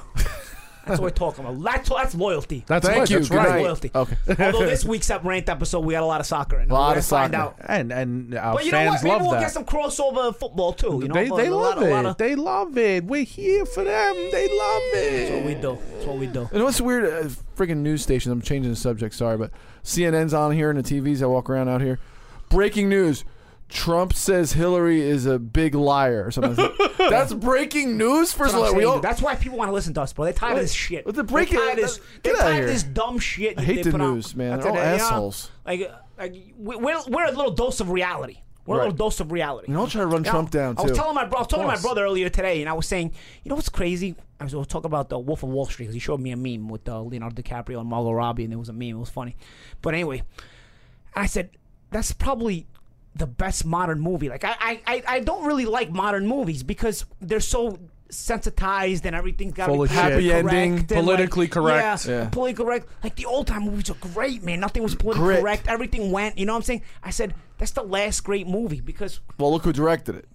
[SPEAKER 4] That's what we're talking about. That's, that's loyalty.
[SPEAKER 5] That's
[SPEAKER 6] Thank
[SPEAKER 5] right,
[SPEAKER 6] you.
[SPEAKER 5] That's
[SPEAKER 6] Good
[SPEAKER 5] right.
[SPEAKER 6] night.
[SPEAKER 4] loyalty.
[SPEAKER 6] Okay.
[SPEAKER 4] Although this week's up ranked episode, we had a lot of soccer in. it.
[SPEAKER 6] A lot
[SPEAKER 4] We're
[SPEAKER 6] of
[SPEAKER 4] gonna find
[SPEAKER 6] soccer.
[SPEAKER 4] out.
[SPEAKER 5] And and our
[SPEAKER 4] But you know
[SPEAKER 5] fans
[SPEAKER 4] what? Maybe
[SPEAKER 5] love
[SPEAKER 4] we'll
[SPEAKER 5] that.
[SPEAKER 4] get some crossover football too. You know,
[SPEAKER 5] they
[SPEAKER 4] A
[SPEAKER 5] they
[SPEAKER 4] lot-
[SPEAKER 5] love
[SPEAKER 4] a
[SPEAKER 5] it.
[SPEAKER 4] lot of-
[SPEAKER 5] They love it. We're here for them. They love
[SPEAKER 4] That's what
[SPEAKER 5] it.
[SPEAKER 4] we do. That's what we do.
[SPEAKER 6] You know what's weird? Uh, friggin' news stations. I'm changing the subject. Sorry, but CNN's on here and the TVs. I walk around out here. Breaking news: Trump says Hillary is a big liar or something. like that. That's breaking news for
[SPEAKER 4] That's, what I'm
[SPEAKER 6] celebrities. We
[SPEAKER 4] saying,
[SPEAKER 6] all-
[SPEAKER 4] dude. That's why people want to listen to us, bro. They're tired
[SPEAKER 6] What?
[SPEAKER 4] of this shit.
[SPEAKER 6] What the breaking-
[SPEAKER 4] They're tired of this,
[SPEAKER 6] get
[SPEAKER 4] they're
[SPEAKER 6] outta
[SPEAKER 4] tired of
[SPEAKER 6] here.
[SPEAKER 4] this dumb shit. that
[SPEAKER 6] hate
[SPEAKER 4] they
[SPEAKER 6] the
[SPEAKER 4] put out.
[SPEAKER 6] news, man.
[SPEAKER 4] That's
[SPEAKER 6] They're
[SPEAKER 4] it,
[SPEAKER 6] all
[SPEAKER 4] you know?
[SPEAKER 6] assholes.
[SPEAKER 4] Like, uh, like we- we're, we're a little dose of reality. We're a
[SPEAKER 6] Right.
[SPEAKER 4] little dose of reality.
[SPEAKER 6] And I'll try to run
[SPEAKER 4] You
[SPEAKER 6] Trump down,
[SPEAKER 4] I was
[SPEAKER 6] too.
[SPEAKER 4] telling my bro, I was telling my
[SPEAKER 6] course.
[SPEAKER 4] brother earlier today, and I was saying, you know what's crazy? I was, I was talking about the Wolf of Wall Street because he showed me a meme with uh, Leonardo DiCaprio and Margot Robbie, and there was a meme. It was funny, but anyway, I said that's probably the best modern movie. Like I, I- I, I don't really like modern movies because they're so sensitized and everything's got to
[SPEAKER 5] Full
[SPEAKER 4] be
[SPEAKER 5] of shit.
[SPEAKER 6] Happy
[SPEAKER 4] correct
[SPEAKER 6] ending,
[SPEAKER 4] and,
[SPEAKER 5] politically
[SPEAKER 4] like,
[SPEAKER 5] correct.
[SPEAKER 4] Yeah,
[SPEAKER 6] Yeah.
[SPEAKER 4] politically correct. Like the old time movies are great, man. Nothing was politically
[SPEAKER 6] Grit.
[SPEAKER 4] correct. Everything went. You know what I'm saying? I said that's the last great movie because
[SPEAKER 6] well, look who directed it.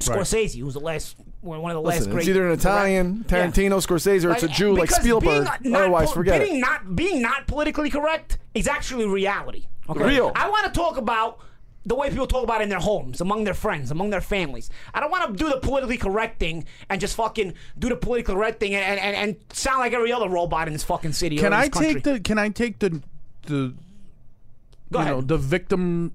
[SPEAKER 4] Scorsese, who was the last one of the last
[SPEAKER 6] Listen,
[SPEAKER 4] great.
[SPEAKER 6] it's either an Italian,
[SPEAKER 4] Yeah.
[SPEAKER 6] Tarantino, Scorsese's, Scorsese, or it's a Jew like
[SPEAKER 4] because
[SPEAKER 6] Spielberg.
[SPEAKER 4] Being not
[SPEAKER 6] Otherwise,
[SPEAKER 4] pol-
[SPEAKER 6] forget
[SPEAKER 4] being
[SPEAKER 6] it.
[SPEAKER 4] Not, being not politically correct is actually reality. Okay?
[SPEAKER 6] Real.
[SPEAKER 4] I want to talk about the way people talk about it in their homes, among their friends, among their families. I don't want to do the politically correct thing and just fucking do the politically correct thing and, and, and, and sound like every other robot in this fucking city or
[SPEAKER 5] Can
[SPEAKER 4] in
[SPEAKER 5] I
[SPEAKER 4] this country.
[SPEAKER 5] take the? Can I take the? The
[SPEAKER 4] Go
[SPEAKER 5] you
[SPEAKER 4] ahead.
[SPEAKER 5] know the victim.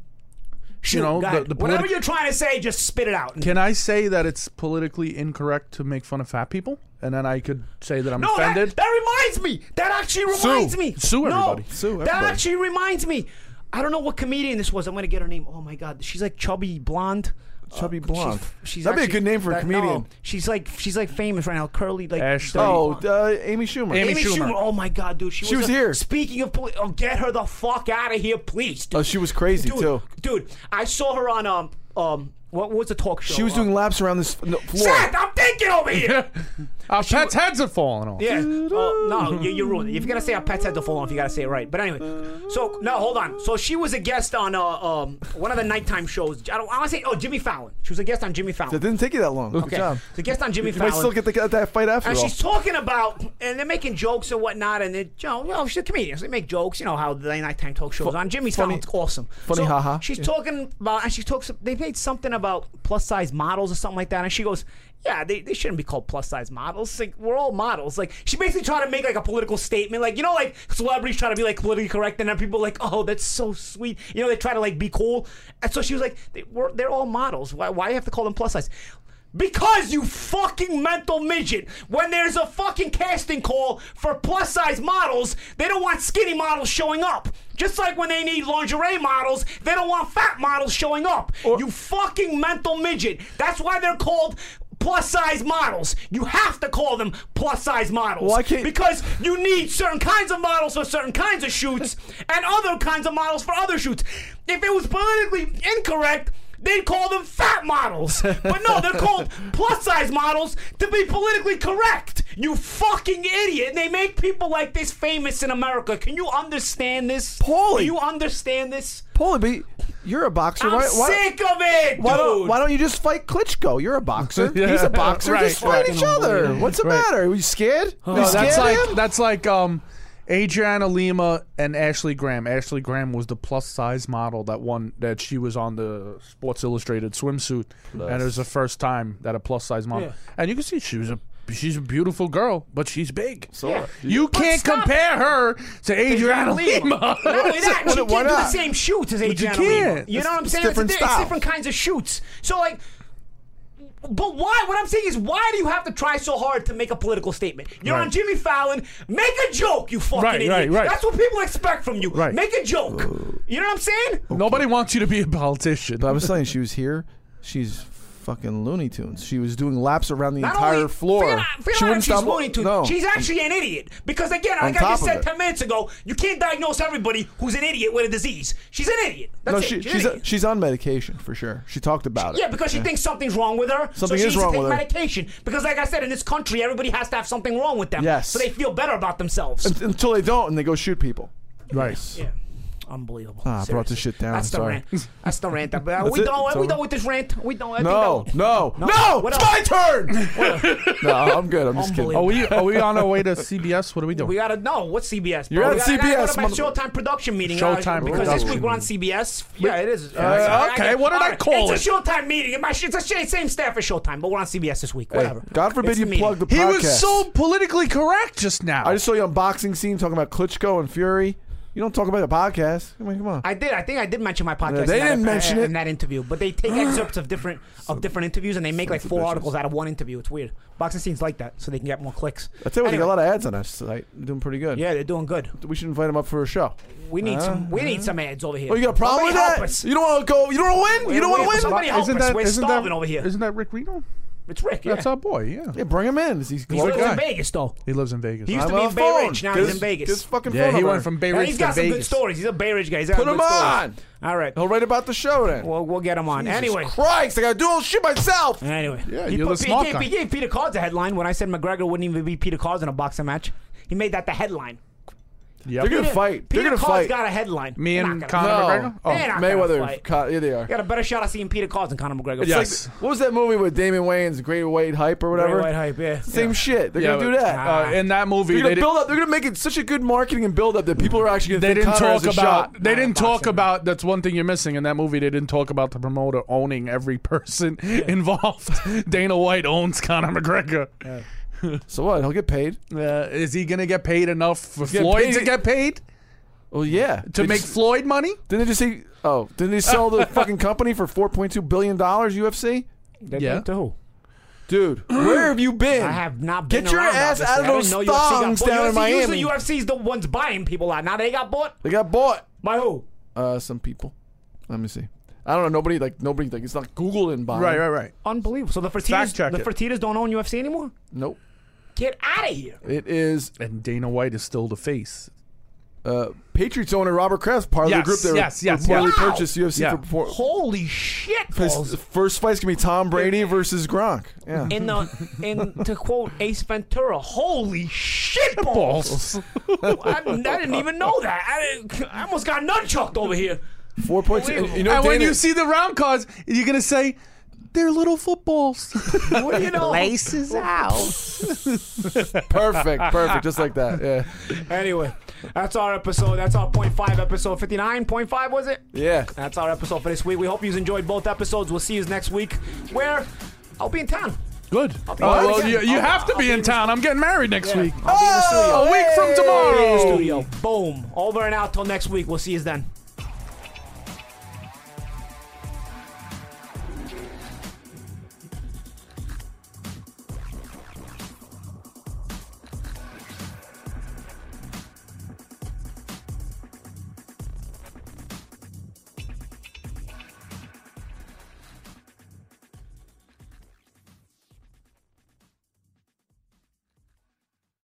[SPEAKER 4] Shoot,
[SPEAKER 5] know,
[SPEAKER 4] go
[SPEAKER 5] the-
[SPEAKER 4] ahead.
[SPEAKER 5] the
[SPEAKER 4] whatever
[SPEAKER 5] politi-
[SPEAKER 4] you're trying to say, just spit it out.
[SPEAKER 5] Can I say that it's politically incorrect to make fun of fat people, and then I could say that I'm
[SPEAKER 4] No, that,
[SPEAKER 5] offended?
[SPEAKER 4] that reminds me. That actually reminds
[SPEAKER 5] Sue.
[SPEAKER 4] me.
[SPEAKER 5] Sue everybody.
[SPEAKER 4] No,
[SPEAKER 5] Sue
[SPEAKER 4] That
[SPEAKER 5] everybody.
[SPEAKER 4] actually reminds me. I don't know what comedian this was. I'm gonna get her name. Oh my god, she's like chubby blonde.
[SPEAKER 6] Chubby
[SPEAKER 4] Uh,
[SPEAKER 6] blonde.
[SPEAKER 4] She's, she's
[SPEAKER 6] That'd be a
[SPEAKER 4] actually-
[SPEAKER 6] good name for a
[SPEAKER 4] that-
[SPEAKER 6] comedian.
[SPEAKER 4] no, she's like she's like famous right now. Curly like
[SPEAKER 5] Ashley.
[SPEAKER 4] dirty
[SPEAKER 6] Oh,
[SPEAKER 4] blonde.
[SPEAKER 6] uh, Amy Schumer.
[SPEAKER 5] Amy
[SPEAKER 4] Amy Schumer.
[SPEAKER 5] Schumer.
[SPEAKER 4] Oh my god, dude. She,
[SPEAKER 6] She was
[SPEAKER 4] a-
[SPEAKER 6] here.
[SPEAKER 4] Speaking of, poli- oh, get her the fuck out of here, please. Dude.
[SPEAKER 6] Oh, she was crazy,
[SPEAKER 4] dude,
[SPEAKER 6] too.
[SPEAKER 4] Dude, I saw her on um um what, what was the talk show?
[SPEAKER 6] She was
[SPEAKER 4] Uh,
[SPEAKER 6] doing laps around this no, floor.
[SPEAKER 4] Seth, I'm thinking over here.
[SPEAKER 5] Our pets' heads are falling off.
[SPEAKER 4] Yeah. Oh no, you, you ruined it. If you gotta say our pets had to fall off, you gotta say it right. But anyway, so no, hold on. So she was a guest on uh, um one of the nighttime shows. I don't. I want to say oh Jimmy Fallon. She was a guest on Jimmy Fallon.
[SPEAKER 6] That didn't take you that long. Good
[SPEAKER 4] okay.
[SPEAKER 6] job.
[SPEAKER 4] The guest on Jimmy
[SPEAKER 6] You
[SPEAKER 4] Fallon.
[SPEAKER 6] might still get the, that fight after
[SPEAKER 4] and
[SPEAKER 6] all.
[SPEAKER 4] she's talking about, and they're making jokes and whatnot, and they, you know, you know, she's a comedian, so they make jokes, you know, how the nighttime talk shows on. Jimmy's
[SPEAKER 6] funny-
[SPEAKER 4] Fallon's awesome.
[SPEAKER 6] funny
[SPEAKER 4] so
[SPEAKER 6] haha.
[SPEAKER 4] She's talking about, and she talks, they made something about plus size models or something like that, and she goes, yeah, they, they shouldn't be called plus size models. Like, we're all models. Like, she basically tried to make like a political statement. Like, you know, like celebrities try to be like politically correct, and then people are like, oh, that's so sweet. You know, they try to like be cool. And so she was like, they, we're, they're all models. Why, why you have to call them plus size? Because you fucking mental midget. When there's a fucking casting call for plus size models, they don't want skinny models showing up. Just like when they need lingerie models, they don't want fat models showing up. you fucking mental midget. That's why they're called plus size models. You have to call them plus size models.
[SPEAKER 6] Well, I can't-
[SPEAKER 4] Because you need certain kinds of models for certain kinds of shoots and other kinds of models for other shoots. If it was politically incorrect, they'd call them fat models. But no, they're called plus size models to be politically correct. You fucking idiot. And they make people like this famous in America. Can you understand this?
[SPEAKER 6] Paulie.
[SPEAKER 4] Can you understand this?
[SPEAKER 6] Paulie, but you're a boxer.
[SPEAKER 4] I'm
[SPEAKER 6] why, why,
[SPEAKER 4] sick of it,
[SPEAKER 6] why
[SPEAKER 4] dude.
[SPEAKER 6] don't, why don't you just fight Klitschko? You're a boxer. He's a boxer.
[SPEAKER 5] Right,
[SPEAKER 6] just fight
[SPEAKER 5] right.
[SPEAKER 6] each other. What's the
[SPEAKER 5] Right.
[SPEAKER 6] matter? Are you scared? you
[SPEAKER 5] No, that's
[SPEAKER 6] scared
[SPEAKER 5] like
[SPEAKER 6] of him?
[SPEAKER 5] that's like um, Adriana Lima and Ashley Graham. Ashley Graham was the plus size model that won that she was on the Sports Illustrated swimsuit, and it was the first time that a plus size model. And you can see she was a she's a beautiful girl, but she's big. So
[SPEAKER 4] Yeah.
[SPEAKER 5] you
[SPEAKER 4] But
[SPEAKER 5] can't
[SPEAKER 4] stop-
[SPEAKER 5] compare her to Adriana Lima.
[SPEAKER 4] Not only that, she
[SPEAKER 6] Why
[SPEAKER 4] can't do the
[SPEAKER 6] not?
[SPEAKER 4] same shoots as Adriana
[SPEAKER 5] you
[SPEAKER 4] Lima.
[SPEAKER 5] can't.
[SPEAKER 4] You know what I'm
[SPEAKER 6] It's
[SPEAKER 4] saying?
[SPEAKER 6] different
[SPEAKER 4] it's, di- it's
[SPEAKER 6] styles.
[SPEAKER 4] different kinds of shoots. So like. But why? What I'm saying is, why do you have to try so hard to make a political statement? You're on
[SPEAKER 5] Right.
[SPEAKER 4] Jimmy Fallon. Make a joke, you fucking
[SPEAKER 5] Right,
[SPEAKER 4] idiot.
[SPEAKER 5] right, right.
[SPEAKER 4] That's what people expect from you.
[SPEAKER 5] Right.
[SPEAKER 4] Make a joke. You know what I'm saying?
[SPEAKER 5] Nobody wants you to be a politician.
[SPEAKER 6] But I was telling you, she was here. She's fucking Looney Tunes. She was doing laps around the
[SPEAKER 4] Not
[SPEAKER 6] entire
[SPEAKER 4] only,
[SPEAKER 6] floor.
[SPEAKER 4] Forget, I- forget
[SPEAKER 6] she
[SPEAKER 4] I
[SPEAKER 6] wouldn't
[SPEAKER 4] she's
[SPEAKER 6] stop.
[SPEAKER 4] willing to.
[SPEAKER 6] No.
[SPEAKER 4] She's actually an idiot. Because again, like I
[SPEAKER 6] top
[SPEAKER 4] just
[SPEAKER 6] of
[SPEAKER 4] said
[SPEAKER 6] it.
[SPEAKER 4] ten minutes ago, you can't diagnose everybody who's an idiot with a disease. She's an idiot. That's
[SPEAKER 6] no,
[SPEAKER 4] it.
[SPEAKER 6] she,
[SPEAKER 4] she's, an
[SPEAKER 6] she's,
[SPEAKER 4] idiot.
[SPEAKER 6] she's on medication for sure. She talked about it.
[SPEAKER 4] Yeah, because she thinks something's wrong with her. so
[SPEAKER 6] Something
[SPEAKER 4] she
[SPEAKER 6] is
[SPEAKER 4] needs
[SPEAKER 6] wrong
[SPEAKER 4] to take
[SPEAKER 6] with her.
[SPEAKER 4] medication. Because, like I said, in this country, everybody has to have something wrong with them.
[SPEAKER 6] Yes.
[SPEAKER 4] So they feel better about themselves.
[SPEAKER 6] until they don't, and they go shoot people.
[SPEAKER 5] right.
[SPEAKER 4] yeah. Unbelievable.
[SPEAKER 6] Ah, I brought this
[SPEAKER 4] Seriously.
[SPEAKER 6] shit down.
[SPEAKER 4] That's
[SPEAKER 6] Sorry.
[SPEAKER 4] the rant. That's the rant. But, uh, we
[SPEAKER 6] it.
[SPEAKER 4] done.
[SPEAKER 6] It's
[SPEAKER 4] We
[SPEAKER 6] over.
[SPEAKER 4] done with this rant. We done. I think
[SPEAKER 6] No,
[SPEAKER 4] that-
[SPEAKER 6] no, no!
[SPEAKER 4] What
[SPEAKER 6] it's my turn. no, I'm good. I'm just
[SPEAKER 5] Are
[SPEAKER 6] kidding.
[SPEAKER 4] Unbelievable.
[SPEAKER 5] we are we on our way to CBS? What are we doing?
[SPEAKER 4] We gotta know what's CBS.
[SPEAKER 6] You're
[SPEAKER 4] bro?
[SPEAKER 6] on
[SPEAKER 4] we gotta, gotta
[SPEAKER 6] CBS,
[SPEAKER 4] Go to my
[SPEAKER 6] mother-
[SPEAKER 4] Showtime production meeting. uh,
[SPEAKER 5] Showtime
[SPEAKER 4] because this week
[SPEAKER 5] production
[SPEAKER 4] we're on CBS. Yeah, it is.
[SPEAKER 6] Uh,
[SPEAKER 4] I
[SPEAKER 5] okay,
[SPEAKER 4] get-
[SPEAKER 5] what did I
[SPEAKER 4] all right,
[SPEAKER 5] call
[SPEAKER 4] It's a Showtime meeting. My sh- It's a sh- same staff as Showtime, but we're on CBS this week. Whatever.
[SPEAKER 6] Oh, God forbid
[SPEAKER 4] It's
[SPEAKER 6] you
[SPEAKER 4] a meeting.
[SPEAKER 6] plug the
[SPEAKER 5] he
[SPEAKER 6] podcast.
[SPEAKER 5] was so politically correct just now.
[SPEAKER 6] I just saw you on boxing scene talking about Klitschko and Fury. You don't talk about the podcast. I mean, come on.
[SPEAKER 4] I did. I think I did mention my podcast.
[SPEAKER 6] Yeah, they
[SPEAKER 4] in that-
[SPEAKER 6] didn't mention
[SPEAKER 4] in
[SPEAKER 6] it.
[SPEAKER 4] that interview, but they take excerpts of different of different interviews and they make like four articles out of one interview. It's weird. Boxing scenes like that, so they can get more clicks.
[SPEAKER 6] I tell you, what,
[SPEAKER 4] Anyway,
[SPEAKER 6] they got a lot of ads on us. Site. They're doing pretty good.
[SPEAKER 4] Yeah, they're doing good.
[SPEAKER 6] we should invite them up for a show.
[SPEAKER 4] We need some. We need some ads over here.
[SPEAKER 6] Oh, you got a problem
[SPEAKER 4] Somebody
[SPEAKER 6] with that?
[SPEAKER 4] help us.
[SPEAKER 6] You don't want to go. You don't want to win. You don't
[SPEAKER 4] Wait,
[SPEAKER 6] want
[SPEAKER 4] wait,
[SPEAKER 6] to win.
[SPEAKER 4] somebody help us. We're starving
[SPEAKER 5] that,
[SPEAKER 4] over here.
[SPEAKER 5] Isn't that Rick Reno?
[SPEAKER 4] It's Rick. Yeah.
[SPEAKER 5] That's our boy. Yeah,
[SPEAKER 6] Yeah, bring him in. He's
[SPEAKER 4] He's living
[SPEAKER 5] guy.
[SPEAKER 4] in Vegas though.
[SPEAKER 5] he lives in Vegas.
[SPEAKER 4] He used
[SPEAKER 6] I
[SPEAKER 4] to be
[SPEAKER 6] love
[SPEAKER 4] in Bay
[SPEAKER 6] phone.
[SPEAKER 4] Ridge. Now
[SPEAKER 6] Get
[SPEAKER 4] he's
[SPEAKER 6] his-
[SPEAKER 4] in Vegas.
[SPEAKER 6] get his fucking
[SPEAKER 5] yeah,
[SPEAKER 6] phone
[SPEAKER 5] he
[SPEAKER 6] number.
[SPEAKER 5] went from Bay
[SPEAKER 4] And
[SPEAKER 5] Ridge
[SPEAKER 4] he's
[SPEAKER 5] to
[SPEAKER 4] got some good
[SPEAKER 5] Vegas.
[SPEAKER 4] stories. He's a Bay Ridge guy. He's got
[SPEAKER 6] Put
[SPEAKER 4] good
[SPEAKER 6] him
[SPEAKER 4] stories.
[SPEAKER 6] on.
[SPEAKER 4] All right.
[SPEAKER 6] He'll write about the show then.
[SPEAKER 4] We'll, we'll get him on.
[SPEAKER 6] Jesus
[SPEAKER 4] anyway.
[SPEAKER 6] Christ, I gotta do all this shit myself.
[SPEAKER 4] Anyway.
[SPEAKER 5] Yeah,
[SPEAKER 4] he,
[SPEAKER 5] you're
[SPEAKER 4] put-
[SPEAKER 5] the
[SPEAKER 4] he
[SPEAKER 5] smart
[SPEAKER 4] gave,
[SPEAKER 5] guy.
[SPEAKER 4] he gave Peter Cards a headline when I said McGregor wouldn't even beat Peter Cards in a boxing match. He made that the headline.
[SPEAKER 5] Yep.
[SPEAKER 6] They're gonna fight.
[SPEAKER 4] Peter
[SPEAKER 6] They're gonna
[SPEAKER 4] Cards
[SPEAKER 6] fight.
[SPEAKER 4] got a headline.
[SPEAKER 5] Me
[SPEAKER 4] They're
[SPEAKER 5] and
[SPEAKER 4] not gonna-
[SPEAKER 5] Conor
[SPEAKER 6] no,
[SPEAKER 5] McGregor.
[SPEAKER 6] oh,
[SPEAKER 5] Oh,
[SPEAKER 4] They're not gonna
[SPEAKER 6] Mayweather.
[SPEAKER 4] fight.
[SPEAKER 6] Co- yeah, they are.
[SPEAKER 4] Got a better shot at seeing Peter Cards than Conor McGregor.
[SPEAKER 5] Yeah.
[SPEAKER 6] It's
[SPEAKER 5] Yes.
[SPEAKER 6] Like, what was that movie with Damon Wayans, Great White Hype or whatever?
[SPEAKER 4] Great White Hype, yeah.
[SPEAKER 6] Same
[SPEAKER 4] Yeah.
[SPEAKER 6] shit. They're
[SPEAKER 5] Yeah,
[SPEAKER 6] gonna do
[SPEAKER 5] but-
[SPEAKER 6] that.
[SPEAKER 5] uh, in that
[SPEAKER 6] they're
[SPEAKER 5] movie, they
[SPEAKER 6] gonna
[SPEAKER 5] didn't,
[SPEAKER 6] build up. They're gonna make it such a good marketing and build up that people are actually gonna
[SPEAKER 5] they
[SPEAKER 6] think
[SPEAKER 5] didn't
[SPEAKER 6] Conor has
[SPEAKER 5] talk
[SPEAKER 6] a
[SPEAKER 5] about.
[SPEAKER 6] shot.
[SPEAKER 5] They didn't
[SPEAKER 4] boxing,
[SPEAKER 5] talk about. That's one thing you're missing in that movie. They didn't talk about the promoter owning every person involved. Dana White owns Conor McGregor.
[SPEAKER 6] So what? He'll get paid.
[SPEAKER 5] Uh, is he gonna get paid enough for
[SPEAKER 6] Get
[SPEAKER 5] Floyd
[SPEAKER 6] paid-
[SPEAKER 5] to get paid
[SPEAKER 6] Well, yeah.
[SPEAKER 5] to
[SPEAKER 6] They
[SPEAKER 5] make
[SPEAKER 6] just-
[SPEAKER 5] Floyd money?
[SPEAKER 6] Didn't they just say? Oh, didn't they sell the fucking company for four point two billion dollars? UFC.
[SPEAKER 4] They
[SPEAKER 5] Yeah.
[SPEAKER 4] did to who?
[SPEAKER 6] Dude, where have you been?
[SPEAKER 4] I have not been
[SPEAKER 6] Get your
[SPEAKER 4] around,
[SPEAKER 6] ass out of those
[SPEAKER 4] obviously. I didn't know UFC got
[SPEAKER 6] thongs
[SPEAKER 4] bought.
[SPEAKER 6] down in Miami.
[SPEAKER 4] Usually UFC's the ones buying people out. Now they got bought
[SPEAKER 6] They got bought.
[SPEAKER 4] by who?
[SPEAKER 6] Uh, some people. Let me see. I don't know. Nobody like nobody like it's not Google and buying.
[SPEAKER 5] right.
[SPEAKER 4] Unbelievable. So the Fertitas,
[SPEAKER 5] check
[SPEAKER 4] the
[SPEAKER 5] it.
[SPEAKER 4] Fertitas don't own UFC anymore.
[SPEAKER 6] Nope.
[SPEAKER 4] Get out of here.
[SPEAKER 6] It is
[SPEAKER 5] And Dana White is still the face.
[SPEAKER 6] uh, Patriots owner Robert Kraft, part of
[SPEAKER 5] Yes,
[SPEAKER 6] the group that
[SPEAKER 5] yes, yes,
[SPEAKER 6] reportedly
[SPEAKER 5] yes.
[SPEAKER 6] purchased UFC
[SPEAKER 5] Yeah.
[SPEAKER 6] for four.
[SPEAKER 4] Holy shit,
[SPEAKER 6] His
[SPEAKER 4] balls.
[SPEAKER 6] first fight's gonna be Tom Brady versus Gronk. Yeah.
[SPEAKER 4] In the in to quote Ace Ventura, holy shit balls. I, I didn't even know that. I, didn't- I almost got nunchucked over here.
[SPEAKER 6] Four points. And,
[SPEAKER 4] Unbelievable.
[SPEAKER 6] you know,
[SPEAKER 5] and when
[SPEAKER 6] Dana-
[SPEAKER 5] you see the round cards, you're gonna say, "They're little footballs."
[SPEAKER 4] What do you know?
[SPEAKER 5] Laces out.
[SPEAKER 6] perfect, perfect, just like that. Yeah.
[SPEAKER 4] Anyway, that's our episode. That's our point five episode. Fifty nine point five was it?
[SPEAKER 6] Yeah.
[SPEAKER 4] That's our episode for this week. We hope you enjoyed both episodes. We'll see you next week, where I'll be in town.
[SPEAKER 5] Good. Oh,
[SPEAKER 4] be back
[SPEAKER 5] well,
[SPEAKER 4] again.
[SPEAKER 5] you, you
[SPEAKER 4] I'll-
[SPEAKER 5] have to
[SPEAKER 4] I'll
[SPEAKER 5] be
[SPEAKER 4] be
[SPEAKER 5] in
[SPEAKER 4] in-
[SPEAKER 5] town. I'm getting married next
[SPEAKER 4] Yeah,
[SPEAKER 5] week.
[SPEAKER 4] I'll be in the studio.
[SPEAKER 5] a week from
[SPEAKER 4] I'll be in the
[SPEAKER 5] tomorrow.
[SPEAKER 4] studio. Boom. Over and out till next week. We'll see you then.